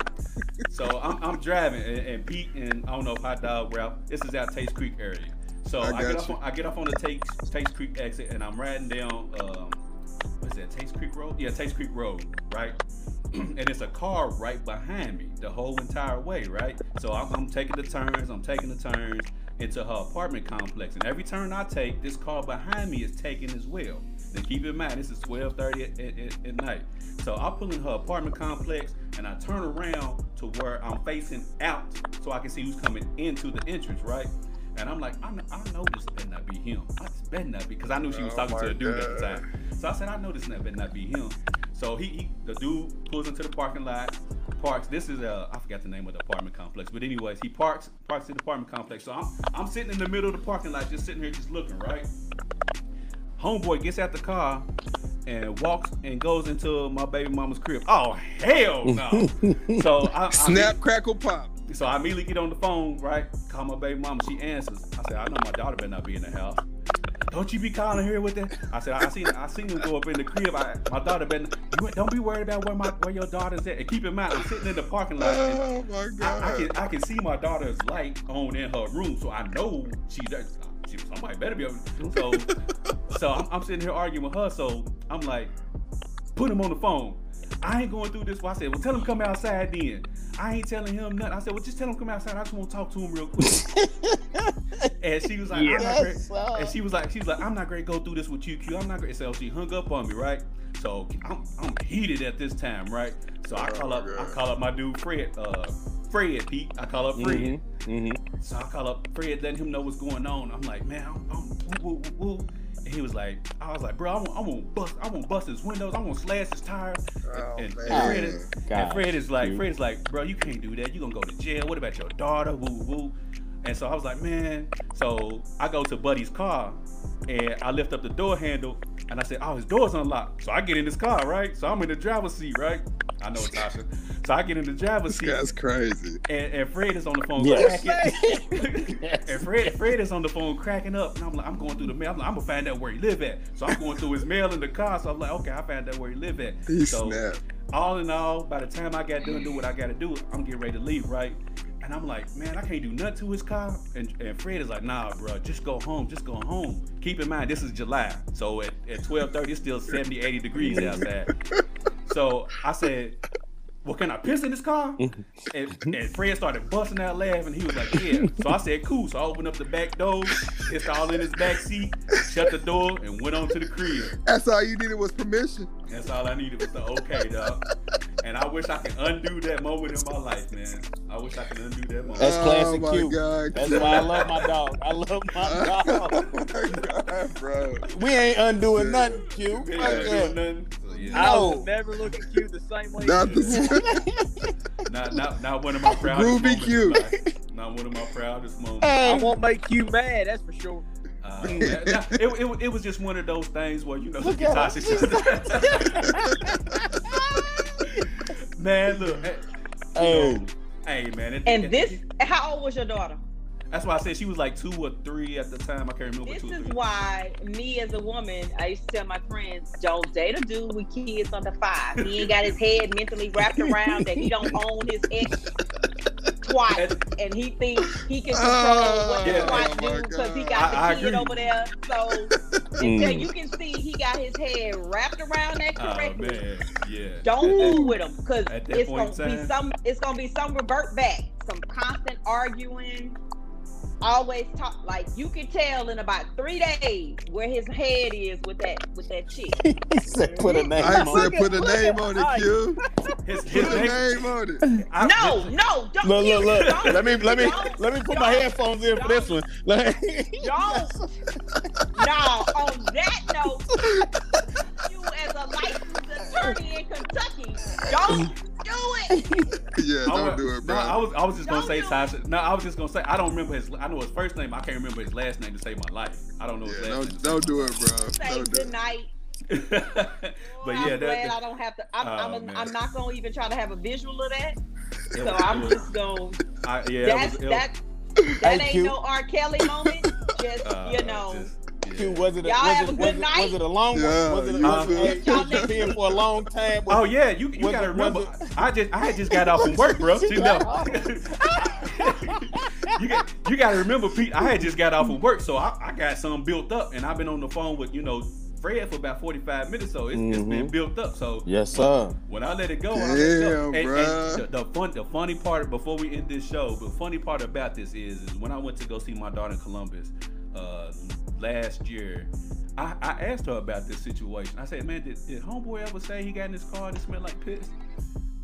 A: So I'm, I'm driving and, and Pete and I don't know if Hot Dog Ralph. This is out Taste Creek area. So
C: I
A: I, get
C: got
A: off
C: you.
A: on I get off on the Taste Taste Creek exit and I'm riding down um what's that Taste Creek Road? Yeah, Taste Creek Road, right? and it's a car right behind me the whole entire way, right? So I'm, I'm taking the turns, I'm taking the turns. into her apartment complex. And every turn I take, this car behind me is taken as well. Now keep in mind, this is 12:30 at, at, at night. So I pull in her apartment complex and I turn around to where I'm facing out so I can see who's coming into the entrance, right? And I'm like, I know, I know this better not be him. I just better not be, because I knew she was
C: Oh
A: talking to
C: my
A: a dude at the
C: God.
A: time. So I said, I know this better not be him. So he, he, the dude pulls into the parking lot, parks. This is uh, I forgot the name of the apartment complex, but anyways, he parks, parks in the apartment complex. So I'm, I'm sitting in the middle of the parking lot, just sitting here, just looking, right? Homeboy gets out the car and walks and goes into my baby mama's crib. Oh hell no! so I, I
C: Snap, crackle, pop.
A: so I immediately get on the phone, right? Call my baby mama. She answers. I said, I know my daughter better not be in the house. Don't you be calling her with that? I said, I I seen, I seen him go up in the crib. I, my daughter better. You ain't- don't be worried about where my where your daughter's at. And keep in mind, I'm sitting in the parking lot. and
C: Oh my god.
A: I, I can I can see my daughter's light on in her room, so I know she there. She somebody better be able. to- So so I'm, I'm sitting here arguing with her. So I'm like, put him on the phone. I ain't going through this. Well, I said, well, tell him come outside then. I ain't telling him nothing. I said, well, just tell him come outside. I just want to talk to him real quick. and she was like, I'm not great. And she was like, she was like, I'm not great. Go through this with you, Q. I'm not great. So she hung up on me, right? So I'm, I'm heated at this time, right? So I call
C: Oh,
A: up, I
C: God.
A: call up my dude Fred, uh, Fred Pete. I call up Fred.
D: Mhm, mhm.
A: So I call up Fred, letting him know what's going on. I'm like, man, I'm, I'm woo, woo, woo, woo. And he was like, I was like, bro, I'm gonna, I'm gonna bust, I'm gonna bust his windows, I'm gonna slash his tires.
C: Oh,
A: and, and
C: man.
A: Fred is, and
D: God.
A: Fred is like,
D: dude.
A: Fred is like, bro, you can't do that. You gonna go to jail. What about your daughter? Woo, woo, woo. And so I was like, man. So I go to Buddy's car, and I lift up the door handle, and I said, oh, his door's unlocked. So I get in his car, right? So I'm in the driver's seat, right? I know Tasha. So I get in the driver's
C: This
A: seat,
C: guy's crazy.
A: and, and Fred is on the phone
D: Yes.
A: cracking.
D: Yes.
A: and Fred, Fred is on the phone cracking up, and I'm like, I'm going through the mail. I'm, like, I'm gonna find out where he live at. So I'm going through his mail in the car. So I'm like, okay, I found out where he live at.
C: He
A: so
C: snapped.
A: all in all, by the time I got done doing what I got to do, I'm getting ready to leave, right? And I'm like, man, I can't do nothing to his car. And, and Fred is like, nah, bro, just go home, just go home. Keep in mind, this is July, so at, at 12:30, it's still 70, 80 degrees outside. So I said, well, can I piss in this car? And, and Fred started busting out laughing. He was like, yeah. So I said, cool. So I opened up the back door, pissed all in his back seat, shut the door, and went on to the crib.
C: That's all you needed was permission.
A: That's all I needed was the okay, dog. And I wish I could undo that moment in my life, man. I wish I could undo that moment.
D: That's classic
C: Oh my
D: Q.
C: god.
D: That's why I love my dog. I love my
C: oh
D: dog.
C: my god, bro.
D: We ain't undoing nothing, Q.
A: Yeah,
D: Fuck
A: doing
D: that.
A: nothing. So, yeah.
E: I
D: No.
E: will never look at you the same way.
C: Not the
A: Not, not, not one of my proudest
C: Groovy
A: moments. in
C: Q.
A: life. Not one of my proudest moments.
E: I won't make you mad. That's for sure.
A: Uh, that- that- it, it, it was just one of those things where you know
D: Look at her.
A: Tasha just- man, look, hey,
D: Hey,
A: hey, man, it-
B: And
A: it-
B: this, how old was your daughter?
A: that's why I said she was like two or three at the time. I can't remember
B: This
A: two or
B: is
A: three.
B: why me as a woman, I used to tell my friends, don't date a dude with kids under five. He ain't got his head mentally wrapped around that he don't own his ex twice, and he thinks he can control what
A: Ah, Yeah.
B: his wife
C: Oh, my
B: do because he
C: God.
B: got
A: I- I
B: the kid
A: agree.
B: over there. So until
D: Mm.
B: you can see he got his head wrapped around that
A: Oh
B: correctly.
A: man, yeah.
B: Don't
A: At that-
B: move with them because
A: at that
B: it's gonna
A: point in
B: be
A: time-
B: some. It's gonna be some revert back, some constant arguing. Always talk like you can tell in about three days where his head is with that with that chick.
D: he said put a name
C: I
D: on
C: said
D: it.
C: put a name on it, Q.
A: His, his
C: Put a
A: name,
C: name on it.
A: I-
B: no, no, don't
D: Look,
B: you-
D: look, look.
B: Don't,
D: Let me, let me,
B: don't,
D: let me put my
B: don't,
D: headphones in for this one.
B: Don't. no, on that note, you as a licensed attorney in Kentucky, don't do it.
C: Yeah,
A: I
C: don't
A: wa-
C: do it,
A: No, I
C: bro.
A: was I was just gonna
B: Don't
A: say
B: do it.
A: Tasha. No, I was just gonna say I don't remember his. I know his first name. I can't remember his last name to save my life. I don't know his
C: Yeah,
A: last name.
C: don't don't do it, bro.
B: Say
C: Don't do
B: good
C: it.
B: night.
A: but
B: I'm
A: yeah, that,
B: glad
A: that-
B: I don't have to. I'm,
A: Oh,
B: I'm,
A: man.
B: I'm not gonna even try to have a visual of that.
A: it
B: So
A: was-
B: I'm
A: it was-
B: just gonna.
A: I, yeah, it
B: That's
A: was- it was-
B: that. That
D: Hey,
B: ain't
D: Q.
B: no R. Kelly moment. Just
A: uh,
B: you know.
A: just- yeah.
D: Q, was it a,
B: Y'all have
D: was
B: a
D: it,
B: good
D: was it,
B: night.
D: was it a long
C: Yeah,
D: one? Was it a
C: you
D: long
C: too.
D: one?
B: Y'all
D: Was it been for a long time?
A: Oh
D: Was it-
A: yeah, you, you
D: was
A: gotta
D: it-
A: remember.
D: was
A: I just I had just got off from work, bro.
D: She
A: You
D: got
A: know. you got you gotta remember, Pete. I had just got off of work, so I, I got some built up, and I've been on the phone with you know Fred for about 45 minutes, so it's, it's been
D: Mhm.
A: built up. So
D: Yes, sir.
A: when I let it go, I let it go.
C: Damn,
A: And, and the,
C: bruh.
A: the fun, the funny part before we end this show, the funny part about this is, is when I went to go see my daughter in Columbus uh, last year, I, I asked her about this situation. I said, "Man, did, did homeboy ever say he got in his car and it smelled like piss?"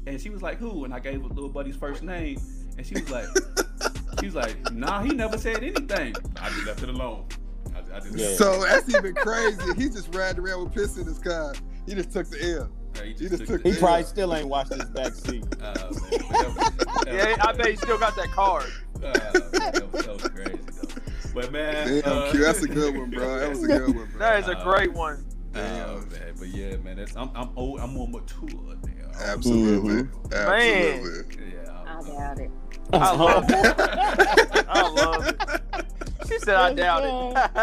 A: And she was like, "Who?" And I gave her little buddy's first name, and she was like, "She was like, nah, he never said anything." I just left it alone. I, I just,
D: Yeah.
C: So that's even crazy. He just riding around with piss in his car. He just took the L.
A: Hey,
C: You just took
A: the-
D: He probably still ain't washed his back seat.
A: Uh, man, whatever.
E: Yeah, I bet he still got that card.
A: Uh, that was so crazy though. But man,
C: Damn,
A: uh,
C: Q, that's a good one, bro. That was a good one, bro.
E: That is a great one.
A: Oh,
C: Damn.
A: man, but yeah, man, that's I'm I'm old, I'm more mature now.
C: Absolutely.
E: Man.
C: Absolutely.
A: Yeah.
B: I
A: I'm-
B: doubt it.
D: uh,
E: I love it. I love it. She said, I doubt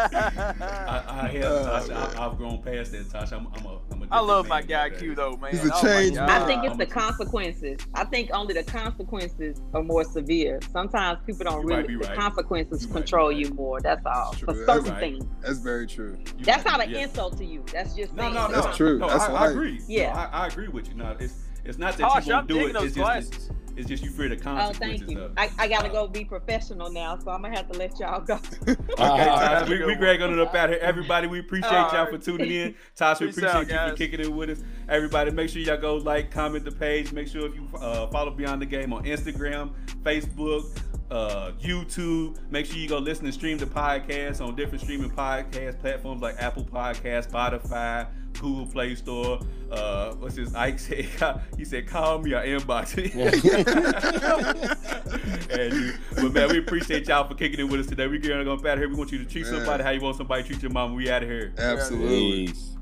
E: it.
A: I, I have
C: Oh,
A: Tasha.
C: man.
A: I, I've grown past that, Tasha. I'm, I'm a. I'm a
E: I love
A: different man
E: my guy
A: now,
E: Q
A: man.
E: though, man.
C: He's a
E: Oh, my
C: changed
E: God.
A: Uh,
C: man.
B: I think it's the
A: Almost.
B: consequences. I think only the consequences are more severe. Sometimes people don't
A: You might
B: really
A: be
B: the
A: right.
B: consequences
A: You might be
B: control
A: right.
B: you more. That's all.
C: That's
B: For
C: true.
B: certain
A: That's right.
B: things.
C: That's very true.
A: You
B: That's
A: right.
B: not an
A: Yeah.
B: insult to you. That's just
A: No,
B: saying
A: no, no.
C: That's true.
A: No,
C: That's
A: I, I
C: life.
A: agree.
B: Yeah.
A: No, I, I agree with you. No, it's it's not that
E: Tosh,
A: you won't
E: I'm
A: do
E: digging
A: it.
E: those
A: It's just
E: glasses.
A: it's just you fear the
B: Oh,
A: consequences.
B: thank you.
A: of it.
B: I, I gotta go be professional now, so I'm gonna have to let y'all go.
A: Okay, Tosh,
D: Uh,
E: that's a
A: we,
E: good
A: we
E: one.
A: Greg on it up out here. Everybody, we appreciate
E: All
A: y'all
E: right.
A: for tuning in. Tosh, we
E: Peace
A: appreciate
E: out,
A: you for
E: guys.
A: kicking it with us. Everybody, make sure y'all go like, comment the page. Make sure if you uh, follow Beyond the Game on Instagram, Facebook, uh, YouTube. Make sure you go listen and stream the podcast on different streaming podcast platforms like Apple Podcast, Spotify, Google Play Store. Uh, what's his Ike said? He said, "Call me or inbox." and you, but man, we appreciate y'all for kicking it with us today. We're gonna go out here. We want you to treat
C: Man.
A: somebody how you want somebody to treat your mama. We out of here.
C: Absolutely.
D: Peace.